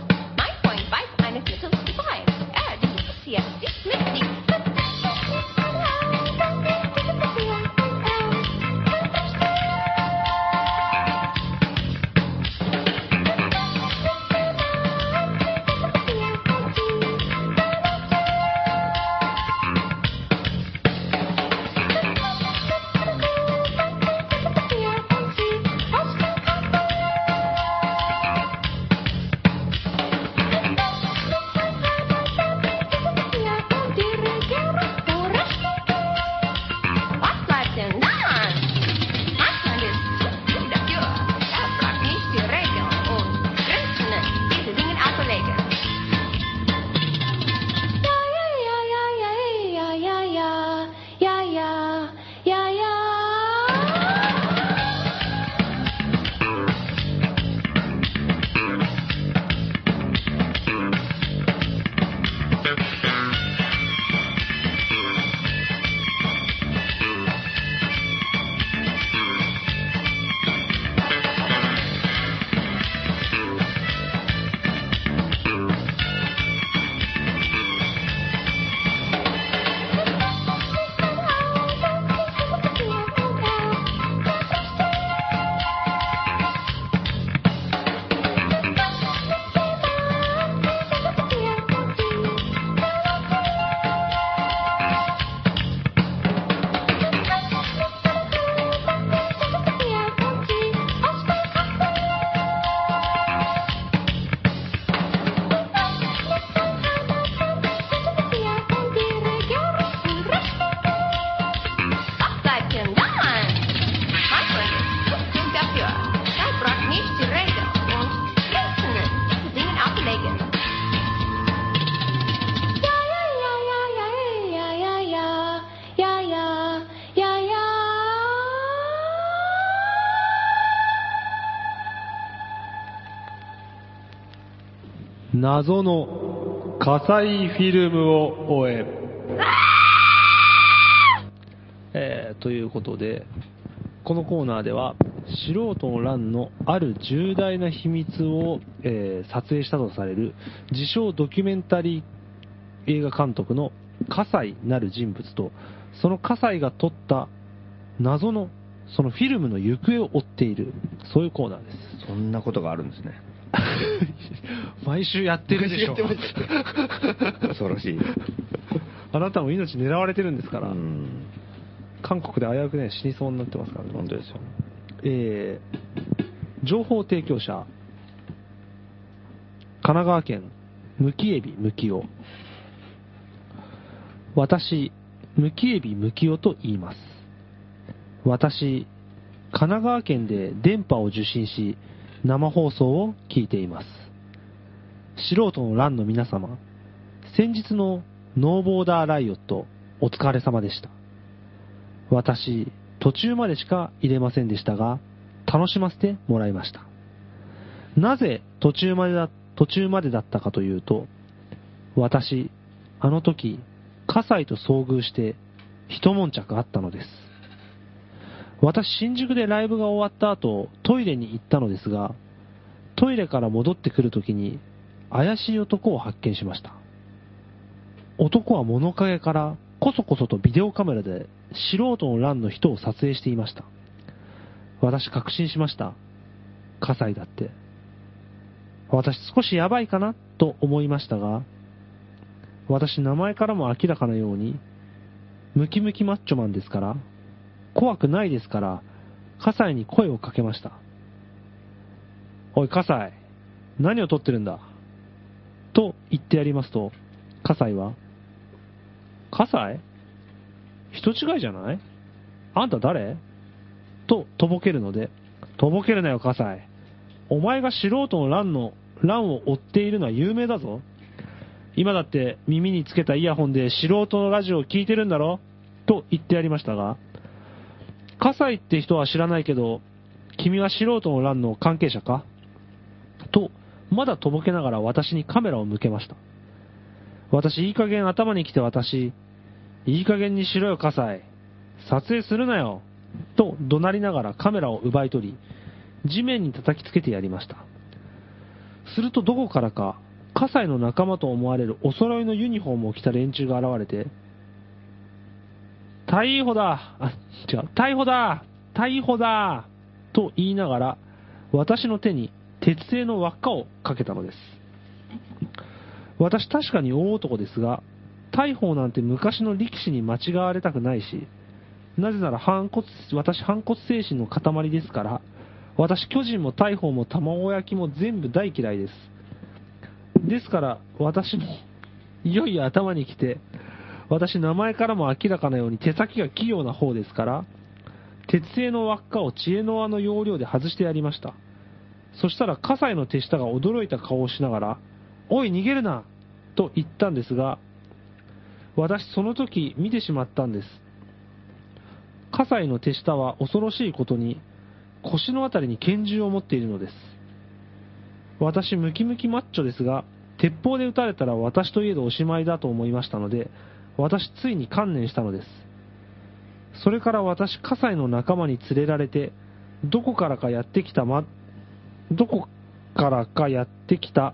E: 9.5 minus little 5. Er, die Lucia ist mit die.
A: 謎の火災フィルムを終え。えーということで、このコーナーでは、素人の乱のある重大な秘密を、えー撮影したとされる、自称ドキュメンタリー映画監督の葛西なる人物と、その葛西が撮った謎の、そのフィルムの行方を追っている、そういうコーナーです。
B: そんなことがあるんですね。
A: 毎週やってるでしょ。
B: 恐ろしい。
A: あなたも命狙われてるんですから、
B: うん
A: 韓国で危うくね、死にそうになってますからね。
B: 本当ですよ。
A: えー情報提供者、神奈川県、むきえびむきお。私、むきえびむきおと言います。私、神奈川県で電波を受信し、生放送を聞いています。素人の欄の皆様、先日のノーボーダーライオット、お疲れ様でした。私、途中までしか入れませんでしたが、楽しませてもらいました。なぜ途中までだ、途中までだったかというと、私、あの時、葛西と遭遇して、一悶着あったのです。私、新宿でライブが終わった後、トイレに行ったのですが、トイレから戻ってくるときに、怪しい男を発見しました。男は物陰からこそこそとビデオカメラで素人の欄の人を撮影していました私確信しました葛西だって私少しやばいかなと思いましたが私名前からも明らかなようにムキムキマッチョマンですから怖くないですから葛西に声をかけましたおい葛西何を撮ってるんだと言ってやりますと葛西は葛西人違いじゃないあんた誰と、とぼけるので、とぼけるなよ、葛西。お前が素人の乱の、乱を追っているのは有名だぞ。今だって耳につけたイヤホンで素人のラジオを聞いてるんだろと言ってやりましたが、葛西って人は知らないけど、君は素人の乱の関係者かと、まだとぼけながら私にカメラを向けました。私、いい加減頭に来て私、いい加減にしろよ、葛西。撮影するなよ。と怒鳴りながらカメラを奪い取り、地面に叩きつけてやりました。するとどこからか、葛西の仲間と思われるお揃いのユニフォームを着た連中が現れて、逮捕だあ、違う、逮捕だ逮捕だと言いながら、私の手に鉄製の輪っかをかけたのです。私確かに大男ですが、大砲なんて昔の力士に間違われたくないし、なぜなら反骨、私反骨精神の塊ですから、私巨人も大砲も卵焼きも全部大嫌いです。ですから、私も、いよいよ頭に来て、私名前からも明らかなように手先が器用な方ですから、鉄製の輪っかを知恵の輪の要領で外してやりました。そしたら、葛西の手下が驚いた顔をしながら、おい、逃げるなと言ったんですが、私、その時見てしまったんです。葛西の手下は恐ろしいことに、腰のあたりに拳銃を持っているのです。私、ムキムキマッチョですが、鉄砲で撃たれたら私といえどおしまいだと思いましたので、私、ついに観念したのです。それから私、葛西の仲間に連れられて、どこからかやってきた、ま、どこからかやってきた、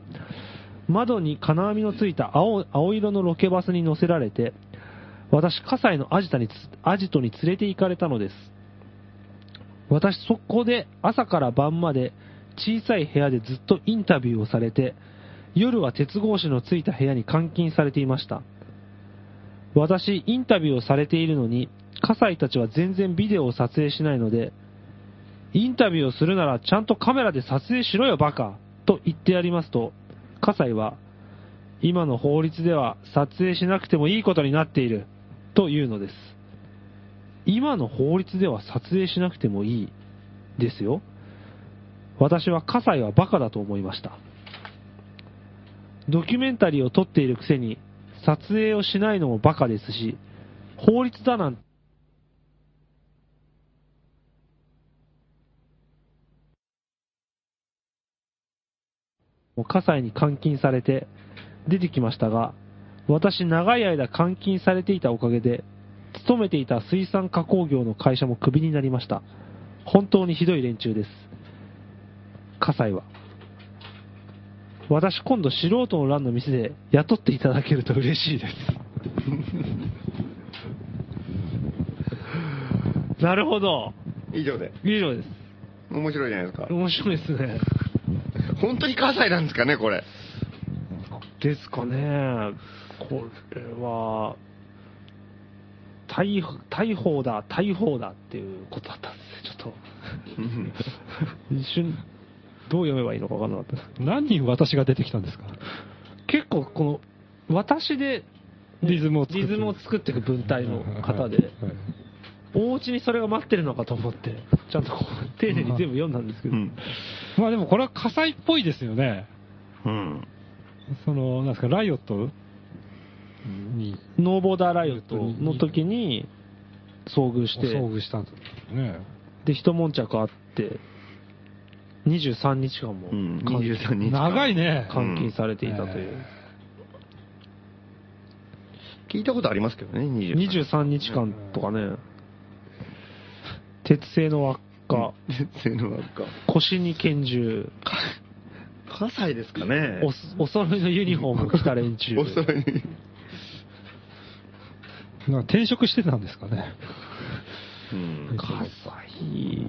A: 窓に金網のついた青青色のロケバスに乗せられて、私、葛西のアジタにつアジトに連れて行かれたのです。私、そこで朝から晩まで小さい部屋でずっとインタビューをされて、夜は鉄格子のついた部屋に監禁されていました。私、インタビューをされているのに、葛西たちは全然ビデオを撮影しないので、インタビューをするならちゃんとカメラで撮影しろよバカと言ってやりますと、葛西は、今の法律では撮影しなくてもいいことになっているというのです。今の法律では撮影しなくてもいいですよ。私は葛西はバカだと思いました。ドキュメンタリーを撮っているくせに撮影をしないのもバカですし、法律だなんて家裁に監禁されて出てきましたが、私長い間監禁されていたおかげで、勤めていた水産加工業の会社もクビになりました。本当にひどい連中です。家裁は。私今度素人の欄の店で雇っていただけると嬉しいです。なるほど。
B: 以上で。
A: 以上です。
B: 面白いじゃないですか。
A: 面白いですね。
B: 本当に関西なんですかね、これ。
A: ですかね。これは、逮捕逮捕だ、逮捕だっていうことだったんですね。ちょっ
B: うん
A: と、一瞬、どう読めばいいのか分からなかったです。
C: 何人私が出てきたんですか
A: 結構この私で
C: リズムを作って
A: リズムを作っていく文体の方で、
C: はい
A: お家にそれが待ってるのかと思ってちゃんとこう丁寧に全部読んだんですけ
B: う
A: ど、
B: ん。
C: まあでもこれは火災っぽいですよね。
B: うん。
C: その、なんですか、ライオットに
A: ノーボーダーライオットの時に遭遇して
C: 遭遇したんですね。
A: で一悶着あって23日間も
B: うん。
A: 監禁
B: 23日間。
C: 長いね。
A: 監禁されていたという、
B: 聞いたことありますけどね、23
A: 23日間とかね鉄製の輪っか、
B: せーの、なんか。
A: 腰に拳銃
B: 関西ですかね。
A: おすお揃いのユニフォームを着た連中
B: おそろいに。
C: なんか転職してたんですかね。
B: うん。
A: 火災てい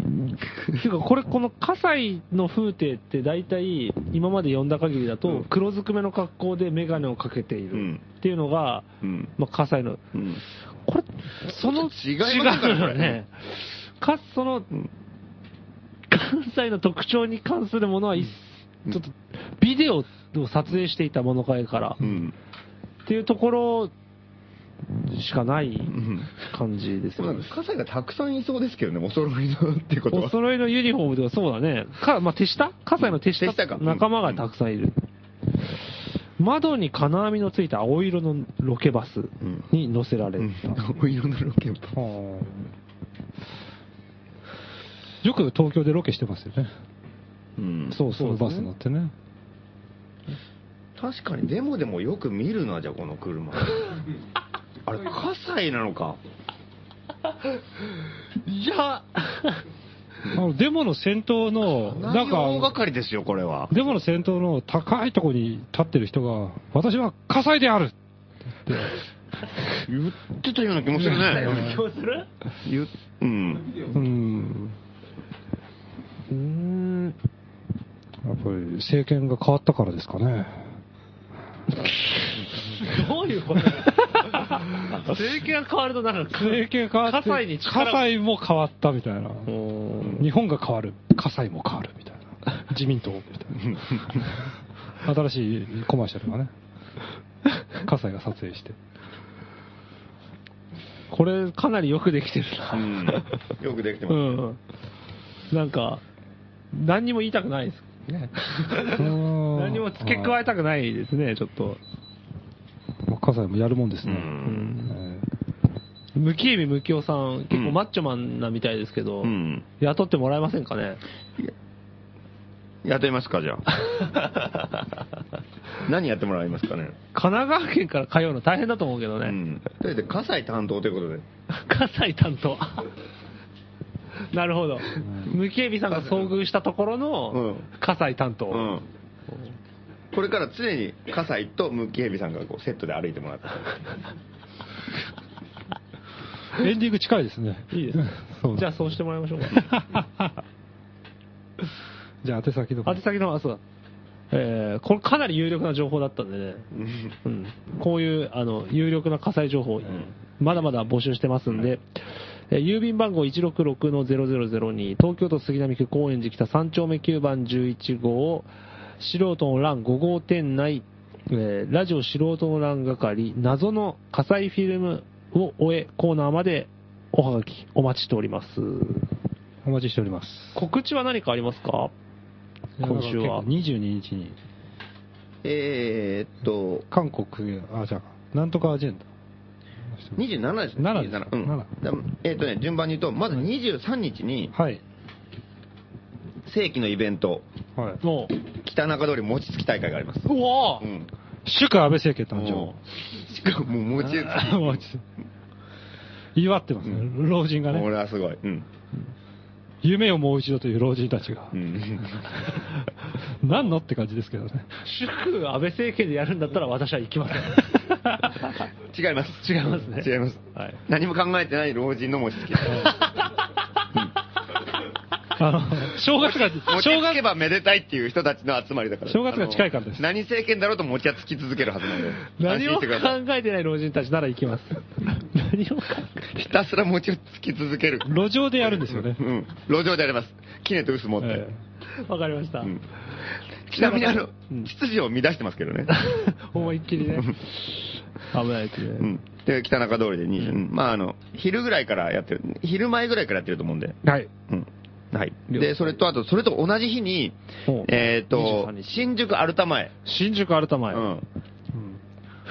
A: うかこれこの火災の風景って大体今まで読んだ限りだ
B: う
A: と
B: ん
A: 黒ずくめの格好で眼鏡をかけていうる
B: ん
A: っていうのが、
B: うん。
A: まあ、火災の
B: うん。
A: これその
B: 違いますよねこれ
A: 違うよねかその
B: うん
A: 関西の特徴に関するものは一ちょっとビデオを撮影していたものかいから
B: うん。
A: っていうところしかない
B: うん。
A: 感じです
B: そう
A: よ
B: なん
A: ね
B: です。関西がたくさんいそうですけどね、お揃いのっていうこと
A: お
B: は。
A: 揃いのユニフォームとかそうだね。か、まあ、手下葛西の手
B: 手下か
A: 下仲間がたくさんいる。窓に金網のついた青色のロケバス
B: ん
A: に乗せられ
B: う
A: た。
B: ん。お色のロケット。
C: よく東京でロケしてますよね。
B: うん
A: そう
C: そ
A: そう
C: の
A: で
C: バ
A: す
C: ス乗
A: ね
C: っ。てね。
B: 確かに、でもでもよく見るな、じゃあこの 車。あれ、火災なのか。
D: いや、
C: あの、デモの先頭の、な
B: 何
C: ん
B: が
C: か
B: 大掛、かりですよ、これは。
C: デモの先頭の高いところに立ってる人が、私は火災である
B: 言ってたような気もするね。
D: どうする
B: 言っうん。
C: うん。
A: うーん。
C: やっぱり政権が変わったからですかね。
D: どういうこと政権が変わるとなんか、
C: 政権変わって、
D: 葛西に力
C: 葛西も変わったみたいな。
A: うん
C: 日本が変わる、葛西も変わるみたいな。自民党みたいな。新しいコマーシャルがね。葛西が撮影して。
A: これかなりよくできてる
B: う
A: な。
B: ん。よくできて
A: う
B: ま
A: ん。なんか、何にも言いたくないです。何
C: 何
A: も付け加えたくないですね、ちょっと。
C: 葛西もやるもんです
B: す。う
C: ね。
B: ん。
A: ムキエビムキオさん、結構マッチョマンなみたいですけど、
B: うん。
A: 雇ってもらえませんかね
B: 雇いますか、じゃあ。 何やってもらえますかね。
A: 神奈川県から通うの大変だと思うけど
B: う
A: ね。
B: ん。とりあえず、火災担当ということで。
A: 葛西担当。なるほど。ムキエビさんが遭遇したところ
B: う
A: の
B: ん
A: 葛西担当。
B: うん。これから常に、葛西とムッキヘビさんがこうセットで歩いてもらって。
C: エンディング近いですね。
A: いいですね
C: そう
A: じゃあそうしてもらいましょうか。
C: じゃあ、宛先の方
A: 宛先の方、あそうだ。えー、これかなり有力な情報だったんでね。うん、こういうあの有力な火災情報、まだまだ募集してますんで、えー郵便番号166-0002、東京都杉並区高円寺北3丁目9番11号、素人の欄5号店内、えーラジオ素人の欄係、謎の火災フィルムを終えコーナーまでおはがきお待ちしております。
C: お待ちしております。
A: 告知は何かありますか今週は。
C: 22日に、
B: えーっと、
C: 韓国、あ、じゃあ、なんとかアジェンダ。
B: 27ですね。
C: 7です
B: うん
C: 7
B: だえーっとね、順番に言うと、まず23日に、
C: はい。
B: 正規のイベント、
C: はい。
A: もう、
B: 北中通り餅つき大会があります。
A: うわ
B: う
A: ー
B: ん。
C: 祝安倍政権誕
B: も
C: 生。
B: うしかも、もう餅つき。
C: もう 祝ってますね、老人が
B: こ
C: ね。
B: れはすごい。うん。
C: 夢をもう一度という老人たちが
B: う。ん。
C: 何のって感じですけどね。
A: 祝安倍政権でやるんだったら私は行きません。
B: 違います。
A: 違いますね
B: 違います。
A: はい
B: 何も考えてない老人の餅つき。
C: あの、正月が、
B: 餅
C: 正
B: つけ
C: 月、
B: ばめでたいっていう人たちの集まりだから。
C: 正月が近いからです
B: あの何政権だろうと餅はつき続けるはずなんで。
A: 何
B: 安心
A: を
B: してください
A: 考えてない老人たちなら行きます。何を考
B: ひたすら餅をつき続ける。
C: 路上でやるんですよね
B: う。ん。路上であります。キネとウス持って。
C: え
A: えわかりました。
B: うんちなみにあの
A: うん、
B: 秩序を乱してますけどね。
A: 思いっきりね。危ないです
B: う
A: ね。
B: ん。で、北中通りで20、うんまああの、昼ぐらいからやってる、昼前ぐらいからやってると思うんで。
C: えはい。
B: うん。はい。
A: 了解
B: で、それと、あと、それと同じ日に
A: お、
B: えっと
A: 23、日
B: 新宿アルタ前。
A: 新宿アルタ
B: う
A: 前。
B: ん。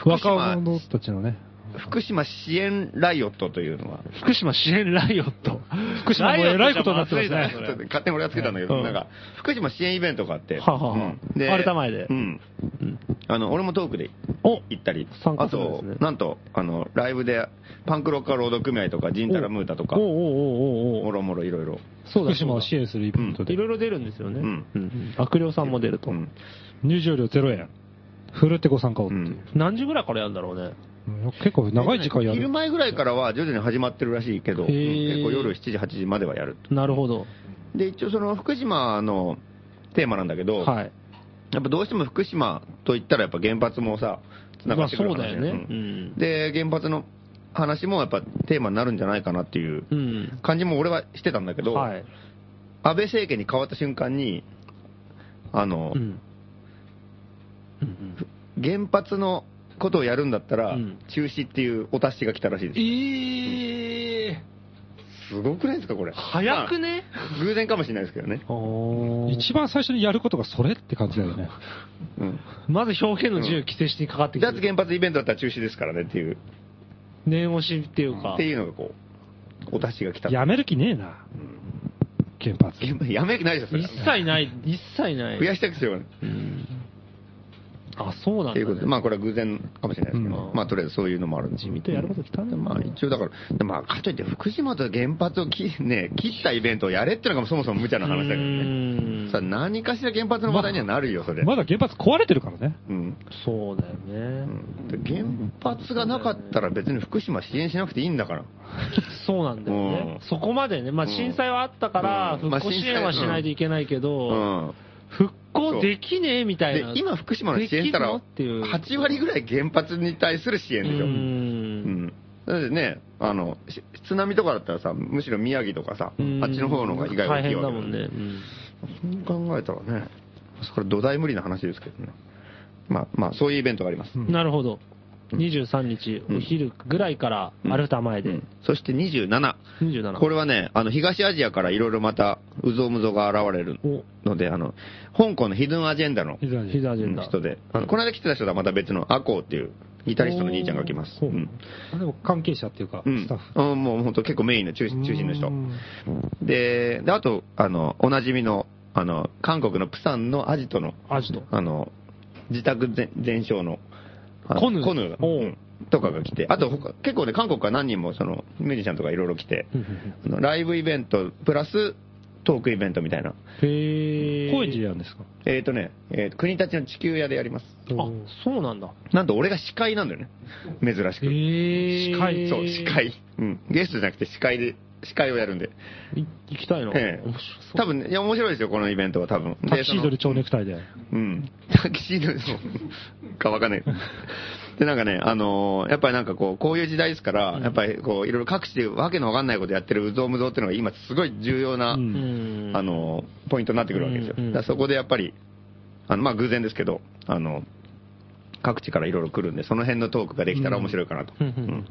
B: 島
C: 若者たちのね。
B: 福島支援ライオットというのは、
A: 福島支援ライオット。福
C: 島もえらいことになってますね
A: ライオットじゃまずいだろ
B: ち
A: そ
B: ょ
A: れ
B: っと勝手に俺がつけたんだけど、
A: うん
B: なんか、福島支援イベントがあって、
A: はあはあはあ
B: うん
A: アルタ前で
B: うん。
A: うん
B: あの、俺もトークで
A: お
B: 行ったり、
A: 参加
B: あ
A: するんで
B: と
A: すね、
B: なんと、あの、ライブで、パンクロッカー労働組合とか、ジンタラムータとか、
A: おうおう
B: も
A: おうおうおう
B: ろもろいろいろ。
A: そうだ
C: 福島を支援するイベントで
A: い。ろいろ出るんですよね。
B: うん
A: うん悪霊さんも出ると
B: う。ん
C: 入場料0円。フルってご参加をっ
B: う
C: てい
B: ん
C: う。
A: 何時ぐらいからやるんだろうね。
C: うん結構長い時間や
B: 昼
C: る。
B: 前ぐらいからは徐々に始まってるらしいけど、
A: へ
B: うん
A: ー
B: 結構夜7時、8時まではやる。
A: なるほど。
B: で、一応その福島のテーマなんだけど、
A: はい。
B: やっぱどうしても福島といったらやっぱ原発もさ、つながってくる
A: まあそうだよね
B: う
A: うん
B: んで、原発の話もやっぱテーマになるんじゃないかなっていう
A: うん。
B: 感じも俺はしてたんだけど、
A: はい。
B: 安倍政権に変わった瞬間に、あの、
A: うん。
B: 原発のことをやるんだったら、
A: うん
B: 中止っていうお達しが来たらしいです。
A: ええ
B: すごくないですか、これ。
A: 早くね
B: まあ偶然かもしれないですけどね。
A: おー
C: 一番最初にやることがそれって感じだよね。
B: うん。
A: まず表現の自由規制しにかかってき
B: 脱
A: てる。
B: 原発イベントだったら中止ですからねっていう、
A: 念押しっていうか。
B: っていうのがこう、お達しが来た。
C: やめる気ねえな。原発。
B: 原発やめる気ないですよ、
A: 一
B: それ
A: 切ない、一切ない。
B: 増やしたく必要がない。
A: うんあ、そうなんだ、
B: と
A: ね。
B: いうことで、まあこれは偶然かもしれないですけど、
A: うん
B: まあとりあえずそういうのもあるんで
A: 地味とやることきたね。
B: まあ一応だから、でまあかといって福島と原発を切,、 ね、切ったイベントをやれっていうのがそもそも無茶な話だけど
A: う
B: ね
A: ん。
B: さあ何かしら原発の話題にはなるよ、それ。
C: まだ原発壊れてるからね。
B: うん。
A: そうだよね。
B: うんで原発がなかったら別に福島支援しなくていいんだから。
A: そうなんだよね。
B: うん
A: そこまでね。まあ
B: うん
A: 震災はあったから、
B: うんま
A: 復興
B: あ
A: 支援はしないといけないけど、
B: うん。
A: 復興できねえみたいな。
B: で、今福島の支援した
A: で
B: ら、
A: きんのっていう
B: 8割ぐらい原発に対する支援でしょ。
A: う。
B: うんん。だってね、あの、し津波とかだったらさ、むしろ宮城とかさ、
A: うん
B: あっちの方の方が被害が大
A: 大
B: きい
A: 変
B: わ
A: だも
B: け
A: んね。
B: そう考えたらね、これ土台無理な話ですけどね。まあまあ、そういうイベントがあります。
A: うんなるほど。23日、お昼ぐらいから、
B: うん
A: アルタ前
B: う
A: で
B: ん。そして27。
A: 27。
B: これはね、あの、東アジアからいろいろまた、うぞうむぞうが現れる
A: お、
B: ので、あの、香港のヒドゥンアジェンダの
C: いずれに
A: 膝アジェンダ。
B: 人で、あの、この間来てた人とはまた別のアコーっていう、ギタリストの兄ちゃんが来ます。
C: ほ
B: う。
C: うんあでも関係者っていうか、
B: うん
C: スタッフ。
B: うん。もう本当結構メインの中中心の人
C: う。ん
B: で、であと、あの、おなじみの、あの、韓国のプサンのアジトの、
A: アジト。
B: あの、自宅全全焼の、あの
A: コヌ
B: コヌ
A: おう
B: うんとかが来て、あと他、結構ね、韓国から何人も、その、ミュージシャンとかいろいろ来て、あのライブイベント、プラス、トークイベントみたいな。
A: へえ。
C: 高円寺でやるんですか
B: えっ、とね、えー国立の地球屋でやります。
A: あ、そうなんだ。
B: なんと俺が司会なんだよね。珍しく。
A: へえ。
C: 司会
B: そう、司。会。うん。ゲストじゃなくて司会で、司会をやるんで。
A: い行きたいな。
B: ええ
A: 面白そう
B: 多分、いや、面白いですよ、このイベントは多分。で
C: タキシードで超ネクタイで。
B: うん。タキシードそうかわかんないけど。で、なんかね、あのーやっぱりなんかこう、こういう時代ですから、やっぱりこう、いろいろ各地でわけのわかんないことやってるうぞうむぞうっていうのが今すごい重要な、
C: うん
A: うん
B: あ、のーポイントになってくるわけですよ。
A: うんうん
B: だからそこでやっぱり、あの、まあ偶然ですけど、あの、各地からいろいろ来るんで、その辺のトークができたら面白いかなと、
A: うんうん
B: うん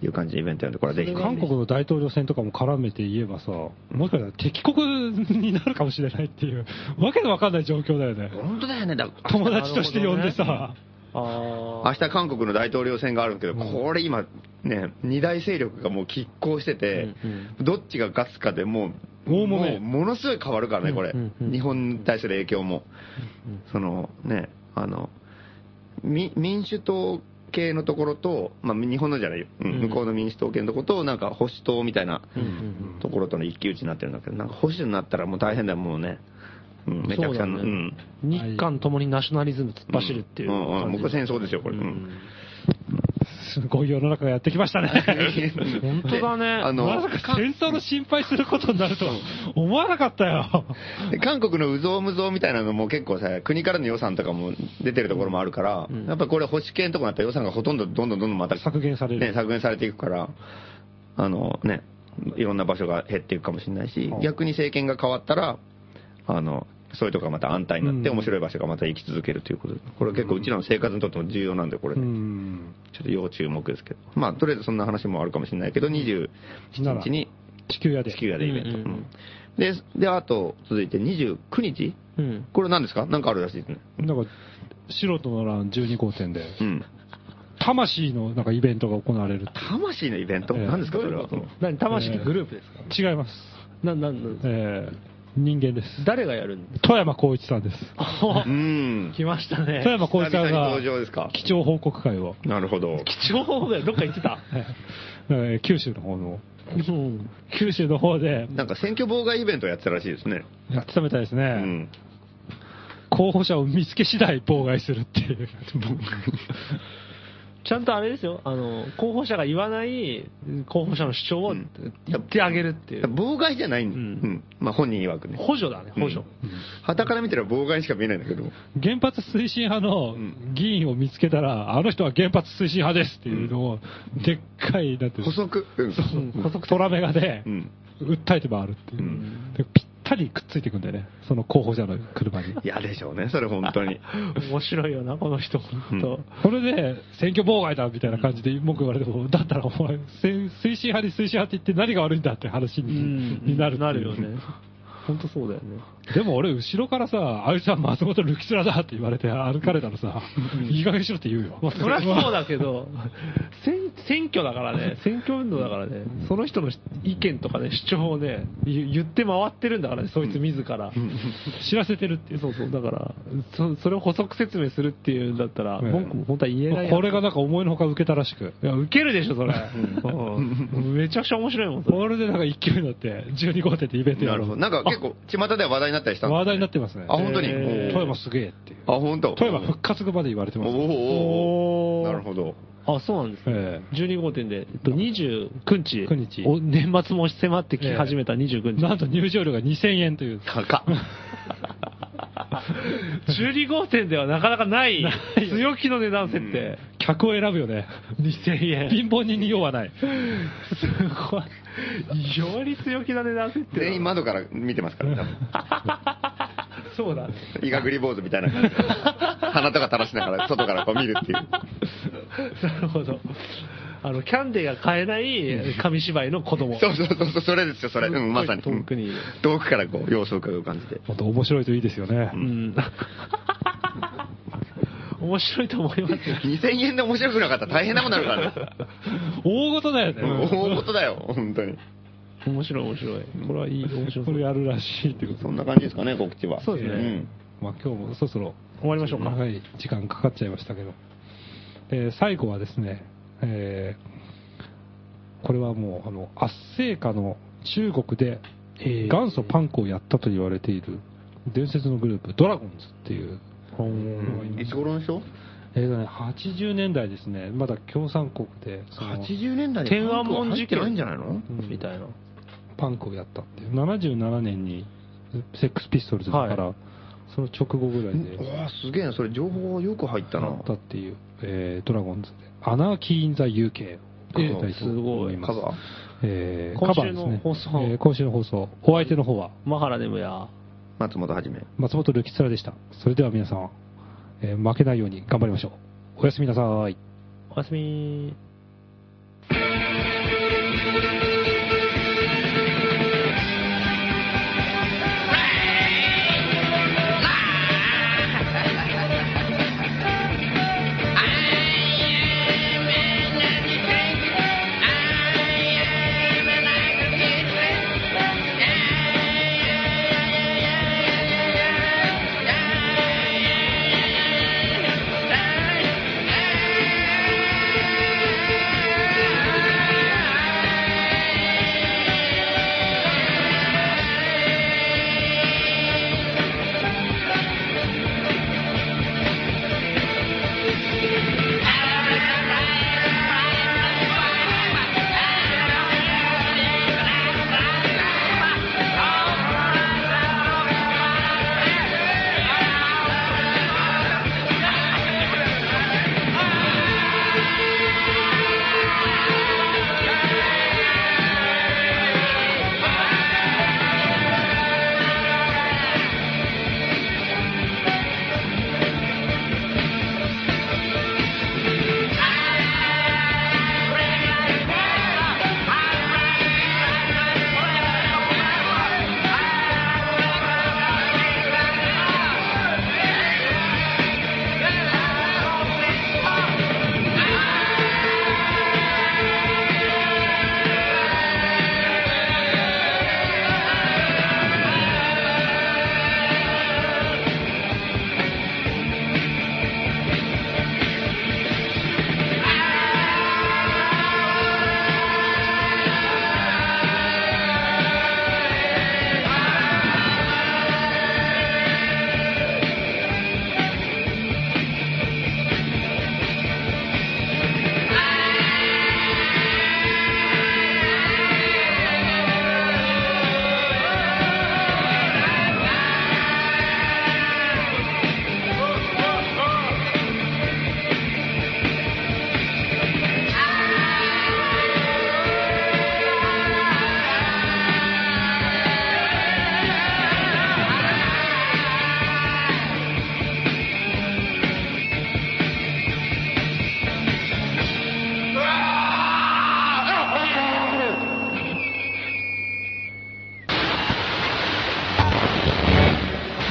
B: いう感じのイベントなんで、これはぜひ。
C: 韓国の大統領選とかも絡めて言えばさ、もしかしたら敵国になるかもしれないっていう、 わけのわかんない状況だよね。
B: 本当だよね、だ
C: 友達として呼んでさ、
A: あ
B: 明
A: あ。
B: 日韓国の大統領選があるんですけど、これ今、ね、二大勢力がもう拮抗してて、どっちが勝つかでもう、
C: 大揉
B: も
C: め
B: うものすごい変わるからね、これ、日本に対する影響も、そのねあのみ民主党系のところと、まあ、日本のじゃないよ、うん向こうの民主党系のところと、なんか保守党みたいなところとの一騎打ちになってるんだけど、なんか保守になったらもう大変だよ、もうね、うん、めちゃくちゃな、
A: そううだね
B: ん、
A: 日韓ともにナショナリズム突っ走るっていう
B: うんうんうん
A: 感じ
B: 僕は戦争ですよこれうん
C: すごい世の中がやってきましたね。
A: 本当だね
B: であの
C: まさか戦争の心配することになるとは思わなかったよ。
B: で韓国のうぞうむぞうみたいなのも結構さ、国からの予算とかも出てるところもあるから、やっぱりこれ、保守系のところだったら予算がほとんどどんどんどんどんまた、
C: 削減される
B: ね、削減されていくから、あのね、いろんな場所が減っていくかもしれないし、逆に政権が変わったら、あのそういうとこがまた安泰になって、
C: うん
B: 面白い場所がまた生き続けるということで、これ結構、うちらの生活にとっても重要なんで、これ
C: う
B: ね、
C: ん。
B: ちょっと要注目ですけど、まあ、とりあえずそんな話もあるかもしれないけど、27日に
C: 地球屋で。
B: 地球屋でイベント。
A: うんうんうん
B: で、で、あと、続いて29日
A: うん
B: これ何ですかなんかあるらしいですね。
C: なんか、素人の欄12号店で、
B: うん。
C: 魂のなんかイベントが行われる。
B: 魂のイベント、
C: ええ
B: 何ですかそれは。うん
D: 何魂ってグループですか
C: 違います。
D: な、なん、
C: えー人間です。
D: 誰がやるんです
C: 富山光一さんです。
B: うん。
D: 来ました
C: 富
D: ね。
C: 山光一さん
B: 久々に
C: が
B: 登場ですか
C: 基調報告会を、
B: なるほど。
D: 情報がどっか行ってた。
C: えー九州の方の、
D: うん
C: 九州の方で
B: なんか選挙妨害イベントをやってたらしいですね。
C: やってたみたいですね。
B: うん。
C: 候補者を見つけ次第妨害するって いう。
D: ちゃんとあれですよ、あの、候補者が言わない候補者の主張を
B: ん
D: 言ってあげるっていう。
B: 妨害じゃないんだ。う
D: うん
B: ん。まあ本人曰くね。
D: 補助だね、補助。
B: 旗から見たら妨害しか見えないんだけど。
C: 原発推進派の
B: ん
C: 議員を見つけたら、あの人は原発推進派ですっていうのを、でっかい、だって、
B: 補足。うん。
C: トラメガで
B: うん。
C: 訴えて回るっていう、
B: うん
C: でぴったりくっついていくんだよね、その候補者の車に。
B: 嫌でしょうね、それ本当に。
D: 面白いよな、この人、本当。
C: これで選挙妨害だみたいな感じで文句言われても、だったらお前、せん推進派に推進派って言って何が悪いんだって話に,、なるっていう
D: なるよね。本当そうだよね。
C: でも俺、後ろからさ、あいつは松本ルキスラだって言われて歩かれたらさ、いい加減にしろって言うよ。
D: まあ、そりゃそうだけ ど、選選挙だから ね、選挙運動だからね、その人の意見とかね、主張をね、言言って回ってるんだからね、そいつ自ら。
C: 知らせてるっていう。
D: そうそう、だから、そそれを補足説明するっていうんだったら、
C: ええ
D: 文句も本当は言えないやつ。
C: これがなんか思いのほか受けたらしく。
D: いや、ウケるでしょ、それ。うんめちゃくちゃ面白いもん、それ。
C: これでなんか勢いになって、12号店でイベントや
B: な
C: ろ
B: る
C: う
B: ほど。なんか結構、巷では話題になったりしたんです
C: 話題になってますね。
B: あ、本当に。
C: えー
B: おー
C: 富山すげえっていう。
B: あ、本当。
C: 富山復活組まで言われて
B: お
C: ます。
B: おーなるほど。
D: あ、そうなんですね。
C: ええ
D: 12号店で、えっと、29日、
C: 29日
D: お年末も迫ってき始めた29日。
C: なんと入場料が2000円という。
B: 高っ。
D: 12号店ではなかなかない、強気の値段設定。
C: 客を選ぶよね。
D: 2000円。
C: 貧乏人に用はない。
D: すごい。より強気な値段設定だ。
B: 全員窓から見てますから、多分。
D: そうだね。
B: イガグリ坊主みたいな感じで、鼻とか垂らしながら、外からこう見るっ ていう。
D: なるほど。あの、キャンデーが買えない紙芝居の子供。
B: そうそうそうそう、それですよ、それ。うん、まさに。
D: すっごい遠くにいる
B: うん遠くからこう、様子を伺う感じで。
C: 本当面白いといいですよね。
D: うん。面白いと思いますよ。
B: 2000円で面白くなかったら大変なことになる からね。
C: 大事だよ
B: う
C: ね。
B: ん大事だよ、本当に。
D: 面白い面白い。これはいい、面白い。
C: これやるらしいってこと。
B: そんな感じですかね、告知は。
D: そうですね
B: ん
C: まあ今日もそろそろ
D: 終わりましょうか。
C: 長い時間かかっちゃいましたけど、えー最後はですね、えーこれはもうあの圧政下の中国で
D: えー
C: 元祖パンクをやったと言われている伝説のグループドラゴンズっていう
B: うんいつ頃の人
C: えーとね80年代ですねまだ共産国でその
B: ?80 年代に
D: 天安門
B: 入
D: 事
B: って
D: 件
B: ないんじゃないの
D: みたいな。
C: パンクをやったっていう77年にセックスピストルズだから、
D: は
C: その直後ぐらいで
B: うわすげえな、それ情報がよく入った
C: だ
B: な。
C: ったっていう、えードラゴンズで、アナーキー・イン・ザ・ UK をやりたいと思います。
B: カバー
C: えー
D: 今
C: カバー
D: 週
C: で
D: の
C: すね
D: 放送
C: えー今週の放送、お相手の方は
D: マハラネムや。
B: 松本はじめ。
C: 松本ルキツラでした。それでは皆さん、えー負けないように頑張りましょう。おやすみなさい。
D: おやすみ。
E: I am an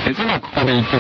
G: 実はここで一曲。